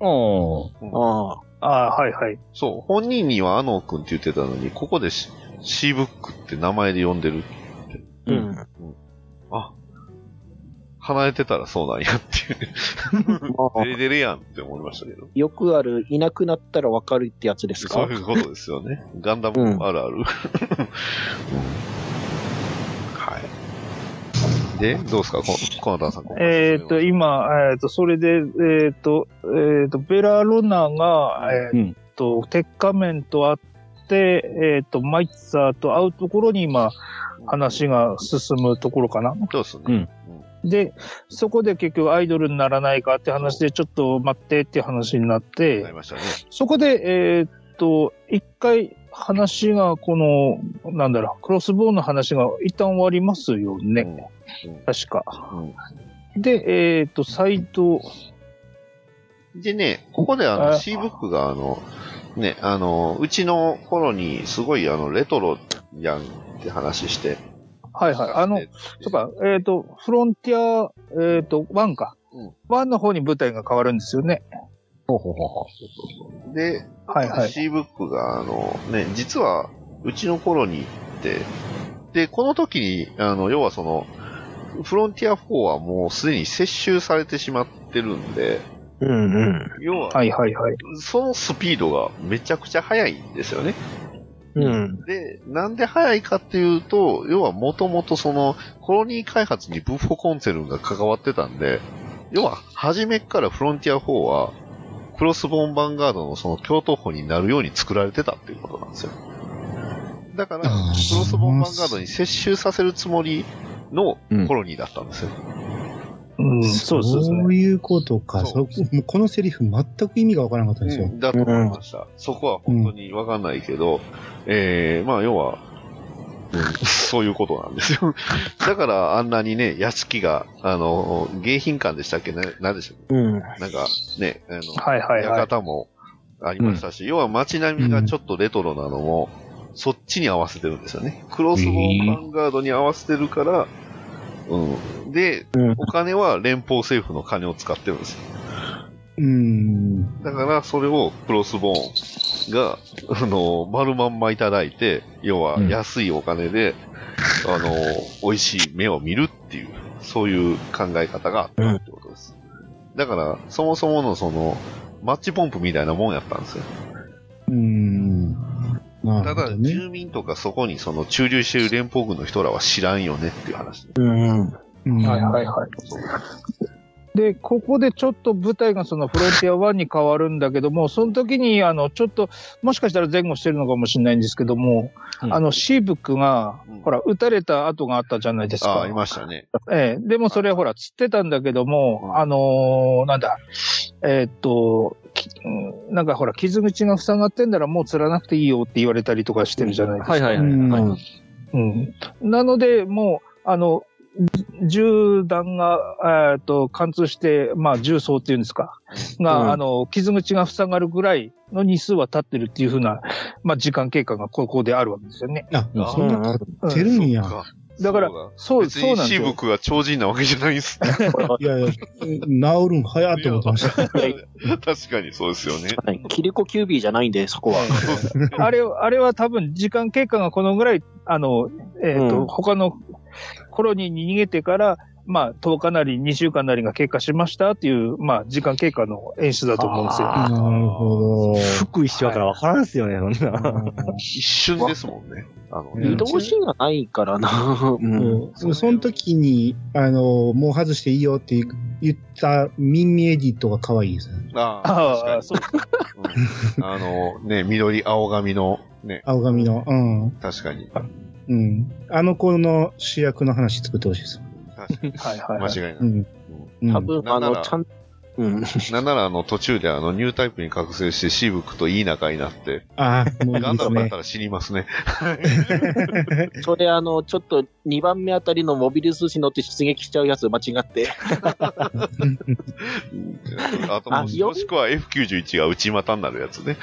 E: おー。
F: ああ。
C: ああ、はいはい。
B: そう、本人にはアノー君って言ってたのに、ここでシシーブックって名前で呼んでる。
F: うん。ま
B: あ、離れてたらそうなんやっていう。
F: あ
B: デ、レデレやんって思いましたけど。
F: よくある、いなくなったらわかるってやつで
B: そ
F: すか
B: ういうことですよね。ガンダムあるある。うんはい。で、どうですか、こコナタンさん。
C: えっと、今、えっと、それで、えっと、えっと、ベラロナが、えっと、鉄仮面と会って、えっと、マイッツァーと会うところに今、話が進むところかな。
B: そうですね。
C: で、そこで結局アイドルにならないかって話で、ちょっと待ってって話になっ
B: うんなり
C: て、
B: ましたね。
C: そこで、えーっと、一回話がこの、なんだろう、クロスボウの話が一旦終わりますよね。確か。で、えーっと、斎藤、
B: うんでね、ここであの、
C: あ
B: シーブックがあの、ね、あの、うちの頃にすごいあの、レトロやんって話して。
C: はいはい、あの
B: で、
C: とか、えーっと、フロンティア、えーっと、ワンか
B: うん。
C: ワンの方に舞台が変わるんですよね。
E: ほうほうほうほ
B: で、
C: はいはい。
B: シーブックが、あの、ね、実は、うちの頃に行って、で、この時に、あの、要はその、フロンティア4はもうすでに接収されてしまってるんで、
F: うんうん。
B: 要は、
C: はいはいはい。
B: そのスピードがめちゃくちゃ速いんですよね。
F: うん。
B: で、なんで速いかっていうと、要はもともとその、コロニー開発にブーフォコンセルンが関わってたんで、要は、初めっからフロンティア4は、クロスボーンヴァンガードのその共闘法になるように作られてたっていうことなんですよ。だから、ク
D: あ
B: ロ
D: ー
B: スボーンヴァンガードに接収させるつもりの
E: うん
B: コロニーだったんですよ。
C: うん、そうそうそう。
D: そういうことか。
B: そ
D: そもうこのセリフ全く意味がわからなかったんですよ。
B: だと思いました。そこは本当にわかんないけど、えーまあ要は、うんそういうことなんですよ。 (laughs) だからあんなにね、屋敷が、あの、迎賓館でしたっけね、なんでしたっ
F: うん。
B: けなんかね、あの、
C: はいはいはい。
B: 館もありましたし、要は街並みがちょっとレトロなのも、そっちに合わせてるんですよね。クロスボーンヴァンガードに合わせてるから、うん。で、お金は連邦政府の金を使ってるんですよ。
D: うん。
B: だから、それをクロスボーンが、あの、丸まんまいただいて、要は
E: うん
B: 安いお金で、あの、美味しい目を見るっていう、そういう考え方があったってことです。だから、そもそものその、マッチポンプみたいなもんやったんですよ。
D: うん。な
B: た
D: るほ
B: だ、
D: どね。
B: 住民とかそこにその駐留している連邦軍の人らは知らんよねっていう話。
F: うん。
D: うん
F: はいはいはい。
C: で、ここでちょっと舞台がそのフロンティア1に変わるんだけども、その時に、あの、ちょっと、もしかしたら前後してるのかもしれないんですけども、
E: うん
C: あの、シーブックが
B: うん、
C: ほら、撃たれた跡があったじゃないです
B: あ
C: か。
B: あ、いましたね。
C: ええ、でもそれほら、釣ってたんだけども、あのーなんだ、えーっと、きうんなんかほら、傷口が塞がってんならもう釣らなくていいよって言われたりとかしてるじゃないですか。
E: はいはいは
D: う
E: い。はい
D: ん。
C: うん。なので、もう、あの、銃弾が、えーっと、貫通して、まあ、銃装っていうんですか、が、
E: うん
C: あの、傷口が塞がるぐらいの日数は経ってるっていうふうな、まあ、時間経過がここであるわけですよね。
D: あ、
B: あ
D: そんな買ってるんや。
B: そっか
C: だから
B: そう
C: そう、
B: 別
C: そう
B: に
C: なんです
B: シー
C: よ
B: ブ。クが超人なわけじゃないんですね。
C: (laughs)
D: いやいや、治るん早っと思ってました。
B: 確かにそうですよね。
F: はいキリコキュービーじゃないんで、そこは。
C: あれ、あれは多分時間経過がこのぐらい、あの、えっ、と、
F: うん
C: 他のコロニーに逃げてから、まあ、10日なり2週間なりが経過しましたっていう、まあ、時間経過の演出だと思うんですよ。
D: なるほど。
E: 福井市はから分からんっすよね、そんな。
B: 一瞬ですもんね。あのね
D: うん
F: 移動シーンがないからな。うん。
D: うんその時に、あの、もう外していいよって言ったミンミエディットが可愛いですね。
B: あ
C: あ
B: あ
C: あ、そう
B: 確かにうんあの、ね、緑、青髪の、ね、
D: 青髪の。うん。
B: 確かに。
D: うん。あの子の主役の話作ってほしいです。
B: 確かに。
C: はいはい
B: 間
C: はい。
B: 違いな
D: う
B: い。
D: ん。うん
F: 多分、あ
B: なんな
F: の、
B: ら
F: ちゃん、うん。
B: なんなら、あの、途中で、あの、ニュータイプに覚醒して、シーブクといい仲になって、
D: ああ、もうい
B: ガ
D: い
B: ン
D: で
B: ダ
D: す
B: ムだっ
D: ね
B: た。ら死にますね。
F: それ、あの、ちょっと2番目あたりのモビルスーツに乗って出撃しちゃうやつ間違って。
B: あと
F: あ
B: もし、もしくは F91 が内股になるやつね。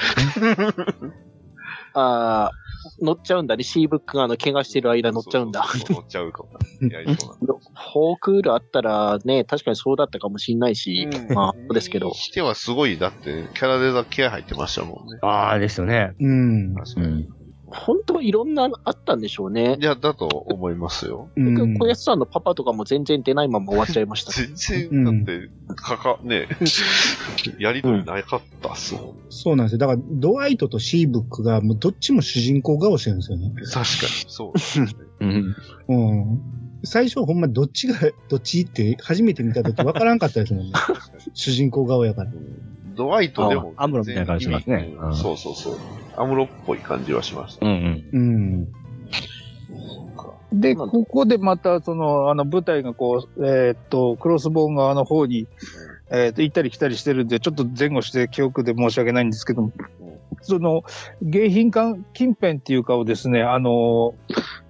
F: ああ、乗っちゃうんだね。シーブックがあの、怪我してる間乗っちゃうんだ。
B: そそそ乗っちゃうかも。やりそう
F: フォークールあったらね、確かにそうだったかもしんないし、
B: うん
F: ま
B: な
F: あ、そうですけど
B: に。してはすごい、だって、キャラデザ気合入ってましたもんね。
E: ああ、ですよね。
D: うん。
B: 確かに。
F: 本当いろんなのあったんでしょうね
B: い。や、だと思いますよ。
D: うん
F: 結局小安さんのパパとかも全然出ないまま終わっちゃい
B: (laughs)
F: ました。
B: 全
D: う
B: 然、だっ
D: ん
B: て、かか、 (laughs) ね、やりとりなかったっすもん。
D: そうなんですよ。だから、ドワイトとシーブックが、もうどっちも主人公顔してるんですよね。
B: 確かに、そうですね。
E: うん。
D: うん。最初、ほんま、どっちが、どっちって、初めて見た時分からんかったですもんね。主人公顔やから。
B: ドワイトでも。
E: あアムロみたいな感じしますね
B: うんそうそうそう。アムロっぽい感じはしました。
E: うんうん。
D: うん。
C: で、ここでまた、その、あの、舞台がこう、えーっと、クロスボーン側の方に、えーっと、行ったり来たりしてるんで、ちょっと前後して記憶で申し訳ないんですけども、その、迎賓館近辺っていうかをですね、あの、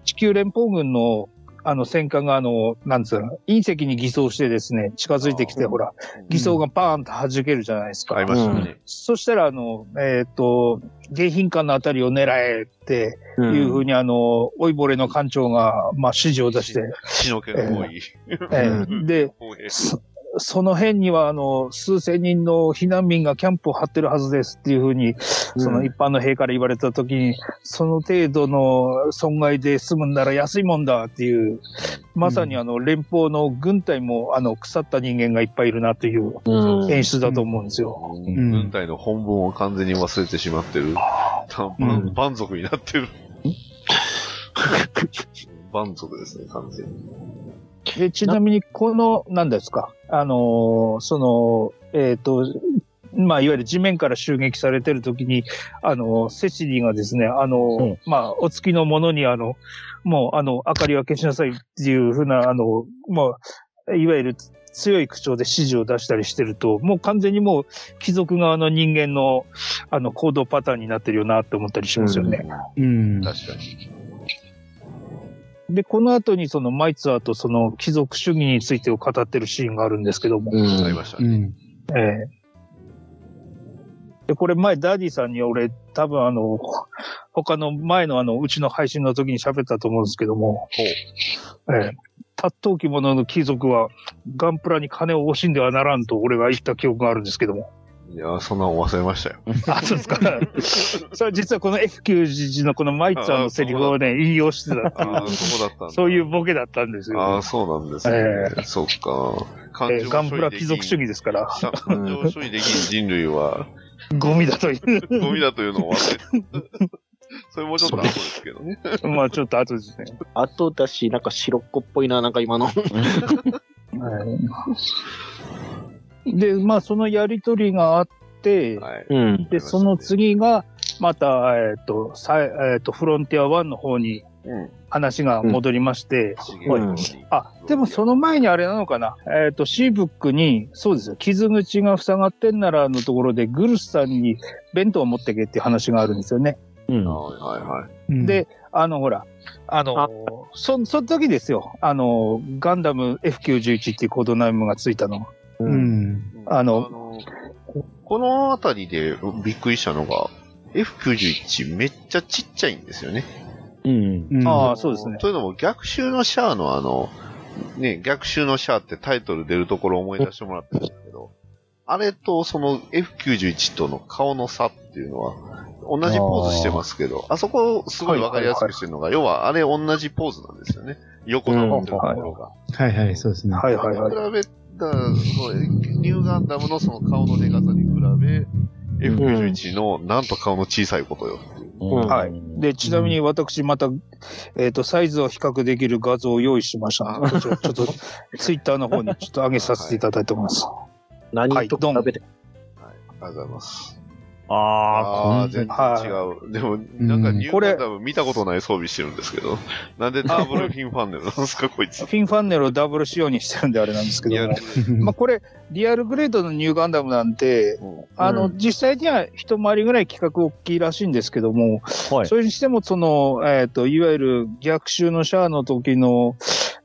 C: 地球連邦軍の、あの、戦艦が、あの、なんつうの、隕石に偽装してですね、近づいてきて、
B: あー
C: ほら、
B: うん
C: 偽装がバーンと弾けるじゃないですか。
B: ありましたね。
C: そしたら、あの、えーっと、迎賓館のあたりを狙えって、
F: うん
C: いうふうに、あの、老いぼれの館長が、まあ、指示を出して、
B: 血の気の多い。
C: え
F: う
C: えで、
B: 方へ
C: そその辺には、あの、数千人の避難民がキャンプを張ってるはずですっていうふうに、その一般の兵から言われたときに、その程度の損害で済むんなら安いもんだっていう、まさにあの、連邦の軍隊も、あの、腐った人間がいっぱいいるなという
F: うん
C: 演出だと思うんですよ。
D: ん
B: 軍隊の本文を完全に忘れてしまってる。た
D: う
B: 蛮
D: ん
B: 蛮族になってる。 (laughs) 蛮族ですね、完全に。
C: で、ちなみに、この、なんですか、あのーその、えっ、と、まあ、いわゆる地面から襲撃されてる時に、あのーセシリーがですね、あのー
E: うん
C: まあ、お月のものに、あの、もう、あの、明かりは消しなさいっていうふうな、あの、まあ、いわゆる強い口調で指示を出したりしてると、もう完全にもう、貴族側の人間の、あの、行動パターンになってるよなって思ったりしますよね。
D: うん。
B: 確かに。
C: で、この後にそのマイツァーとその貴族主義についてを語ってるシーンがあるんですけども、
B: あ
F: う
B: り
F: ん。
B: ました
D: う
B: ね。
D: ん。
C: ええで、これ前、ダディさんに俺、多分あの、ほ他の前のあの、うちの配信の時に喋ったと思うんですけども、ええ殺闘機者の貴族は、ガンプラに金を惜しんではならんと俺が言った記憶があるんですけ
B: (laughs)
C: ども。
B: いやー、そんなの忘れましたよ。
C: あ、そうですか。それ実はこの F91 のこのマイちゃんのセリフをね、引用してたって
B: ああ、
C: い
B: そうだったんだ。
C: う、そういうボケだったんです
B: ああ、
C: よ。
B: そうなんですね。そっか。感
C: えーガンプラ貴族主義ですから、
B: さ感情処理できん人類は、
C: ゴミだとい
B: (laughs)
C: う。
B: ゴミだというのを忘れてそれもうちょっと後ですけどね。
C: まあちょっと後ですね。
F: あとだし、なんか白っ子っぽいな、なんか今の。
C: はい、で、まあそのやりとりがあって、
B: はい。
F: うん。
C: で、その次が、また、えっ、と、さえっ、と、フロンティア1の方に
B: うん。
C: 話が戻りまして、
F: うん
C: あ、でもその前にあれなのかな。えっ、と、シーブックに、そうですよ、傷口が塞がってんならのところで、グルスさんに弁当を持ってけっていう話があるんですよね。
E: うん。
B: はいはいはい。
D: うん
C: で、あの、ほら、あの
F: あ
C: そ、その時ですよ。あの、ガンダム F91 っていうコードナムがついたの。
D: う
F: うん
D: ん。
C: あの
B: ここのあたりでびっくりしたのが、F91 めっちゃちっちゃいんですよね。
E: うん。
D: うん
C: ああ、そうですね。
B: というのも逆襲のシャアのあの、ね、逆襲のシャアってタイトル出るところを思い出してもらったんですけど、あれとその F91 との顔の差っていうのは、同じポーズしてますけど、あそこをすごいわかりやすくしてるのが、要はあれ同じポーズなんですよね。横のってるところが。
D: はいはい、そうですね。
C: はいはいはい。
B: 比べた、そうニューガンダムのその顔のデカさに比べ、F91 のなんと顔の小さいことよっていう。
E: うん。
F: はい
C: で、ちなみに私、また、えっ、と、サイズを比較できる画像を用意しましたので。 (laughs) ちょっと、ツイッターの方にちょっと上げさせていただいております。
F: 何と比べて。
B: ありがとうございます。
E: あ
B: あ
E: あ、
B: あ、全然
C: は
B: 違
C: い
B: う。でも、なんかニューガンダム見たことない装備してるんですけど、なんでダブルフィンファンネルなんですか、こいつ。
C: フィンファンネルをダブル仕様にしてるんであれなんですけ
B: い
C: ど
B: や
C: も。まあ、これ、リアルグレードのニューガンダムなんて、
B: うん
C: あの、
F: う
C: 実際には一回りぐらい規格大きいらしいんですけども、
E: はい
C: それにしても、その、えっ、と、いわゆる逆襲のシャアの時の、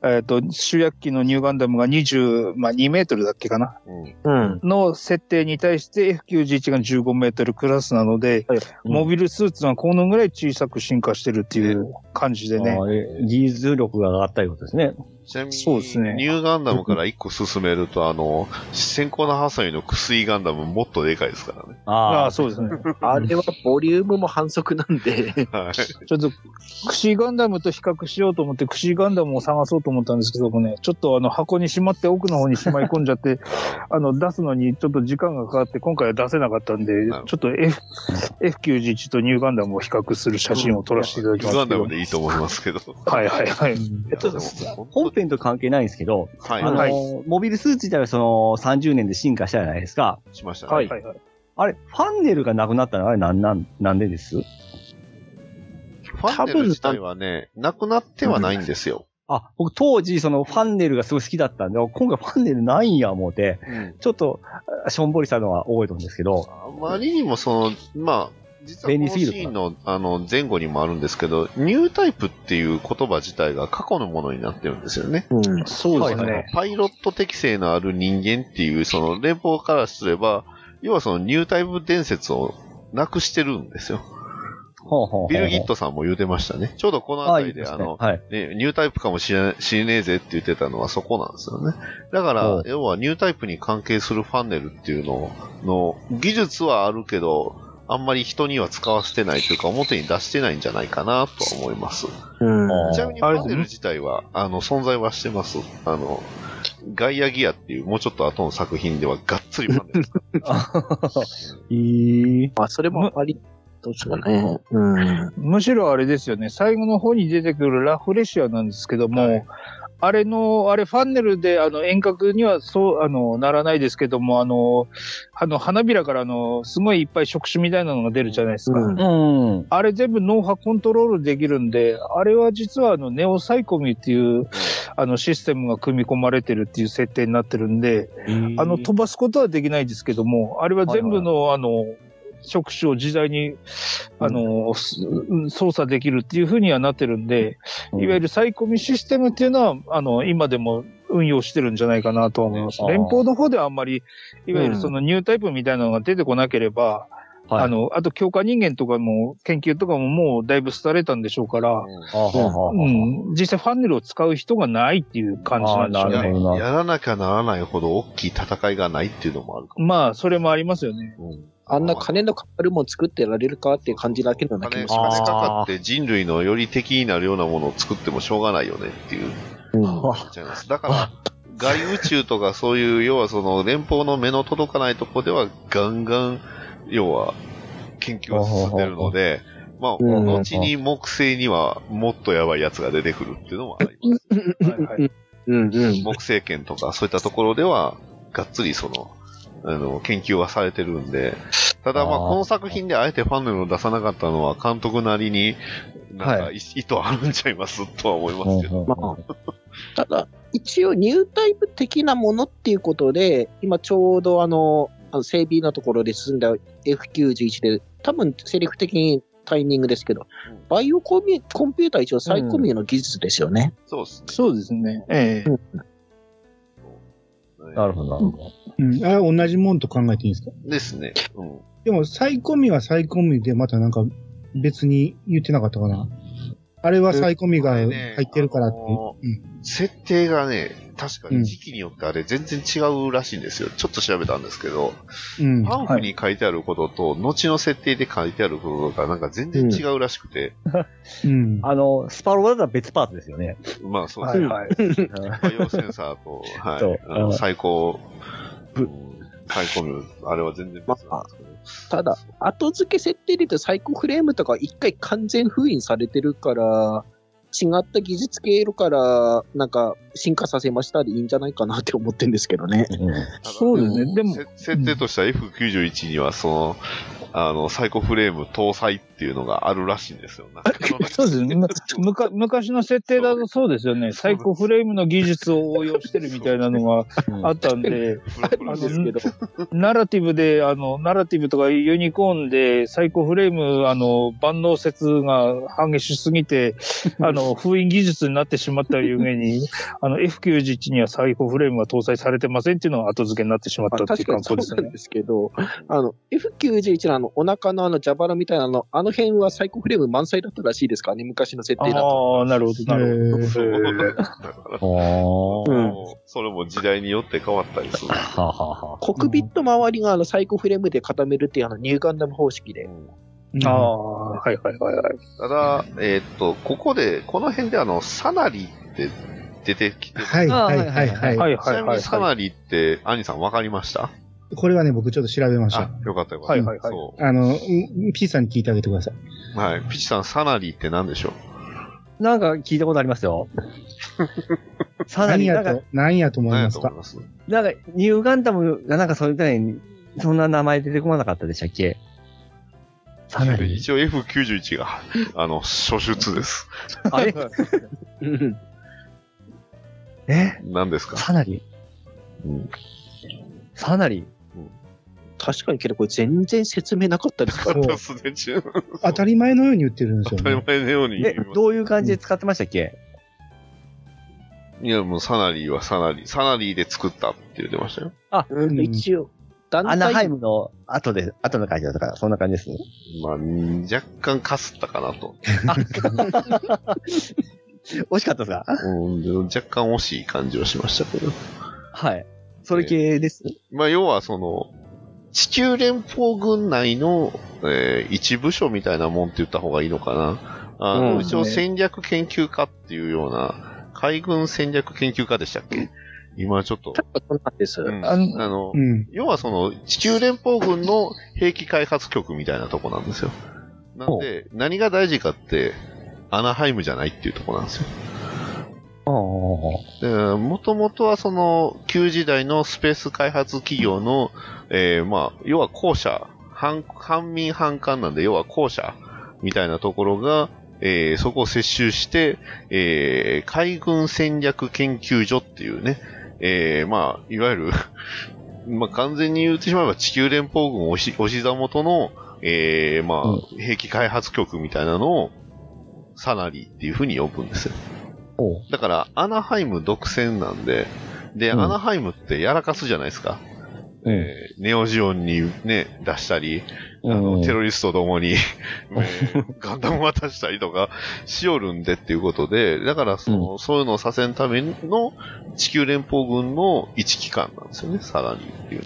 C: えっ、と、主役機のニューガンダムが20、まあ、2メートルだっけかな。
B: うん
F: うん。
C: の設定に対して F91 が15メートルクラスなので、
F: はい
C: モビルスーツがこのぐらい小さく進化してるっていう感じでね
E: あ。ーえ技術力が上がったいうことですね。
B: ちなみに、
C: そうですね
B: ニューガンダムから一個進めると、あの、先行なハサミの薬ガンダムもっとでかいですからね。
C: あ
E: あ
C: あ、そうですね。
F: あれはボリュームも反則なんで。
B: はい。
C: ちょっと、クシーガンダムと比較しようと思って、クシーガンダムを探そうと思ったんですけどもね、ちょっとあの箱にしまって奥の方にしまい込んじゃって、 (laughs) あの出すのにちょっと時間がかかって、今回は出せなかったんで
B: なるほど、
C: ちょっと F F91 とニューガンダムを比較する写真を撮らせていただ
B: ニ
C: き
B: ュ
C: ま
B: ーガン
C: すけ
B: ダ
C: ど
B: ム。でいいと思いますけど。
C: はいはいはい。
E: えっと
B: いやでも
E: 本編と関係ないんですけど、
B: はい。
E: あの、
C: はい
E: モビルスーツ自体はその30年で進化したじゃないですか。
B: しましたね。
F: は
C: はいはい
E: あれ、ファンネルがなくなったのはあれなんなん、なんでです
B: ファンネル自体はね、なくなってはないんですよ。
E: あ、僕当時そのファンネルがすごい好きだったんで、今回ファンネルないんや思うて、
B: うん
E: ちょっとあしょんぼりしたのは覚えてるんですけど、
B: あまりにもその、まあ、実はこのシーンのあの前後にもあるんですけど、ニュータイプっていう言葉自体が過去のものになってるんですよね。
F: うん。
C: そうですね。
B: パイロット適性のある人間っていう、その連邦からすれば、要はそのニュータイプ伝説をなくしてるんですよ。
E: ほうほうほうほう
B: ビル・ギットさんも言うてましたね。ちょうどこの
E: ああ、い
B: 辺
E: い
B: り
E: で
B: で、
E: す
B: あ
E: ね。
B: の、
E: はい。
B: ね、ニュータイプかもしれしねえぜって言ってたのはそこなんですよね。だから、
E: うん
B: 要はニュータイプに関係するファンネルっていうのの技術はあるけど、あんまり人には使わせてないというか、表に出してないんじゃないかなとは思います。
F: うん。
E: あー
B: ちなみにフ
C: あれ
B: ァンネル自体は、あの、存在はしてます。あの、ガイアギアっていう、もうちょっと後の作品ではがっつりファンネル使ってます。
E: えー、
F: まあ、それもあり、どうしようかね。うん。
C: むしろあれですよね、最後の方に出てくるラフレシアなんですけども、
B: はい
C: あれの、あれ、ファンネルで、あの、遠隔にはそう、あの、ならないですけども、あの、あの、花びらから、あの、すごいいっぱい触手みたいなのが出るじゃないですか。
F: うん
E: うん。
C: あれ全部脳波コントロールできるんで、あれは実はあのネオサイコミっていうあのシステムが組み込まれてるっていう設定になってるんで、あの飛ばすことはできないですけども、あれは全部のあの、触手を自在に、あの、す操作できるっていうふうにはなってるんで、いわゆるサイコミシステムっていうのは、あの、今でも運用してるんじゃないかなとは思います。
E: あー
C: 連邦の方ではあんまり、いわゆるそのニュータイプみたいなのが出てこなければ、
E: はい
C: あの、あと強化人間とかも、研究とかももうだいぶ廃れたんでしょうから、
E: あははは
C: うん、実際ファンネルを使う人がないっていう感じなんでしょう
E: あーなる
C: ね。
E: ほどな
B: ややらなきゃならないほど大きい戦いがないっていうのもあるか
C: まあ、それもありますよね。
B: も。うん
F: あんな金のかかるもん作ってられるかっていう感じだけのような気
B: 金金
F: も
B: か
F: します。
B: かって人類のより敵になるようなものを作ってもしょうがないよねっていう
F: うん
B: じゃないですだから、外宇宙とかそういう、要はその連邦の目の届かないとこでは、ガンガン、要は、研究が進んでるので、まあ、
F: うん
B: 後に木星にはもっとやばいやつが出てくるっていうのもあります。
C: はいはい
F: うんうん。
B: 木星圏とかそういったところでは、がっつりその、あの、研究はされてるんで、ただまあ、
E: あー
B: この作品であえてファンネルを出さなかったのは、監督なりに、なんか
E: は
B: 意、意図あるんちゃいますとは思いますけど。
F: まあ、ただ、一応ニュータイプ的なものっていうことで、今ちょうどあの、あの整備のところで進んだ F91 で、多分セリフ的にタイミングですけど、バイオコミコンピューター一応最コミュの技術ですよね。
B: そうですね。
C: そうですね。ええ
E: なるほど、なるほど。
D: うん。あれ同じもんと考えていいんですか
B: ですね。うん。
D: でも、再コミは再コミで、またなんか別に言ってなかったかな。あれは再コミが入ってるからって。
B: あの設定がね、確かに時期によってあれ全然違うらしいんですよ。ちょっと調べたんですけど、
D: うん。うん
B: パンフに書いてあることと、後の設定で書いてあることとか、なんか全然違うらしくて、
D: うん。
E: あの、スパロボだったら別パーツですよね。
B: まあそうで
C: は
B: す
C: い
B: ね。
C: はい。
B: バイオセンサーと、はい
E: そう。
B: あの
E: うん
B: 最高、う
E: ぶ
B: ん最高の、あれは全然別なんですけど。
F: ただ、後付け設定で言うと最高フレームとか一回完全封印されてるから、違った技術経路から、なんか、進化させましたでいいんじゃないかなって思ってんですけどね。
E: うん
B: ただ
C: そうですね。でも、
B: せ設定としては F91 には、その、あの、サイコフレーム搭載っていうのがあるらしいんですよ。なんか
C: そうですね。 (laughs) むむか昔の設定だとそうですよね。サイコフレームの技術を応用してるみたいなのがあったんで、
B: フラフ
F: あ
B: ラ
F: るん
B: して
F: で
B: る
F: すけど。
C: ナラティブで、あの、ナラティブとかユニコーンで、サイコフレーム、あの、万能説が激しすぎ (laughs) て、あの、封印技術になってしまったゆえに、あの、F91 にはサイコフレームが搭載されてませんっていうのは後付けになってしまっ
F: あ
C: たっていう
F: 確か
C: 感
F: にそ
C: 想です
F: うなん
C: ね。
F: ですけど、あの、F91 のあの、お腹のあの、蛇腹みたいなの、あの辺はサイコフレーム満載だったらしいですからね、昔の設定だと。
C: ああ、なるほど、なる
D: えー
B: そう
C: へ
B: だ
C: ー
B: から
E: はあ
F: うん
B: それも時代によって変わったりする。
E: はあはあはあ
F: コックピット周りがあの、サイコフレームで固めるっていうあの、ニューガンダム方式で。
C: ほど。ああ、はいはいはいはい。
B: ただ、えーっと、ここで、この辺であの、サナリって出てきて、
D: はい、はい、はい、はい。
C: はい
B: ち
C: はい
B: なみ
C: はい
B: にサ
C: は
B: ナリって、兄さんわかりました
D: これはね、僕ちょっと調べました
B: あ。、よかったよかった。
C: はいはいはい
B: そ
D: あの、うんピーさんに聞いてあげてください。
B: う。はい。ピチさん、サナリって何でしょう
E: なんか聞いたことありますよ。さら
D: 何
E: にな
D: や
E: んか
D: と、、何やと思い
B: 何やと
D: ます
B: 思
D: か
B: います
E: なんか、ニューガンダムがなんかそういうみたいに、そんな名前出てこなかったでしたっけさら
B: (laughs)
E: に。
B: 一応 F91 が、 (laughs) あの、初出です。
E: あれ
F: うん
E: え
B: 何ですか
E: さなり
B: うん
E: さなり
F: 確かにけど、これ全然説明なかったですか
D: そ
F: ら。
D: う。
B: すね、中
D: 当たり前のように言ってるんです
B: 当
D: よ
B: たり
D: ね。
B: 前のように言
E: え
B: います。、
E: どういう感じで使ってましたっけ
B: いや、もうサナリーはサナリー、サナリーで作ったって言ってましたよ。
F: うん一応。団
E: アナハイ
F: 体、
E: ムの後で、後の会社とか、そんな感じですね。
B: まあ、若干かすったかなと。
E: 惜しかったですか
B: うん、若干惜しい感じはしましたけど。
E: はい。それ系です。
B: まあ、要はその、地球連邦軍内の、えー一部署みたいなもんって言った方がいいのかな。あの
F: うん
B: 一応戦略研究家っていうような、海軍戦略研究家でしたっけ今ちょっと。
F: 確かそうなんです。
B: うん
C: あの
B: あの
D: う、ん。
B: 要はその、地球連邦軍の兵器開発局みたいなとこなんですよ。なんで、何が大事かって、アナハイムじゃないっていうとこなんですよ。
E: ああ。
B: もともとはその旧時代のスペース開発企業の、えーまあ、要は後者、反反民反艦なんで、要は後者みたいなところが、えーそこを接収して、えー海軍戦略研究所っていうね、えーまあ、いわゆる、 (laughs) まあ、完全に言ってしまえば地球連邦軍押し押し座元の、えーまあ、
E: うん
B: 兵器開発局みたいなのを、サナリーっていうふうに呼ぶんですよ
E: おう
B: だから、アナハイム独占なんで、で、
E: うん
B: アナハイムってやらかすじゃないですか。えーネオジオンにね、出したり、あ
E: う
B: の、
E: ん
B: テロリストともに、えーガンダム渡したりとかしおるんでっていうことで、だからその、そういうのをさせんための地球連邦軍の一機関なんですよね、さらにっていう。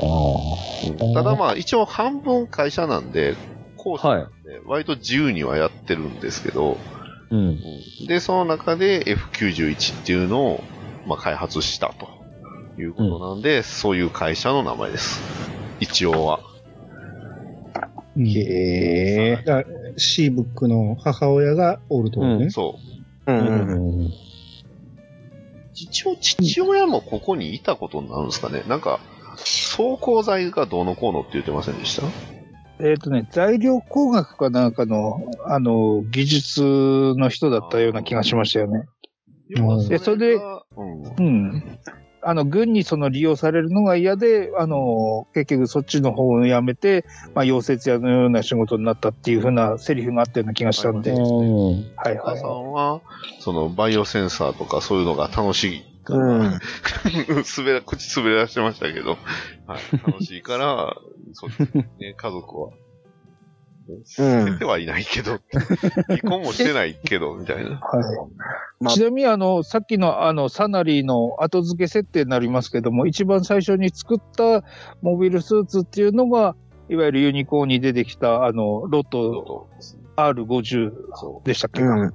B: うんただまあ、一応半分会社なんで、こう、
E: はい。
B: 割と自由にはやってるんですけど、
E: うん。
B: で、その中で F91 っていうのを、まあ、開発したということなんで、そういう会社の名前です。一応は。
D: うん
E: へえ。
D: だからシーブックの母親がおるってことね。
B: そう。
F: う。
E: うんん。
B: 一応、父親もここにいたことになるんですかね。なんか、走行剤がどうのこうのって言ってませんでした
C: えっ、とね、材料工学かなんかの、あの、技術の人だったような気がしましたよね。
B: 要は
C: えそれで
B: がうん。
C: うん。あの、軍にその利用されるのが嫌で、あの、結局そっちの方をやめて、まあ、溶接屋のような仕事になったっていうふうなセリフがあったような気がしたんで、
B: あり
C: は
B: ま
E: うん。
C: い
B: お母
C: は
B: さ
C: い。
B: んは、その、バイオセンサーとかそういうのが楽しい。
F: うん。
B: (laughs) 滑ら、口滑らしてましたけど、はい、楽しいから、そうですね、家族は。
F: う
B: 捨て
F: ん
B: て。はいないけど、離婚もしてないけど、みたいな。
C: はい。
F: まあ
C: ちなみに、あの、さっきの、あの、サナリーの後付け設定になりますけども、一番最初に作ったモビルスーツっていうのが、いわゆるユニコーンに出てきた、あの、ロット
B: そ
C: R50
B: そ
C: でしたっけ、
F: うん。
D: うん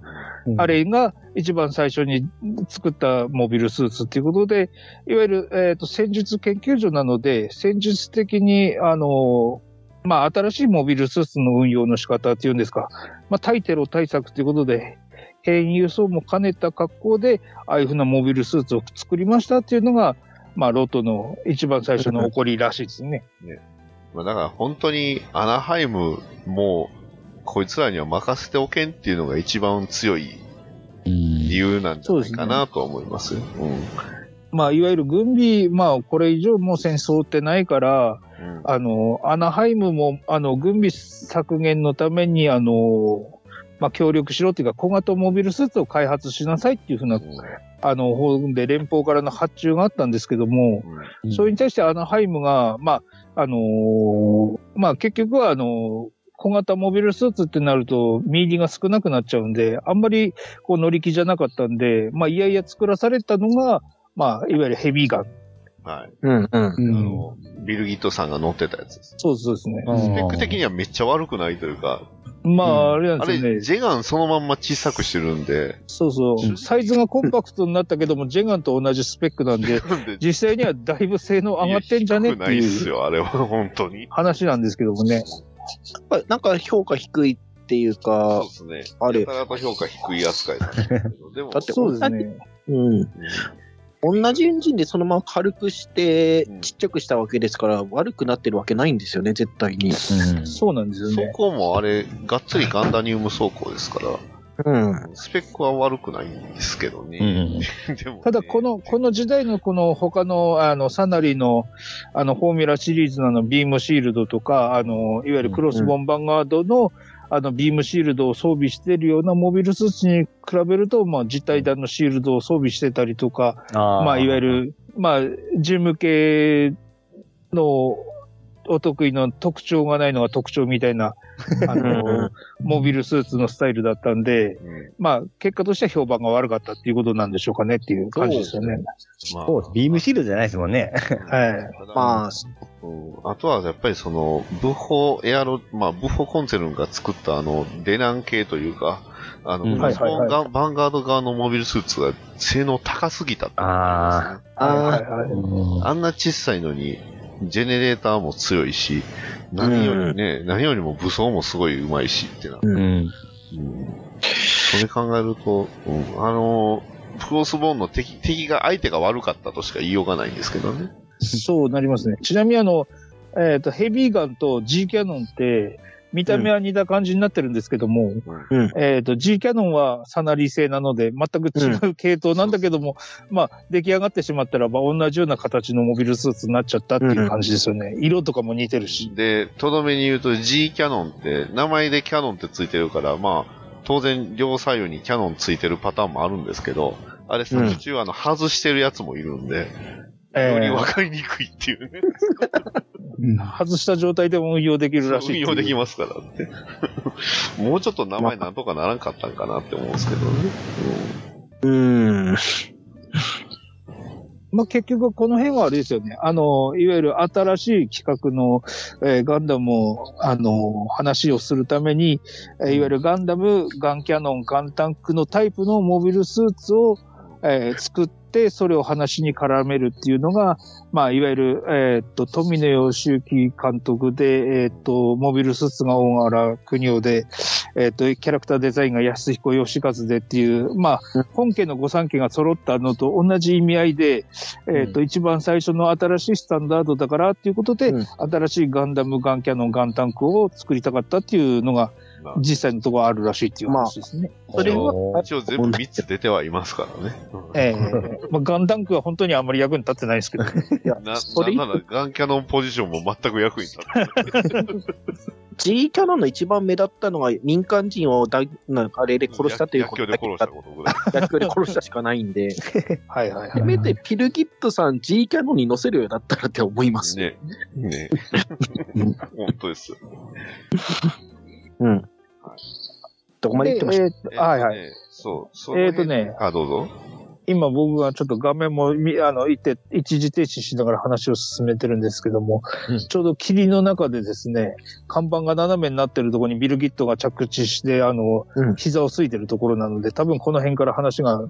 C: あれが一番最初に作ったモビルスーツっていうことで、いわゆる、えーと戦術研究所なので、戦術的に、あのーまあ、新しいモビルスーツの運用の仕方っていうんですか、まあ、対テロ対策ということで、変輸送も兼ねた格好で、ああいうふうなモビルスーツを作りましたっていうのが、まあ、ロトの一番最初の起こりらしいです
F: (laughs)
C: ね。
B: う。まあ、だから本当に、アナハイムも、こいつらには任せておけんっていうのが一番強い理由なんじゃないかなとは思いますよ。
C: まあ、いわゆる軍備、まあ、これ以上もう戦争ってないから、
B: うん。うん
C: あの、アナハイムも、あの、軍備削減のために、あの、まあ、協力しろっていうか、小型モビルスーツを開発しなさいっていうふうな、あの、方で連邦からの発注があったんですけども、
B: うんうん
C: それに対してアナハイムが、まあ、あのーまあ、結局は、あのー小型モビルスーツってなると、身入りが少なくなっちゃうんで、あんまり、こう、乗り気じゃなかったんで、まあ、いやいや作らされたのが、まあ、いわゆるヘビーガン。
B: はい。
F: うん。うん。
B: あ
D: うん
B: の、ビルギットさんが乗ってたやつです。
C: そうそうですね。
E: うん
B: スペック的にはめっちゃ悪くないというか、
C: まあ、あれなん
B: あ
C: ですよね
B: れ、。ジェガンそのまんま小さくしてるんで、
C: そうそうう。
B: ん
C: サイズがコンパクトになったけども、ジェガンと同じスペックなん (laughs) で、
B: なんで、
C: 実際にはだいぶ性能上がってんじゃねっ
B: 低
C: て
B: くないっ
C: い
B: す
C: う
B: よ、あ
C: (laughs)
B: れは、本当に。
C: 話なんですけどもね。
F: やっぱなんか評価低いっていう
B: そう
F: か
B: で、すね。
F: あれ
B: やたらと評価低い扱いなんですけど、
C: (laughs)
B: でも、
F: だって
C: そうですね。
F: うん。同じエンジンでそのまま軽くして
B: うん、
F: ちっちゃくしたわけですから、悪くなってるわけないんですよね、絶対に。
C: そうなんですよ
B: そ
C: ね。
B: こもあれ、がっつりガンダニウム走行ですから、
F: うん。
B: スペックは悪くないんですけどね。(laughs)
E: うん。
B: でもね
C: ただ、この、この時代のこの他の、あの、サナリの、あの、フォーミュラシリーズのあの、ビームシールドとか、あの、いわゆるクロスボンバンガードの、あの、ビームシールドを装備してるようなモビルスーツに比べると、まあ、実体弾のシールドを装備してたりとか、ま
E: ま
C: あ、いわゆ。る、まあ、事務系のお得意の特徴がないのが特徴みたいな、あの、モビルスーツのスタイルだったんで、
B: うん
C: まあ、結果としては評判が悪かったっていうことなんでしょうかねっていう感じですよね。
B: まあ
E: そうですビームシールドじゃないですもんね。
C: は
B: た
C: い。
B: だ
F: まあ、
B: うんあとはやっぱりその、ブッホエアロ、まあ、ブッホコンツェルンが作ったあの、デナン系というか、あの、
E: うん
B: クロスボ
C: は
B: ン
C: い
B: ガンバンガード側のモビルスーツが性能高すぎたってことなんですね
C: は
F: あ
C: いはい
B: あんな小さいのに、ジェネレーターも強いし、何よりね、何よりも武装もすごい上手いしってな
E: うん。
B: うんそれ考えると、うんあのークロスボーンの敵、敵が、相手が悪かったとしか言いようがないんですけどね。
C: そうなりますね。ちなみにあの、えっ、と、ヘビーガンと G キャノンって、見た目は似た感じになってるんですけども、
F: うん
C: えっ、と、G キャノンはサナリー製なので、全く違う系統なんだけども、まあ、出来上がってしまったらば、同じような形のモビルスーツになっちゃったっていう感じですよね。色とかも似てるし。
B: で、とどめに言うと G キャノンって、名前でキャノンってついてるから、まあ、当然両左右にキャノンついてるパターンもあるんですけど、あれ、作中あの、外してるやつもいるんで、よりわかりにくいっていうね。
D: うん
C: 外した状態でも運用できるらしいって
B: 運
C: いう。
B: 用できますからって。 (laughs) もうちょっと名前なんとかならんかったんかなって思うんですけどね。
F: うん。
C: まあ、結局この辺はあれですよね。あの、いわゆる新しい企画の、えーガンダムを、あの、話をするために、えーいわゆるガンダム、ガンキャノン、ガンタンクのタイプのモビルスーツを、えー作って、それを話に絡めるっていうのが、まあ、いわゆる、えーっと、富野義行監督で、えーっと、モビルスーツが大原邦夫で、えーっと、キャラクターデザインが安彦義和でっていう、まあ、本家の御三家が揃ったのと同じ意味合いで、えっ、と、一番最初の新しいスタンダードだからっていうことで、
F: うん
C: 新しいガンダム、ガンキャノン、ガンタンクを作りたかったっていうのが、実際のところあるらしいっていう話ですね。
F: それは、
B: 一応全部3つ出てはいますからね。
C: ええまあ、ガンタンクは本当にあんまり役に立ってないですけど、
F: いや
B: な、
F: それ以
B: なんならガンキャノンポジションも全く役に立たない。
F: G キャノンの一番目立ったのは民間人を大なんかあれで殺したということ
B: 薬
F: だ
B: 薬莢で殺した
F: け
B: ことぐらい。
F: 薬莢で殺したしかないん (laughs) で、
C: はいはいは
F: せ
C: い。
F: めてピルキットさん G キャノンに乗せるようだったらって思います。
B: ね。ね。 (laughs) 本当ですよ。
F: どこまで言ってました
C: えーと (laughs) はいはい。
B: ね。そう。そ
C: えーとね
B: の辺あ、どうぞ。
C: 今僕がちょっと画面も見あのいて一時停止しながら話を進めてるんですけども、
B: うん
C: ちょうど霧の中でですね、看板が斜めになってるところにビルギットが着地して、あの、
F: うん
C: 膝をついてるところなので、多分この辺から話が、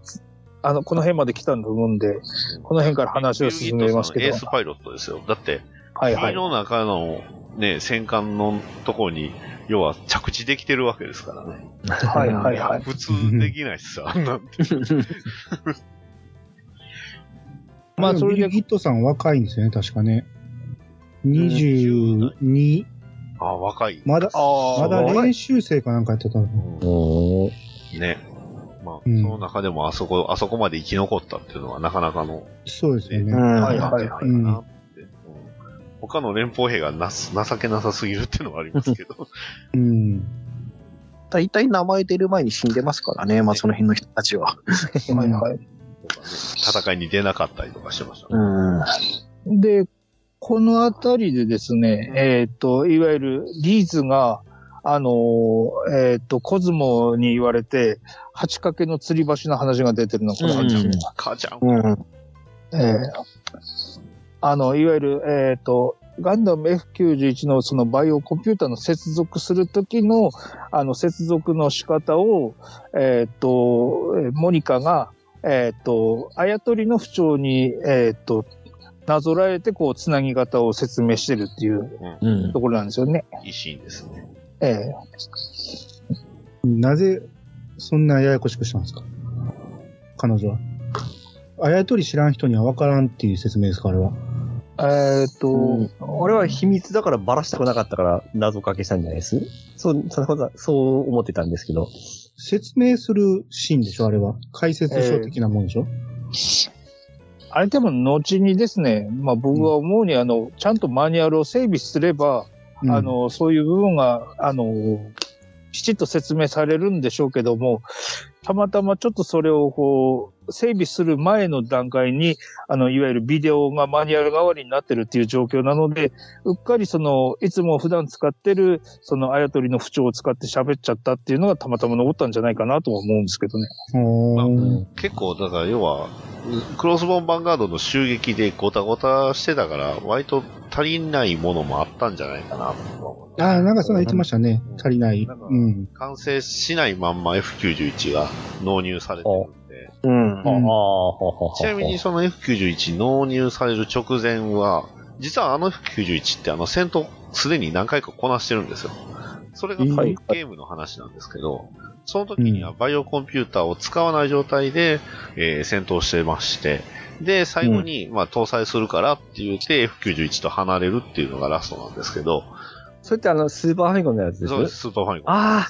C: あの、この辺まで来たんだと思うんで、この辺から話を進めますけ
B: エ
C: ど
B: ー、スパイロットですよ。だって、
C: はいは
B: 海
C: い。
B: の中のね、戦艦のところに、要は着地できてるわけですからね。
C: はいはいはい。
B: 普通できないっ
C: (laughs)
B: すよ、あんなんて。
C: ま
D: ま
C: あ
D: あ、
C: そ
D: そ
C: れ
D: れ
C: で
D: で。ビルギットさん若いんですよね、確かね。22、
B: あ、若い。
D: まだ、
C: あ
D: まだ
C: ね
D: 練習生かなんかやってたの。
E: おー
B: ね。まあ、
D: うん
B: その中でもあそこ、あそこまで生き残ったっていうのはなかなかの、
D: そうですよね。
C: はい
B: な
C: は
B: んじゃな
C: い
B: いかなって。うん他の連邦兵がなす情けなさすぎるっていうのはありますけど。
D: うん。
F: 大体名前出る前に死んでますからね、まあその辺の人たちは。
C: はいはい。
B: 戦いに出なかったりとかしてましたね。
F: うん。
C: で、この辺りでですね、えっ、と、いわゆるリーズが、あのーえっ、と、コズモに言われて、八掛けの吊り橋の話が出てるの、この話。
F: うん
B: 母ちゃん。
F: うん。
C: ええあの、いわゆる、えっ、と、ガンダム F91 のそのバイオコンピューターの接続するときの、あの、接続の仕方を、えっ、と、えーモニカが、えっ、と、あやとりの不調に、えっ、と、なぞらえて、こう、つなぎ方を説明してるっていう
E: うん。
C: ところなんですよね。
B: いいシーンですね。
C: ええ
D: なぜ、そんなややこしくしたんですか彼女は。あやとり知らん人には分からんっていう説明ですか、あれは。
C: えっ、と、
E: うん俺は秘密だからバラしたくなかったから謎かけしたんじゃないですそう、そんなことはそう思ってたんですけど。
D: 説明するシーンでしょ、あれは。解説書的なもんでしょ、
C: あれでも、後にですね、まあ僕は思うに、あの、ちゃんとマニュアルを整備すれば、
D: うん
C: あ、の、そういう部分が、あの、きちっと説明されるんでしょうけども、たまたまちょっとそれをこう、整備する前の段階に、あの、いわゆるビデオがマニュアル代わりになってるっていう状況なので、うっかりその、いつも普段使ってる、その、あやとりの不調を使って喋っちゃったっていうのがたまたま残ったんじゃないかなとは思うんですけどね。
D: おー
B: 結構、だから要は、クロスボーンヴァンガードの襲撃でごたごたしてたから、割と足りないものもあったんじゃないかなと思う。
D: ああ、なんかそんな言ってましたね。足りない。
B: なんか
D: うん。
B: 完成しないまんま F91 が納入されてるんで、
F: うん。
E: ああ、
D: うん
E: ほうほうほうほう
B: ちなみにその F91 納入される直前は、実はあの F91 ってあの戦闘すでに何回かこなしてるんですよ。それが
D: はい
B: ゲームの話なんですけど、その時にはバイオコンピューターを使わない状態で、えー戦闘してまして、で、最後に、まあ、搭載するからって言って F91 と離れるっていうのがラストなんですけど、
E: それってあの、スーパーファミコンのやつです
B: そうです、スーパーファミコン。
E: あ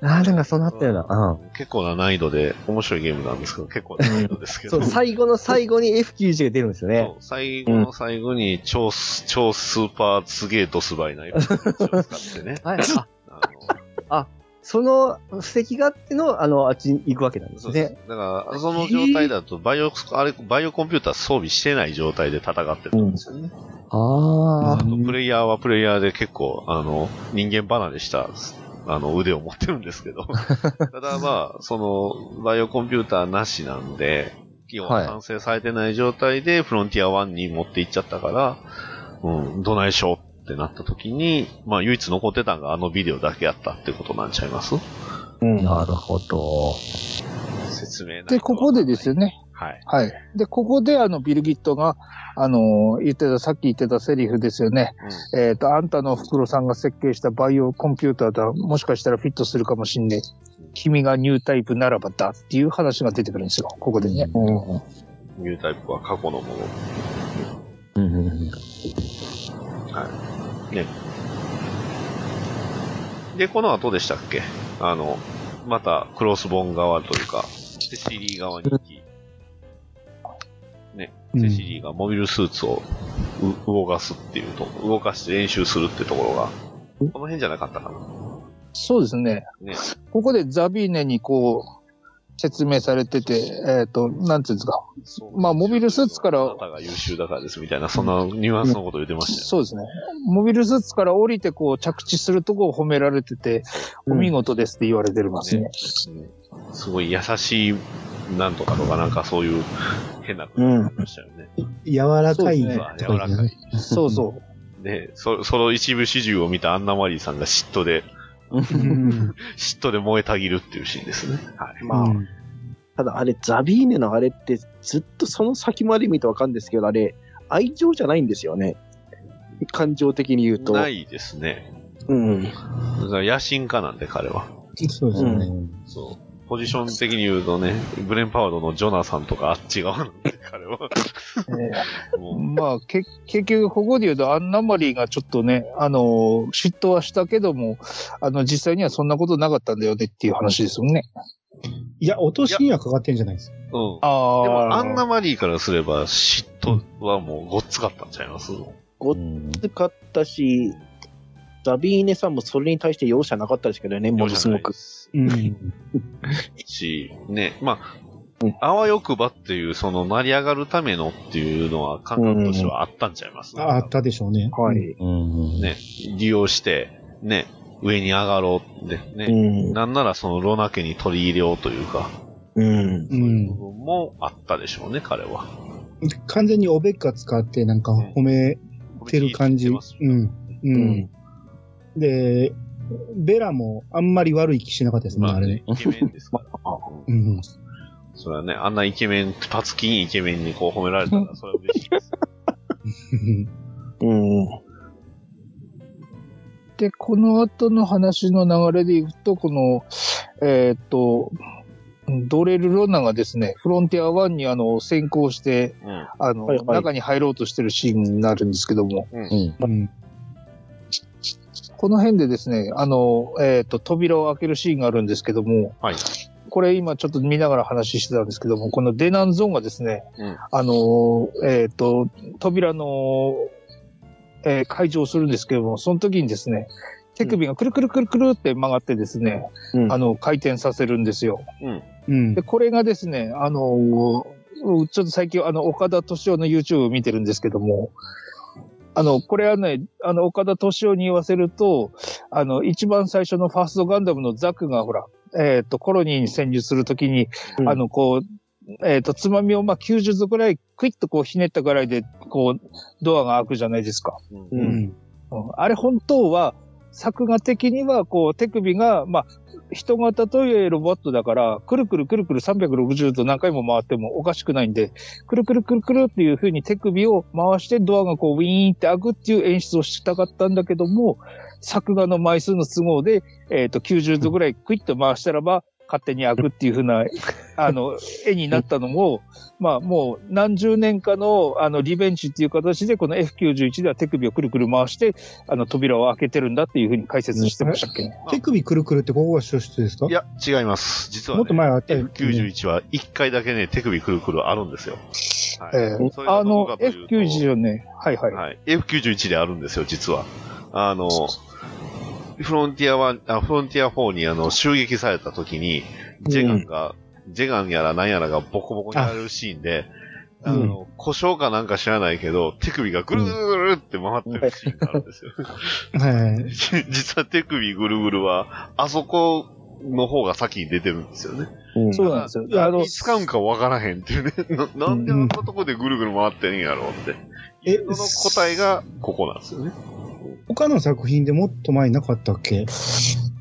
E: あ、ああ、なんかそうなったような。
B: 結構な難易度で、面白いゲームなんですけど、結構な難易度です
E: う
B: け
E: ん。
B: ど。
E: そう、最後の最後に F91 が出るんですよね
B: そ。う最後の最後に超ス、
E: (laughs)。
B: 超スーパーすげえドスバイなやつを使ってね
E: はい。あ、
B: あの
E: その布石があっての、あの、あっちに行くわけなんです
B: そうです
E: ね。。
B: だから、その状態だと、バイオ、あれ、バイオコンピューター装備してない状態で戦ってるんですよね。
E: あ
B: あとプレイヤーはプレイヤーで結構、あの、人間離れした、あの、腕を持ってるんですけど。ただまあ、その、バイオコンピューターなしなんで、基
E: は
B: 本
E: い
B: 完成されてない状態で、フロンティア1に持っていっちゃったから、うん、どないしょってなった時に、まあ、唯一残ってたのがあのビデオだけやったってことなんちゃいます
E: あ、なるほど。
B: 説明ないと
C: で、ここでですよね。
B: はい。
C: はい。で、ここで、あの、ビルギットが、あの、言ってた、さっき言ってたセリフですよね。
B: う
C: えっ、と、あんたの袋さんが設計したバイオコンピューターだ。もしかしたらフィットするかもしんねえ。君がニュータイプならばだっていう話が出てくるんですよ。ここでね。
B: んニュータイプは過去のもの。
E: うんうんうん
B: で、この後でしたっけあの、また、クロスボーン側というか、セシリー側に行き、ね、
D: うん
B: セシリーがモビルスーツをう動かすっていうと、動かして練習するってところが、この辺じゃなかったかな。
C: そうですね。
B: ね。
C: ここでザビーネにこう、説明されてて、えっ、と、なんていうんですか。まあモビルスーツから
B: あなたが優秀だからですみたいな、そんなニュアンスのこと言ってましたよ。
C: そうですね。モビルスーツから降りてこう着地するとこを褒められてて、お見事ですって言われてますね。
B: うんすごい優しい、なんとかとかなんかそういう変なこと言ってましたよね。
D: 柔らかい。
C: うん
B: まあ柔らかい。
C: そうそう。
B: ねそ、その一部始終を見たアンナマリーさんが嫉妬で、
D: うん
B: 嫉妬で燃えたぎるっていうシーンですね。はい。
F: まあ、
D: うん
F: ただあれ、ザビーネのあれって、ずっとその先まで見てわかるんですけど、あれ、愛情じゃないんですよね。感情的に言うと。
B: ないですね。
F: うん。
B: だから野心家なんで彼は。
D: そうですよね。
B: そう。ポジション的に言うとね、ブレンパワードのジョナサンとかあっち側なんで彼
F: (laughs)
B: は。も
C: まあ、け結局、ここで言うと、アンナマリーがちょっとね、あの、嫉妬はしたけども、あの、実際にはそんなことなかったんだよねっていう話ですよね。
D: いや、落としにはかかってんじゃないですか。
B: う、うん。
C: あ
B: でも、アンナマリーからすれば、嫉妬はもうごっつかったんちゃいます
F: きつかったし、ザビーネさんもそれに対して容赦なかったですけどね、ものすごく。
D: うん。
B: し、ね、まあ、あわよくばっていう、その、成り上がるためのっていうのは、感覚としてはあったんちゃいます、
D: ああったでしょうね。
F: は
D: うん。
F: い。
B: ね、利用して、ね、上に上がろうって
F: う
B: ね、
F: ん。
B: なんならそのロナ家に取り入れようというか、
F: うん。
D: うん
B: 部分もあったでしょうね、彼は。
D: 完全におべっか使ってなんか褒めてる感じ。
B: う。
D: うんん。う。
F: うんん。
D: で、ベラもあんまり悪い気しなかったですね、
B: ま
D: あ
B: あ
D: れ
B: ね
D: ね。、
B: イケメン
D: (laughs)
B: ですから。うん
D: うん。
B: それはね、あんなイケメン、パツキンイケメンにこう褒められたら、それは嬉しいです。
F: うん。
C: で、この後の話の流れでいくと、この、えーっと、ドレル・ロナがですね、フロンティア1にあの先行して、
B: うん。
C: あの、
F: はいはい
C: 中に入ろうとしてるシーンになるんですけども、
D: うん。
C: この辺でですね、あの、えーっと、扉を開けるシーンがあるんですけども、
B: はい。
C: これ今ちょっと見ながら話してたんですけども、このデナンゾーンがですね、
B: うん
C: あの、えーっと、扉の、えー開場するんですけども、その時にですね、手首がくるくるくるくるって曲がってですね、
F: うん
C: あの、回転させるんですよ。
D: うん
C: で、。これがですね、あの、うちょっと最近、あの、岡田敏夫の YouTube を見てるんですけども、あの、これはね、あの、岡田敏夫に言わせると、あの、一番最初のファーストガンダムのザクが、ほら、えっ、と、コロニーに潜入するときに、
F: うん
C: あの、こう、えっ、と、つまみを、まあ、90度ぐらい、クイッとこう、ひねったぐらいで、こう、ドアが開くじゃないですか。
B: うん
F: う。
D: うんん。
C: うんあれ本当は、作画的には、こう、手首が、まあ、人型といえロボットだから、くるくるくるくる360度何回も回ってもおかしくないんで、くるくるくるくるっていう風に手首を回してドアがこうウィーンって開くっていう演出をしたかったんだけども、作画の枚数の都合で、えっ、と、90度ぐらいクイッと回したらば、勝手に開くっていう風な、あの、絵になったのも、まあもう何十年かの、あの、リベンジっていう形で、この F91 では手首をくるくる回して、あの、扉を開けてるんだっていう風に解説してましたっけね。
D: 手首くるくるってここが初出ですか
B: いや、違います。実は、ね、
D: もっと前あったよね。
B: F91 は1回だけね、手首くるくるあるんですよ。はい
C: えー
B: それ
C: あ
B: がどう
C: の
B: か、というと
C: F90 ね、はいはい。
B: はい。F91 であるんですよ、実は。あの、フロンティアワンあフロンティア4にあの襲撃された時に、ジェガンが、ジェガンやら何やらがボコボコにやられるシーンで、
D: あ
B: あの、故障かなんか知らないけど、手首がぐるぐるぐるって回ってるシーンがあるんですよ。
D: はいはい。
B: (laughs) 実は手首ぐるぐるは、あそこの方が先に出てるんですよね。
E: うん
C: そうなんですよ。
B: あ
C: あ
B: の、
C: の
B: い、つ使うんかわからへんっていうね。ななんであんなとこでぐるぐる回ってんやろうって。
D: え
B: その答えがここなんですよね。
D: 他の作品でもっと前なかったっけ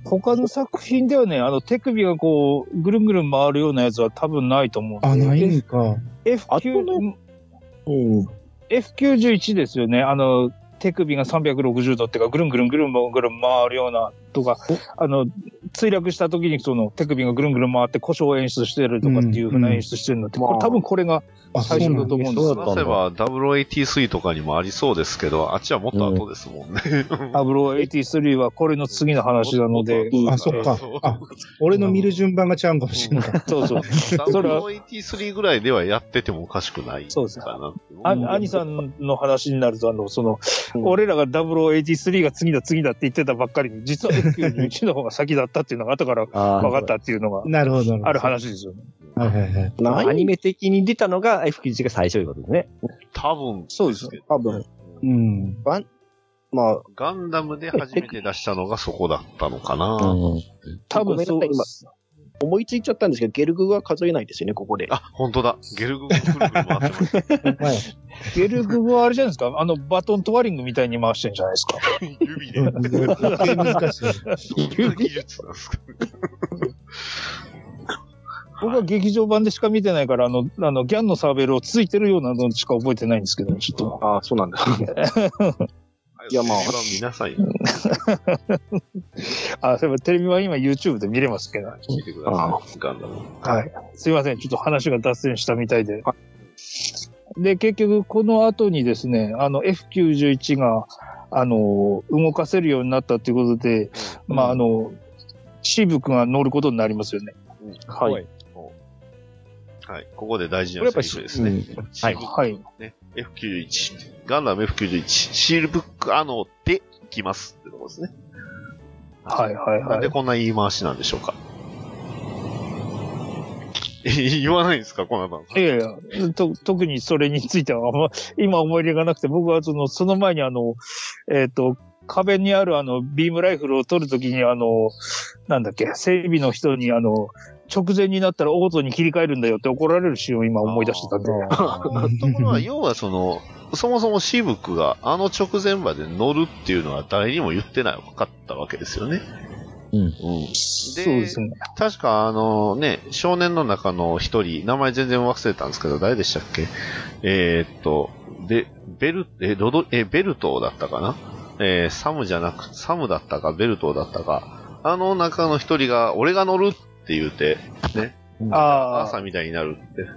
C: 他の作品ではね、あの、手首がこう、ぐるんぐるん回るようなやつは多分ないと思うんで。
D: あ、ないんか。
C: F-
F: あと
C: F9
F: ねうん。
C: F91 ですよね。あの、手首が360度っていうか、ぐるんぐるんぐるんぐるん回るようなとか、あの、墜落した時にその手首がぐるんぐるん回って故障を演出してるとかっていうふうな演出してるのって、
F: うん
C: これ多分これが、
D: あ、そう
C: 最初
D: な
C: だ
D: ん
C: と思
D: だ。
C: うんで
E: そ
C: す
E: うだ
C: よ。
E: ったん
B: 例えば
E: だ。
B: WATC とかにもありそうですけど、あっちはもっと後ですもんね。
C: 0083はこれの次の話なので、
D: あ、そっか。あ、俺の見る順番が違うんかもしれない。
C: そう (laughs) そう。それは
B: WAT3 ぐらいではやっててもおかしくない
C: そうです
B: かな。
C: あ
B: うん
C: 兄さんの話になると、あの、その、
F: うん
C: 俺らが0083が次だ次だって言ってたばっかりに、実は
F: (laughs)
C: F91 の方が先だったっていうのが後から
E: あー
C: 分かったっていうのが
D: (laughs) なるほど。なほど
C: ある。話ですよね。
D: はいはいはい。
F: ない
E: アニメ的に出たのが F91 が最初いうことですね。
B: 多分、
F: そうですね。多分。
D: うん。
F: まあ、
B: ガンダムで初めて出したのがそこだったのかな。
E: うん。
C: 多分そ
F: ごめ
C: うん
F: なさ思いついちゃったんですけど、ゲルグは数えないですよね、ここで。
B: あ、本当だ。ゲルググぐるぐる回ってます。
D: はい。
C: ゲルググはあれじゃないですか、あの、バトントワリングみたいに回してんじゃないですか。
B: 指で。
D: 余計難しい。
B: ど (laughs) んな技術なんですか
C: 僕は劇場版でしか見てないから、あの、あの、ギャンのサーベルをついてるようなのしか覚えてないんですけど、ちょっと。
F: ああ、そうなんだ。いやまあ
B: 一番見なさい。
C: あ、そういえばテレビは今 YouTube で見れますけど。
B: 見てください。ガンダム。
C: はい。すいません。ちょっと話が脱線したみたいで。で、結局、この後にですね、あの、F91 が、あの、動かせるようになったっていうことで、まあ、あの、シーブ君が乗ることになりますよね。
F: はい。
B: はい。ここで大事
E: こ
B: な
E: れやっぱ
B: セ
E: り
B: リフですね。
E: うん
B: はい
C: はい。
B: F91。ガンダム F91。シールブックアノで来ますってとこですね。
C: はい、はい、
B: なん
C: は
B: で
C: い。
B: こんな言い回しなんでしょうか。 (laughs) 言わないんですかこんなの。
C: いやいや、と特にそれについてはあんま、今思い入れがなくて、僕はその、その前にあの、えっ、と、壁にあるあの、ビームライフルを取るときにあの、なんだっけ、整備の人にあの、直前になったらオートに切り替えるんだよって怒られるシーンを今思い出してたんで。
B: ところは、要はその、そもそもシーブックがあの直前まで乗るっていうのは誰にも言ってない、分かったわけですよね。
E: うん
C: (laughs) そうですね。
B: 確かあのね、少年の中の一人、名前全然忘れたんですけど、誰でしたっけえーっと、で、ベル、え、ロド、え、ベルトーだったかなえーサムじゃなく、サムだったか、ベルトーだったか、あの中の一人が、俺が乗るって言うて、
C: あ
B: 朝
C: あ、
B: みたいになるって、ね。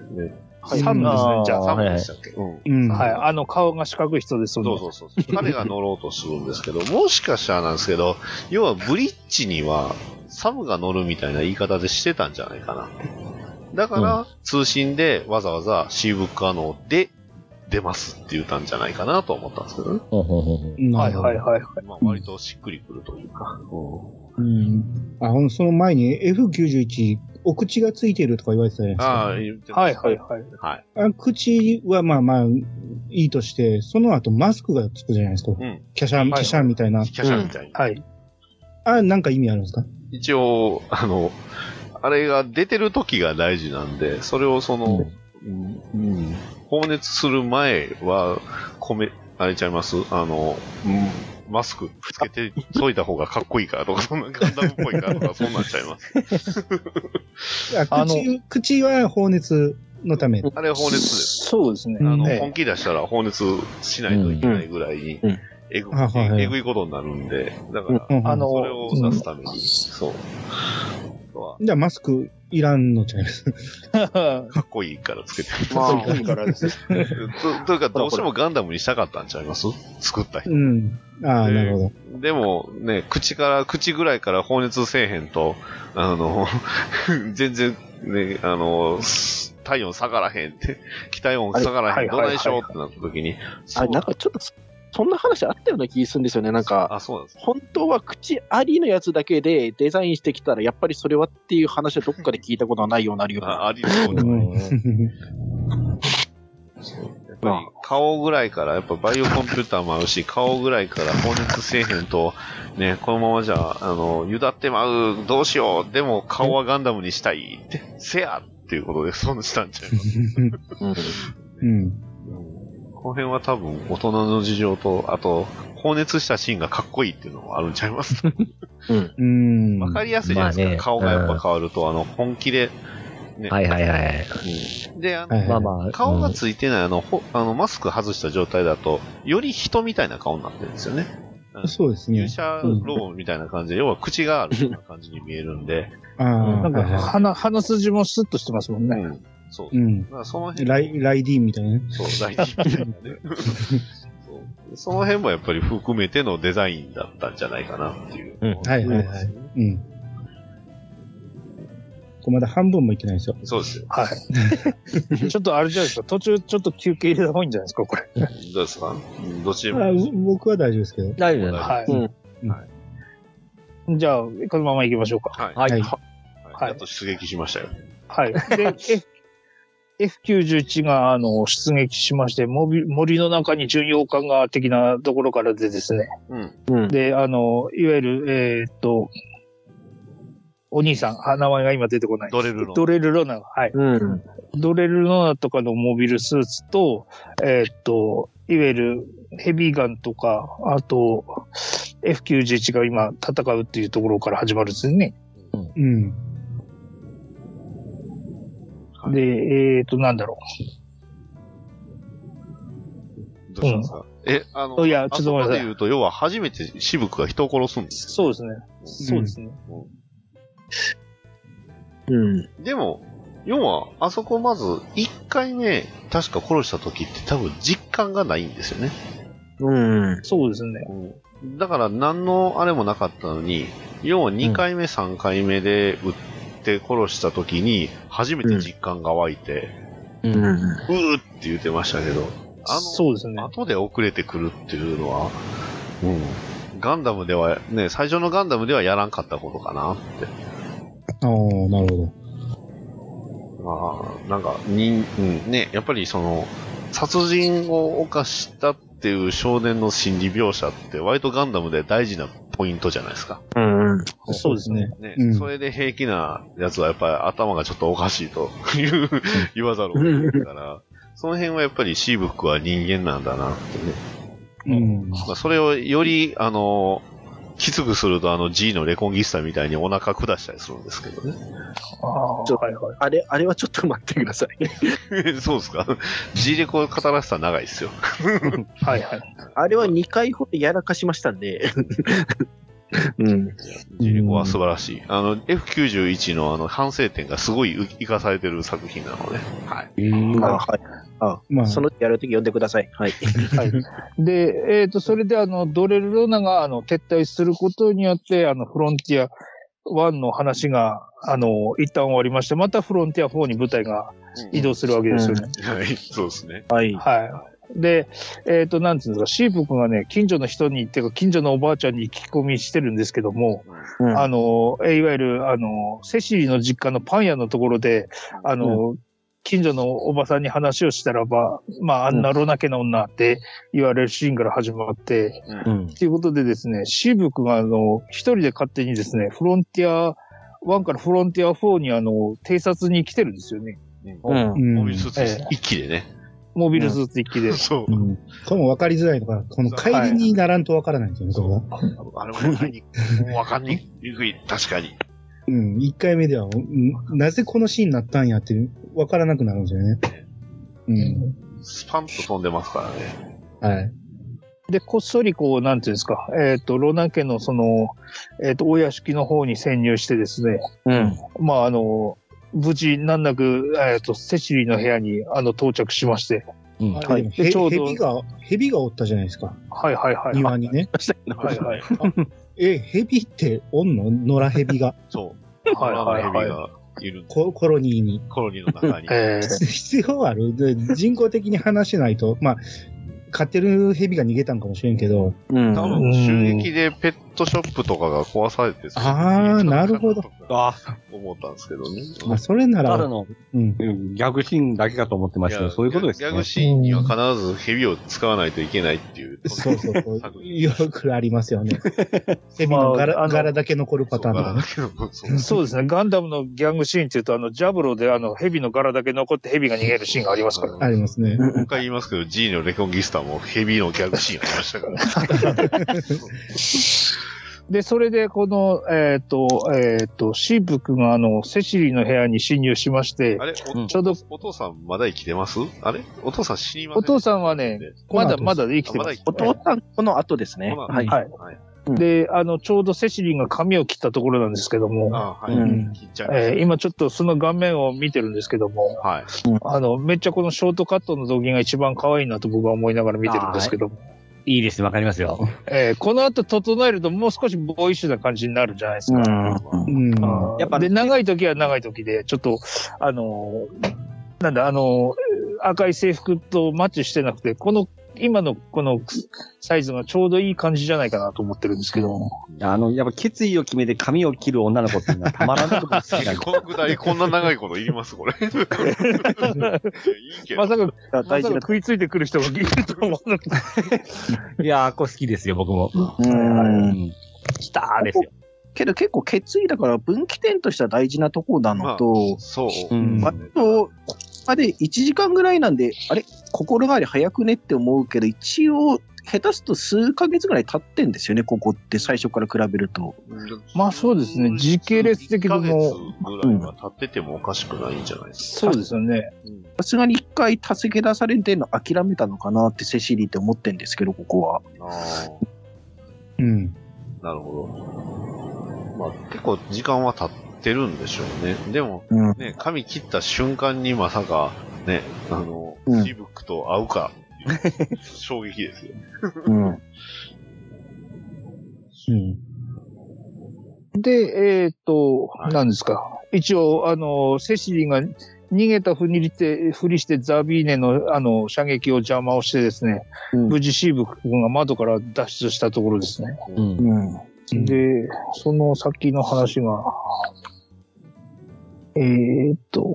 F: はい
C: サムですね、じゃあ。
E: あ
B: サ
E: ー
B: ムでしたっけ、うん。
D: うん。
C: (laughs) はい。あの、顔が四角い人ですよね。
B: そうそうそうそう。彼が乗ろうとするんですけど、もしかしたらなんですけど、要はブリッジにはサムが乗るみたいな言い方でしてたんじゃないかな。だから、通信でわざわざシーブックアノーで出ますって言ったんじゃないかなと思ったんですけどね。
D: な
C: は
D: る
C: い
D: ほど
C: はいはい。
B: まあ割としっくりくるというか。
D: うん。あ、ほんその前に F91、お口がついてるとか言われてたじゃないです
B: あ
D: か。
B: あ、言って
C: はい
B: ま
C: はいはい。
B: すはい。
D: あ口はまあまあ、いいとして、その後マスクがつくじゃないですか。
B: ん
D: キャシャン、
C: はい
D: キャシャンみたいな。
B: キャシャみたいに。
C: はい。
D: あ、なんか意味あるんですか
B: 一応、あの、あれが出てる時が大事なんで、それをその、うんうん放熱する前は、米、あれちゃいますあの、うんマスクつけてそいた方がかっこいいからとか、そんなガンダムっぽいからとか、そんなんちゃいます。
D: あ
C: あの
D: 口、口は放熱のため。
B: あれ放熱です。
C: そうですね。
B: あの、
D: ね
B: 本気出したら放熱しないといけないぐらいに
F: うんうん、
B: えぐ、
D: はいはいはい
B: えぐいことになるんで、だから、
D: うんうん
C: あの
B: それを出すために、そう。あとは
D: じゃあマスクいらんのちゃいます。
B: かっこいいからつけてる。
F: まあ、
C: いいからですね。
B: (laughs) とというか、どうしてもガンダムにしたかったんちゃいます作った人。
D: うん。ああ、
B: えー
D: なるほど。
B: でもね、口から、口ぐらいから放熱せえへんと、あの、 (laughs) 全然ね、あの、体温下がらへんって、機体温下がらへん、
C: はいはい
B: どないしょうってなった時に、
F: あ
B: そ
F: れ
B: う
F: なんかちょっと、そんな話あったような気するんですよね。なんか、
B: あ、そうなんです。
F: 本当は口ありのやつだけでデザインしてきたら、やっぱりそれはっていう話はどっかで聞いたことはないようになるような。
B: あありそうだね。やっぱり顔ぐらいから、やっぱバイオコンピューターもあるし、顔ぐらいから放熱せえへんと、ね、このままじゃ、あの、ゆだってまう、どうしよう、でも顔はガンダムにしたいって、せやっていうことで損したんちゃいます。
F: うん
D: うん。
B: この辺は多分大人の事情と、あと、放熱したシーンがかっこいいっていうのもあるんちゃいます
D: うん。
B: わかりやすいじゃないですか。
E: ま
B: 顔
E: あね
B: がやっぱ変わると、あの、本気で、ね。
E: はいはいはい。
B: うんで、あの、
D: はい
E: まあまあ。
B: 顔が
E: うん
B: ついてない、あの、ほあのマスク外した状態だと、より人みたいな顔になってるんですよね。
D: そうです
B: 勇
D: ね。
B: 者ロボみたいな感じで、要は口があるような感じに見えるんで。
D: ああ、
C: (laughs) なんか、
D: はいは
C: 鼻、鼻筋もスッとしてますもん
B: う
C: ね。
B: ん。そう
D: い。。うん
B: だ。からその辺
D: ライ、ライディーンみたいなね。
B: そう、大事みたいなね。
D: (laughs)
B: そうその辺もやっぱり含めてのデザインだったんじゃないかなっていう。
E: うん
D: はいはいはい。うん。これまだ半分もいけないですよ。
B: そうですよ。
C: はい。ちょっとあれじゃないですか。途中ちょっと休憩入れた方がいいんじゃないですか、これ。
B: どうですかどっちで
D: あ
B: も。
D: う僕は大丈夫ですけど。
E: 大丈夫だ
C: はい
F: うん
C: じゃあ、このまま行きましょうか。
B: はい。
E: はい
D: はい。
B: はい。やっと出撃しましたよ。
C: はい。
D: (laughs)
C: で、F、F91 が、あの、出撃しまして、モビ森の中に巡洋艦が的なところからでですね。
B: うん。
F: うん。
C: で、あの、いわゆる、えーっと、お兄さん、あ名前が今出てこない。
B: ドレルロン
C: ドレルロナ。はい。
F: うん。
C: ドレルロナとかのモビルスーツと、えーっと、いわゆるヘビーガンとか、あと、F91 が今戦うっていうところから始まるんですよね。
D: うん。
B: はい
C: で、えーっと、なんだろ
B: どうしたんですかえ、あの、
C: いや
B: あ
C: ちょっとごめんなさい
B: あそこで言うと、要は初めて渋くが人を殺すんで
C: う。
B: す。
C: そうですね。そうですね。
F: うん。
B: でも、要は、あそこまず、1回目、確か殺した時って多分実感がないんですよね。
F: うん。
C: そうですね。
B: だから何のあれもなかったのに、要は2回目、3回目で撃って殺した時に、初めて実感が湧いて、
F: う
B: う
F: ん。
B: ーって言ってましたけど、あの、
C: そうですね。
B: 後で遅れてくるっていうのは、うん。ガンダムでは、ね、最初のガンダムではやらんかったことかなって。
D: ああ、なるほど。
B: まあ、なんか、に、うん、ね、やっぱりその、殺人を犯したっていう少年の心理描写って、割とガンダムで大事なポイントじゃないですか。
F: うん。
C: そうですね。
B: ね、
D: うん
B: それで平気なやつはやっぱり頭がちょっとおかしいと (laughs) いう言わざるを得ないから、その辺はやっぱりシーブックは人間なんだなってね。
D: うん。
B: まあ、それをより、あの、きつくするとあの G のレコンギスタみたいにお腹下したりするんですけどね。 (laughs)
C: ああ、
F: ちょ
C: はいはい。
F: あれ、あれはちょっと待ってください。
B: そうですか ?G レコ語らせたら長いですよ。
C: はいはい。
F: あれは2回ほどやらかしましたんで。うん。
B: ジリコは素晴らしい。あの、F91 のあの、反省点がすごい生かされてる作品なので。はい。
F: まあ、はい。
D: まあ、
F: その時やるとき読んでください。はい。
C: で、えっ、と、それであの、ドレルロナが、あの、撤退することによって、あの、フロンティア1の話が、あの、一旦終わりまして、またフロンティア4に舞台が移動するわけですよね。
B: はい、そうですね。
F: はい。
C: はい。で、えっ、と、なんていうんですか、シープ君がね、近所の人に、っていうか、近所のおばあちゃんに聞き込みしてるんですけども、
F: うん
C: あの、えいわゆる、あの、セシリの実家のパン屋のところで、あの、近所のおばさんに話をしたらば、まあ、あんなロナ家の女って言われるシーンから始まって、
E: うん
C: っていうことでですね、シーブクが、あの、一人で勝手にですね、フロンティア1からフロンティア4に、あの、偵察に来てるんですよね。
F: うん
D: う。ん。
B: モビルスーツ
C: ええ
B: 一気でね。 (laughs)
C: モビルスーツ一機で。
B: そう
D: う。ん。これも分かりづらいのが、この帰りにならんと分からないんですよね、そこは。
B: あれも分かりにくい。もう分かんにくい。確かに。
D: うん。一回目では、うんなぜこのシーンになったんやって、分からなくなるんですよね。うん。
B: スパンと飛んでますからね。
D: はい。
C: で、こっそりこう、なんていうんですか、えっ、と、ロナ家のその、えっ、と、お屋敷の方に潜入してですね、
F: うん。
C: まあ、あの、無事、難なく、えっ、と、セシリの部屋に、あの、到着しまして。
E: うん
D: あ
C: は
D: れ
C: い
D: でも
C: で
D: へ
C: ちょうど
D: 蛇が、蛇がおったじゃないですか。
C: はいはいはい。
D: 庭にね。
C: はいはい。
D: え、蛇っておんの野良蛇が。 (laughs)
B: そう。
C: はいはいは
B: 野良
C: い
B: の蛇がいる
D: ココロニーに。
B: コロニーの中に。
C: え
D: 必要あるで人工的に話しないと、まあ、飼ってる蛇が逃げたんかもしれんけど、
F: うん。
B: 多
D: う
B: 分、
D: ん
B: 襲撃でペットショップとかが壊されて、
D: あーなるほど。
E: あ、
B: 思ったんですけどね。
D: まあ、それな
E: た
D: ら、
E: だの
D: うん。
E: うんギャグシーンだけかと思ってましたけど、そういうことです
B: ギ
E: ね
B: ャ。グシーンには必ず蛇を使わないといけないっていう。
D: そうそうそ
B: 作
D: う。
B: 品
D: (laughs) よくありま
C: (laughs)
D: すよね。蛇の柄,、
C: まああの
D: 柄だけ残るパターン
B: そ
D: と
B: うだ
D: か
B: け
D: ね。
B: どそう
C: そうですね。ガンダムのギャングシーンっていうと、あの、ジャブロであの、蛇の柄だけ残って蛇が逃げるシーンがありますから。
D: ありますね。
B: もう一回言いますけど、G のレコンギスタもヘビーのギャグシーンありましたから。
C: で、それで、この、えっ、と、えっ、と、シープ君があの、セシリの部屋に侵入しまして
B: あ、れお
C: ちょうど
B: お父さんまだ生きてますあれお父さん死にませ
C: お父さんはねまだまだ生きてます。
F: お父さん、この後ですね。
B: まだ
F: はい。
C: はい
B: はい。
C: で、あの、ちょうどセシリが髪を切ったところなんですけど
B: あ
C: も、
B: はい。
C: うん
B: 切っちゃいました
C: えー今ちょっとその顔面を見てるんですけども、
B: はい。
C: あの、めっちゃこのショートカットの動機が一番可愛いなと僕は思いながら見てるんですけども、
E: いいです、わかりますよ。
C: えーこの後整えるともう少しボーイッシュな感じになるじゃないですか。
F: うん。
D: うん。
C: あー
E: やっぱ
C: で、長い時は長い時で、ちょっと、あのーなんだ、あのー赤い制服とマッチしてなくて、この、今のこのサイズがちょうどいい感じじゃないかなと思ってるんですけども。
E: あの、やっぱ決意を決めて髪を切る女の子っていうのはたまらないことですね。
B: このくだりこんな長いこと言いますこれ。いいけど。
C: まさか、
F: だ
C: ま
F: 大
C: さか
F: 事な。
C: 食いついてくる人がいると
F: (laughs)
C: 思わなくて。
E: (laughs) いやー、これ好きですよ、僕も。
F: うん
E: うん来たーですよ。
F: けど結構決意だから分岐点としては大事なとこなのと、
B: そう。
E: うん
F: あと、ここまで1時間ぐらいなんで、あれ心変わり早くねって思うけど、一応、下手すと数ヶ月ぐらい経ってんですよね、ここって最初から比べると。
C: まあそうですね時系列的にも
B: 1ヶ月ぐらいは経っててもおかしくないんじゃないです
C: そうですよね。
B: か。うん
F: さすがに一回助け出されてるの諦めたのかなってセシリーって思ってんですけど、ここは。
B: あー
D: うん。
B: なるほど。まあ結構時間は経ってるんでしょうね。でも
F: うん。
B: ね、髪切った瞬間にまさかね、あの、
F: うん
B: シブックと会うかっていう衝撃ですよ。
F: うん。
D: うん。
C: で、えっと、
B: はい
C: 何ですか。一応、あのーセシリが逃げたふりして、ふりしてザビーネの、あの、射撃を邪魔をしてですね、
F: うん
C: 無事シーブ君が窓から脱出したところですね。
E: うん
F: うん。
D: うん
C: で、その先の話が、えーっと、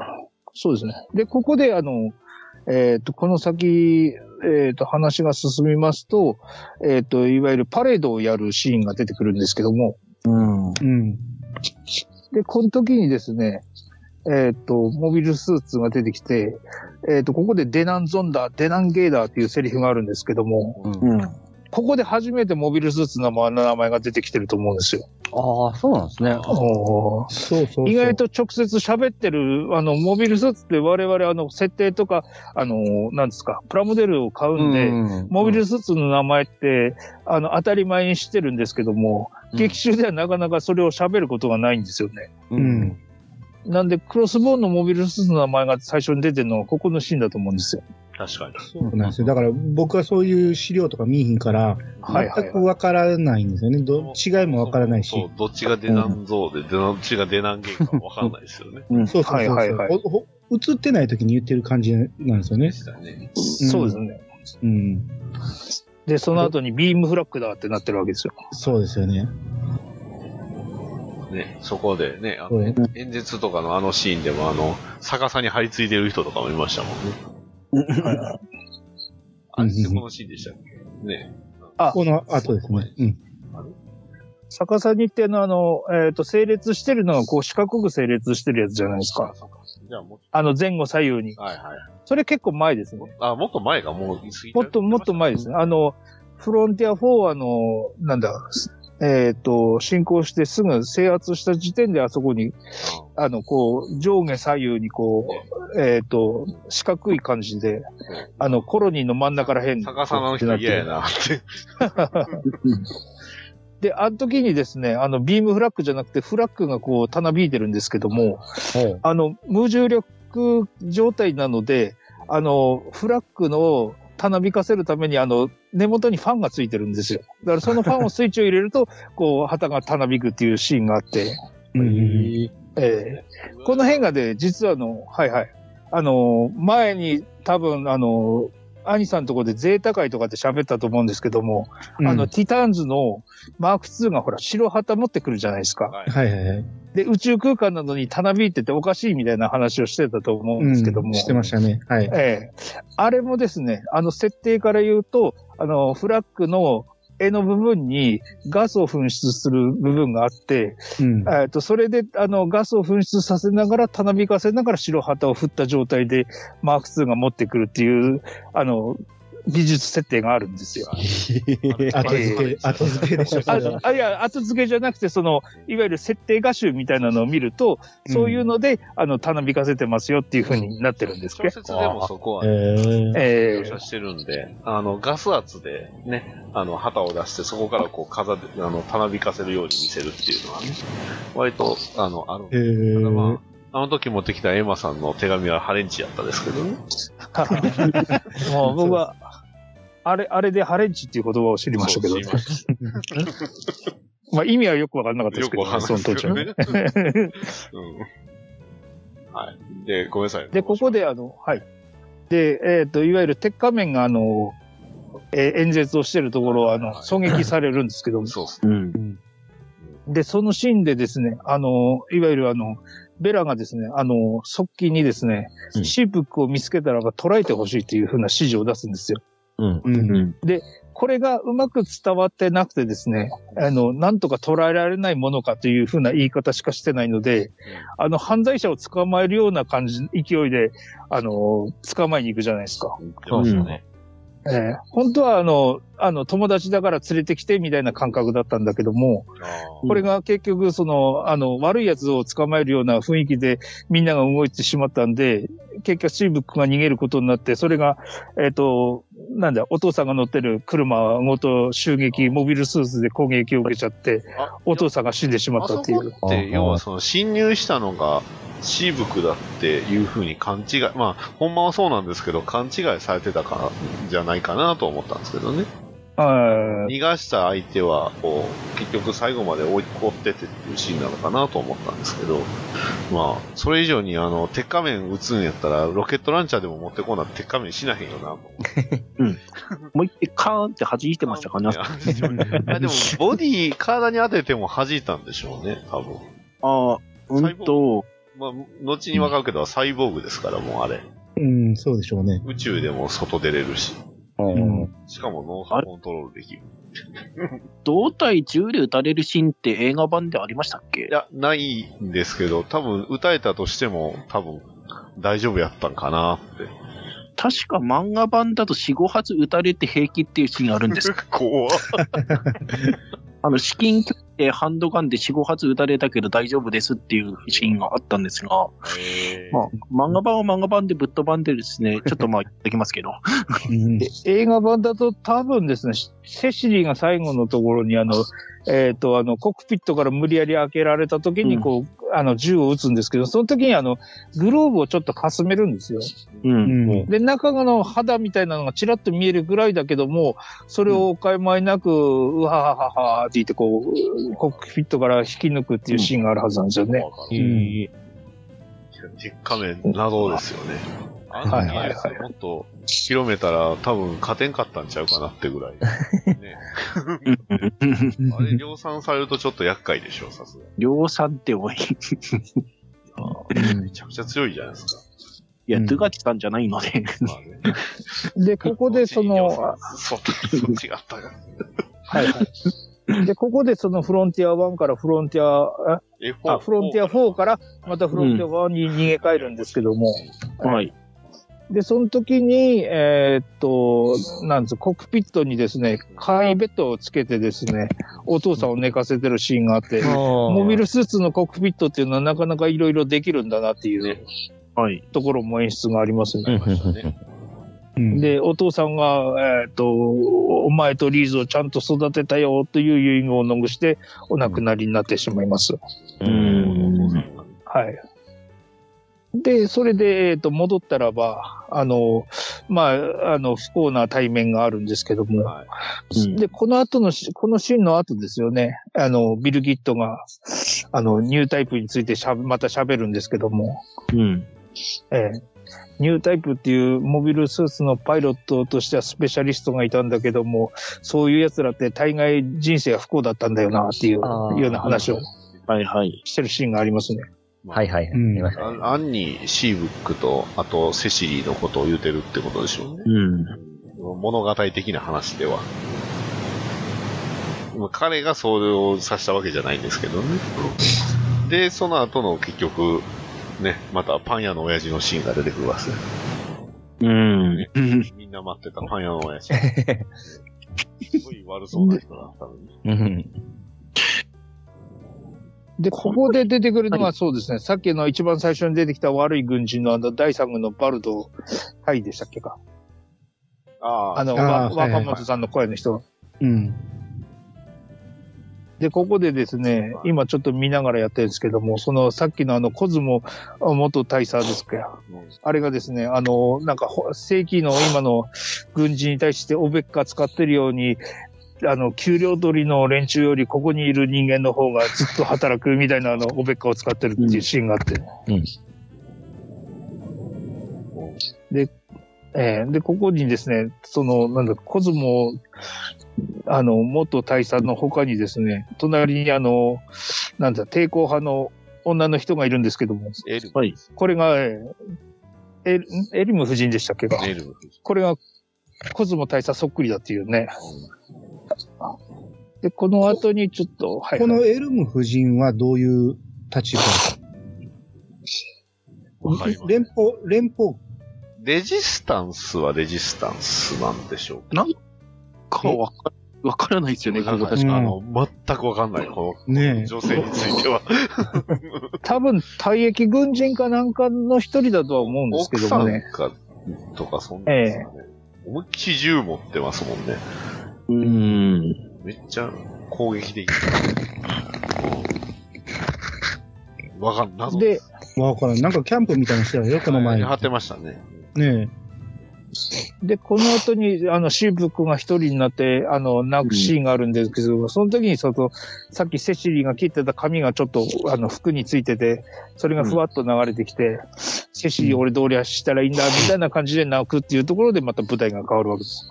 C: そうですね。で、ここで、あの、えーっと、この先、えーっと、話が進みますと、えーっと、いわゆるパレードをやるシーンが出てくるんですけども、
F: うん。
D: うん。
C: で、この時にですね、えーっと、モビルスーツが出てきて、えーっと、ここでデナンゾンダー、デナンゲーダーっていうセリフがあるんですけども、
F: うん。
C: ここで初めてモビルスーツの名前が出てきてると思うんですよ。
E: ああ、そうなんですね。
D: そうそうそう
C: 意外と直接喋ってる、あの、モビルスーツって我々、あの、設定とか、あの、なんですか、プラモデルを買うんで、モビルスーツの名前って、あの、当たり前にしてるんですけども、
E: うん
C: 劇中ではなかなかそれを喋ることがないんですよね。
E: う。
D: うんん。
C: なんで、クロスボーンのモビルスーツの名前が最初に出てるのは、ここのシーンだと思うんですよ。
B: 確かに。
D: そうなんですよ。だから僕はそういう資料とか見えへんから、
C: はいはい
D: 全くわからないんですよね。ど違いもわからないし。
B: そう、どっちが出なんぞで、どっちが出なんげんかわかんないですよね。
D: そうそうそうそう、
C: はいはいはい
D: ほほ映ってない時に言ってる感じなんですよね
B: で。したね。
C: そうですね。
D: うん。
C: で、その後にビームフラッグだってなってるわけですよ。
D: そうですよね。
B: ね、そこでね、あ
D: そ
B: の
D: うね
B: 演説とかのあのシーンでも、あの、逆さに張り付いてる人とかもいましたもんね。あ
D: うん
B: れ
D: うん
B: そこのシーンでしたっけね。
C: あ
D: この後ですね。うん。
C: 逆さにっていうのは、あの、えっ、と、整列してるのが、こう、四角く整列してるやつじゃないですか。
B: そうか。じゃあも
C: あの、前後左右に
B: う、。はいはい。
C: それ結構前ですね。
B: あ、もっと前がもう過ぎちゃう
C: もっともっと前ですね。あの、フロンティア4はあの、なんだ、えっ、と、進行してすぐ制圧した時点であそこに、あの、こう、上下左右にこう、えっ、と、四角い感じで、あの、コロニーの真ん中らへん。
B: 逆さまの人嫌やなって。
C: で、あの時にですね、あの、ビームフラッグじゃなくて、フラッグがこう、たなびいてるんですけども、あの、無重力状態なので、あの、フラッグのたなびかせるために、あの、根元にファンがついてるんですよ。だからそのファンをスイッチを入れると、 (laughs) こう、旗がたなびくっていうシーンがあって、
D: うんうんうん
C: ええこの辺がで、実はあの、はいはい。あの、前に多分、あの、兄さんのところでゼータ界とかって喋ったと思うんですけども、
D: うん
C: あの、ティターンズのマーク2がほら、白旗持ってくるじゃないですか。
B: はい
D: はいはいはい。
C: で、宇宙空間などにたなびいてておかしいみたいな話をしてたと思うんですけども。
D: うんしてましたね。はい。
C: ええ。あれもですね、あの設定から言うと、あの、フラッグの絵の部分にガスを噴出する部分があって、
D: うん。
C: えっと、それで、あの、ガスを噴出させながら、たなびかせながら白旗を振った状態で、マーク2が持ってくるっていう、あの、技術設定があるんですよ。
D: 後付
C: (laughs)
D: け、後付けでしょ、そ
C: あ
D: れは。
C: あいや、後付けじゃなくて、その、いわゆる設定画集みたいなのを見ると、そういうので、あの、たなびかせてますよっていうふうになってるんです
B: 小
C: けど。
B: 説でもそこは
D: え
B: ね、
D: ー
C: え
B: 描写してるんで、あの、ガス圧でね、あの、旗を出して、そこからこう、風で、あの、たなびかせるように見せるっていうのはね、割と、あの、あるん
D: え
B: でただ
D: ー
B: まあ、あの時持ってきたエマさんの手紙はハレンチやったですけどね。
C: え。もう僕は、あれ、あれでハレンチっていう言葉を知りました
B: (laughs)
C: けど、
B: そう知りまし
C: まあ意味はよくわかんなかった
B: た
C: です
B: よ
C: け
B: く
C: ど、
B: わかんない
C: そ
B: で
C: の
B: す
C: 当
B: け
C: 時
B: ど
C: は
B: ね
C: ね。。
B: うんはい。で、ごめんなさい。
C: で、ここで、あの、はい。で、えっ、と、いわゆる鉄仮面が、あの、えー演説をしてるところを、あの、狙撃されるんですけども、
B: そうっす
F: うん。
C: で、そのシーンでですね、あの、いわゆるあの、ベラがですね、あの、側近にですね、
E: うん
C: シープックを見つけたらば捕らえてほしいというふうな指示を出すんですよ。
E: うん。
D: うん。
C: これがうまく伝わってなくてですね、あの、なんとか捉えられないものかというふうな言い方しかしてないので、あの、犯罪者を捕まえるような感じ、勢いで、あの、捕まえに行くじゃないですか。
B: 言ってましたね。
C: ええ本当はあの、あの、友達だから連れてきてみたいな感覚だったんだけども、これが結局、その、あの、悪い奴を捕まえるような雰囲気でみんなが動いてしまったんで、結局シーブックが逃げることになって、それが、えっ、と、なんだ、お父さんが乗ってる車ごと襲撃、モビルスーツで攻撃を受けちゃって、
B: あ
C: お父さんが死んでしまったってい。
B: あそうこって、要はその侵入したのが、シーブクだっていうふうに勘違い、まあ、ほんまはそうなんですけど、勘違いされてたから、じゃないかなと思ったんですけどね。
C: はい
B: 逃がした相手は、こう、結局最後まで追い込ってっていうシーンなのかなと思ったんですけど、まあ、それ以上に、あの、鉄仮面撃つんやったら、ロケットランチャーでも持ってこな鉄仮面しなへんよな、もう。
F: もう一回カーンって弾いてましたかね。
B: いやでも、ボディ、体に当てても弾いたんでしょうね、多分。
F: ああ、うんと、
B: まあ、後にわかるけど、サイボーグですから、もうあれ。
D: うん、そうでしょうね。
B: 宇宙でも外出れるし、
D: うん。
B: しかもノウハウコントロールできる。
F: 胴体銃で撃たれるシーンって映画版でありましたっけ
B: いや、ないんですけど、多分、歌えたとしても、多分、大丈夫やったんかなって。
F: 確か漫画版だと4、5発撃たれて平気っていうシーンあるん (laughs) です
B: (laughs) 怖
F: あの、至近距離でハンドガンで4、5発撃たれたけど大丈夫ですっていうシーンがあったんですが、まあ、漫画版は漫画版でぶっ飛ばんでです (laughs) ね、ちょっとまあ言っときますけど、
D: うん
C: で映画版だと多分ですね、セシリーが最後のところにあの、えっ、と、あの、コックピットから無理やり開けられた時にこう、あの、銃を撃つんですけど、その時にあの、グローブをちょっとかすめるんですよ。
F: う。
D: うんん。
C: で、中の肌みたいなのがちらっと見えるぐらいだけども、それをお構いまいなく、うわははははって言って、こう、コックピットから引き抜くっていうシーンがあるはずなんですよね。
D: うん
B: 鉄仮面などですよね。あの
C: はい
B: 技
C: はい
B: 術
C: は
B: をもっと広めたら、多分勝てんかったんちゃうかなってぐらい。ね、あれ量産されるとちょっと厄介でしょう、さすがに。
F: 量産って多い。
B: めちゃくちゃ強いじゃないですか。
F: いや、
D: うん
F: ドゥガチさんじゃないので。
B: まあね
C: で、ここでその、、
B: そっちそっちがあったから。
C: はいはい。で、ここでそのフロンティア1からフロンティア、
B: え
C: あフロンティア4からまたフロンティア1に逃げ帰るんですけども、
F: はい。
C: で、その時に、えーっと、なんですコックピットにですね、簡易ベッドをつけてですね、お父さんを寝かせてるシーンがあって、モ
E: モ
C: ビルスーツのコックピットっていうのはなかなかいろいろできるんだなっていう
B: ね
F: はい。
C: ところも演出があります
E: う
C: ね。
E: ん
D: うん
C: で、お父さんが、えっ、と、お前とリーズをちゃんと育てたよという遺言を残してお亡くなりになってしまいます。
E: うん。
C: はい。で、それで、えっ、と、戻ったらば、あの、まあ、あの、不幸な対面があるんですけども、
B: はい
F: うん
C: で、この後のし、このシーンの後ですよね。あの、ビル・ギットが、あの、ニュータイプについてしゃべまた喋るんですけども、
F: うん。
C: ええニュータイプっていうモビルスーツのパイロットとしてはスペシャリストがいたんだけども、そういう奴らって大概人生が不幸だったんだよなっていう
E: あー
C: ような話を
F: はいはい。
C: してるシーンがありますね。
E: はいはい。
D: うん
E: 見ましたね
B: あアンにシーブックと、あとセシリーのことを言うてるってことでしょうね。
F: うん。
B: 物語的な話では。まあ彼がそれを指したわけじゃないんですけどね。で、その後の結局、ね、またパン屋の親父のシーンが出てくるわけですね
F: うん。
B: みんな待ってたパン屋の親父。すごい悪そうな人だったのに。
E: うん。
C: で、ここで出てくるのがそうですね、さっきの一番最初に出てきた悪い軍人のあの第3部のバルド、タイでしたっけか。
B: ああ
C: あの、
D: あー
C: わ
D: はいはいは
C: 若
D: い
C: 本さんの声の人。
D: うん。
C: で、ここでですね、今ちょっと見ながらやってるんですけども、そのさっきのあのコズモあ元大佐ですか
B: うん
C: あれがですね、あの、なんかほ正規の今の軍人に対してオベッカ使ってるように、あの、給料取りの連中よりここにいる人間の方がずっと働くみたいなあの、オベッカを使ってるっていうシーンがあって。
E: うん
C: で、えーで、ここにですね、その、なんだ、コズモあの、元大佐の他にですね、隣にあの、なんだ、抵抗派の女の人がいるんですけども、
B: エルム。
F: はい。
C: これが、えーエルエリム夫人でしたっけか
B: エルム。
C: これがコズモ大佐そっくりだっていうね。で、この後にちょっと、はい、
D: このエルム夫人はどういう立場
B: わかります
D: 連邦、連邦、
B: レジスタンスはレジスタンスなんでしょう
G: な
B: か
G: んかわかわからないですよね、こ
B: なん
G: こ
B: か
G: 確
D: うん
G: か。
B: あの、全くわかんない。この
D: ね
B: 女性については。
C: 多分、退役軍人かなんかの一人だとは思うんですけ
B: 奥
C: ど
B: さ
C: も
B: ん
C: ね。
B: か、とか、そんなんですかね。思いっきり銃持ってますもんね。
G: うん。
B: めっちゃ攻撃的。うんわかん、謎。
C: で、
D: わからん。なんかキャンプみたいなのしてたよ、この前。
B: 張ってましたね。
D: ね
C: で、この後に、あの、シープ君が一人になって、あの、泣くシーンがあるんですけど、その時に、その、さっきセシリーが切ってた髪がちょっと、あの、服についてて、それがふわっと流れてきて、セシリー俺どうりゃしたらいいんだ、みたいな感じで泣くっていうところで、また舞台が変わるわけです。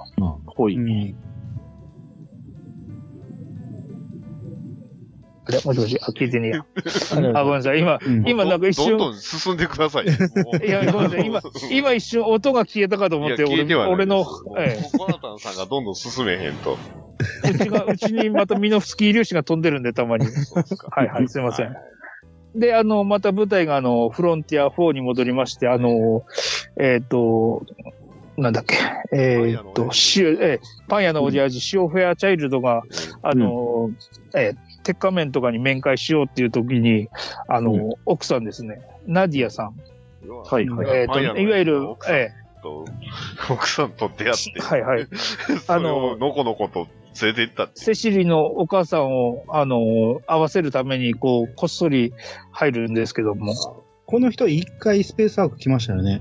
G: ほ
D: え。
G: い。
D: ん。
C: あれもしもし、あ、聞いてねえや。あ、ごめんなさい、今、
D: うん
C: 今なんか一瞬
B: どんどん進んでください。
C: い (laughs) やごめんなさい今
B: (laughs)
C: 今一瞬音が消えたかと思って、俺俺の、ええ、
B: コナタンさんがどんどん進めへんと。
C: う (laughs) ちが、うちにまたミノフスキー粒子が飛んでるんで、たま (laughs) に。はいはい、すいません。で、あの、また舞台が、あの、フロンティア4に戻りまして、あの、えっ、と、なんだっけ、えっ、と、シュえーパン屋のおじやじ、シオフェアチャイルドが、あの、えー鉄仮面とかに面会しようっていう時に、あの、奥さんですね、ナディアさん、
B: は。
G: はいいはい。
C: えっ、と、いわゆる、え
B: 奥さんと出会って
C: ー、はいはい、
B: あの、のこのこと連れて行ったっていう
C: セシリのお母さんを、あの、合わせるために、こう、こっそり入るんですけども。
D: この人一回スペースアーク来ましたよね。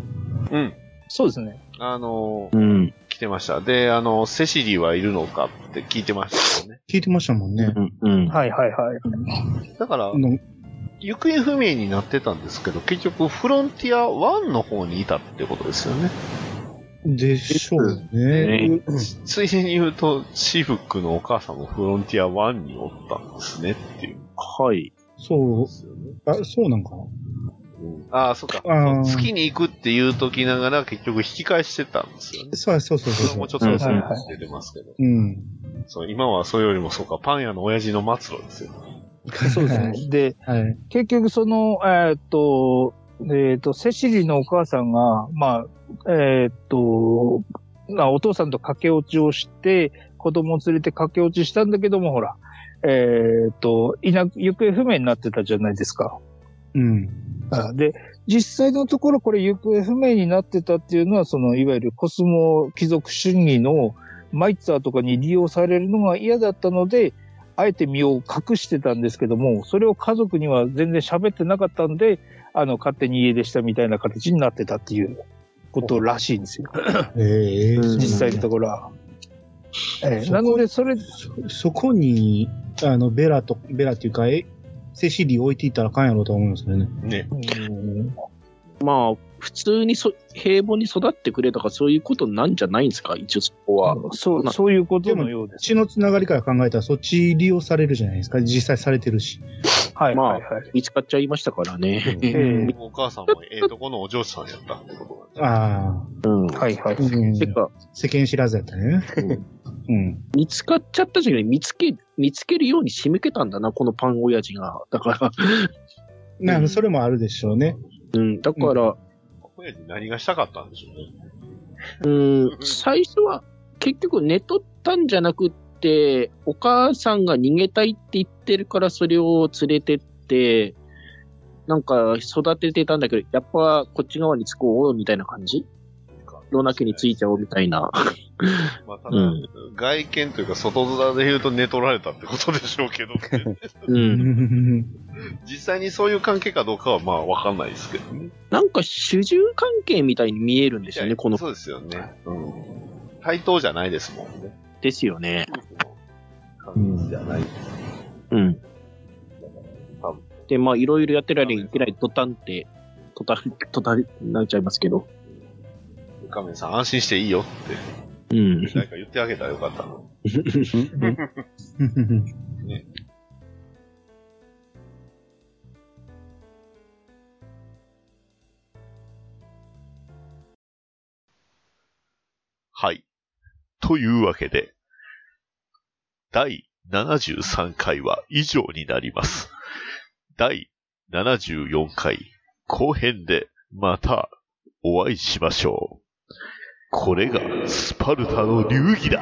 B: うん。
C: そうですね。
B: あの、
G: うん。
B: 来てました。で、あの、セシリはいるのかって聞いてましたよね。
D: 聞いてましたもんね。
G: うんうん。
C: はいはいはい。
B: だから
D: あ、の
B: 行方不明になってたんですけど、結局、フロンティア1の方にいたってことですよね。
D: でしょうね。
G: ね
B: ついでに言うと、シーフックのお母さんもフロンティア1におったんですねっていう。
G: はい。
D: そう
B: ですよね。
D: あ、そうなんかな
B: ああ、そっか。
D: あー
B: そう月に行くって言うときながら、結局引き返してたんですよね。
D: そうそうそう
B: それ
D: そ
B: も
D: う
B: ちょ
D: そ
B: っと
G: うん
B: 出てますけど、
D: う。うん。
B: そう今はそれよりもそうか、パン屋の親父の末路ですよ。
C: そうですね。で、
D: はい。
C: 結局その、えーっと、えーっと、セシリのお母さんが、まあ、えーっと、まあお父さんと駆け落ちをして、子供を連れて駆け落ちしたんだけども、ほら、えーっと、いな、行方不明になってたじゃないですか。
D: うん。
C: あで、実際のところこれ行方不明になってたっていうのは、その、いわゆるコスモ貴族主義のマイツァーとかに利用されるのが嫌だったので、あえて身を隠してたんですけども、それを家族には全然喋ってなかったんで、あの、勝手に家出したみたいな形になってたっていうことらしいんですよ。
D: ええ
G: うん
C: 実際のところは。ええなので、それ、
D: そそこに、あの、ベラと、ベラっていうか、え、セシリ置いていったらあかんやろうとは思うんですけどね。
B: ね。
C: うん
G: まあ、
F: 普通にそ平凡に育ってくれとか、そういうことなんじゃないんですか、一応そこは。
C: そ
F: な
C: う、そういうことのようです。
D: 血のつながりから考えたらそっち利用されるじゃないですか。実際されてるし。
C: はい、
F: まあ
C: はい、はい。
F: 見つかっちゃいましたからね。
C: えー
B: お母さんもええとこのお嬢さんやったってことなんだ
D: ああ、
F: うん。
C: はい、はい。
D: うん
F: てか、
D: 世間知らずやったね。うん。
F: 見つかっちゃった時に見つけ、見つけるように仕向けたんだな、このパン親父が。だから、
D: なそれもあるでしょうね。
F: うん、だから、
B: 親父何がしたかったんでしょうね。
F: うん、最初は結局寝とったんじゃなくって、お母さんが逃げたいって言ってるからそれを連れてって、なんか育ててたんだけど、やっぱこっち側につこうみたいな感じロナ家についちゃおうみたいな。
B: まあ、ただ、
F: うん
B: 外見というか外面で言うと寝取られたってことでしょうけど、
F: (laughs) うん。
B: 実際にそういう関係かどうかはまあわかんないですけどね。
F: なんか主従関係みたいに見えるんですよね、この。
B: そうですよね。うん。対等じゃないですもんね。
F: ですよね。
B: 感じじゃない。
F: うん
B: 多分。
F: で、まあ、いろいろやってられんいけない、ドタンって、トタン、トタンなっちゃいますけど。
B: 亀さん安心していいよっ
F: うん
B: て、。誰か言ってあげたらよかったの。はい。というわけで、第73回は以上になります。第74回後編でまたお会いしましょう。これがスパルタの流儀だ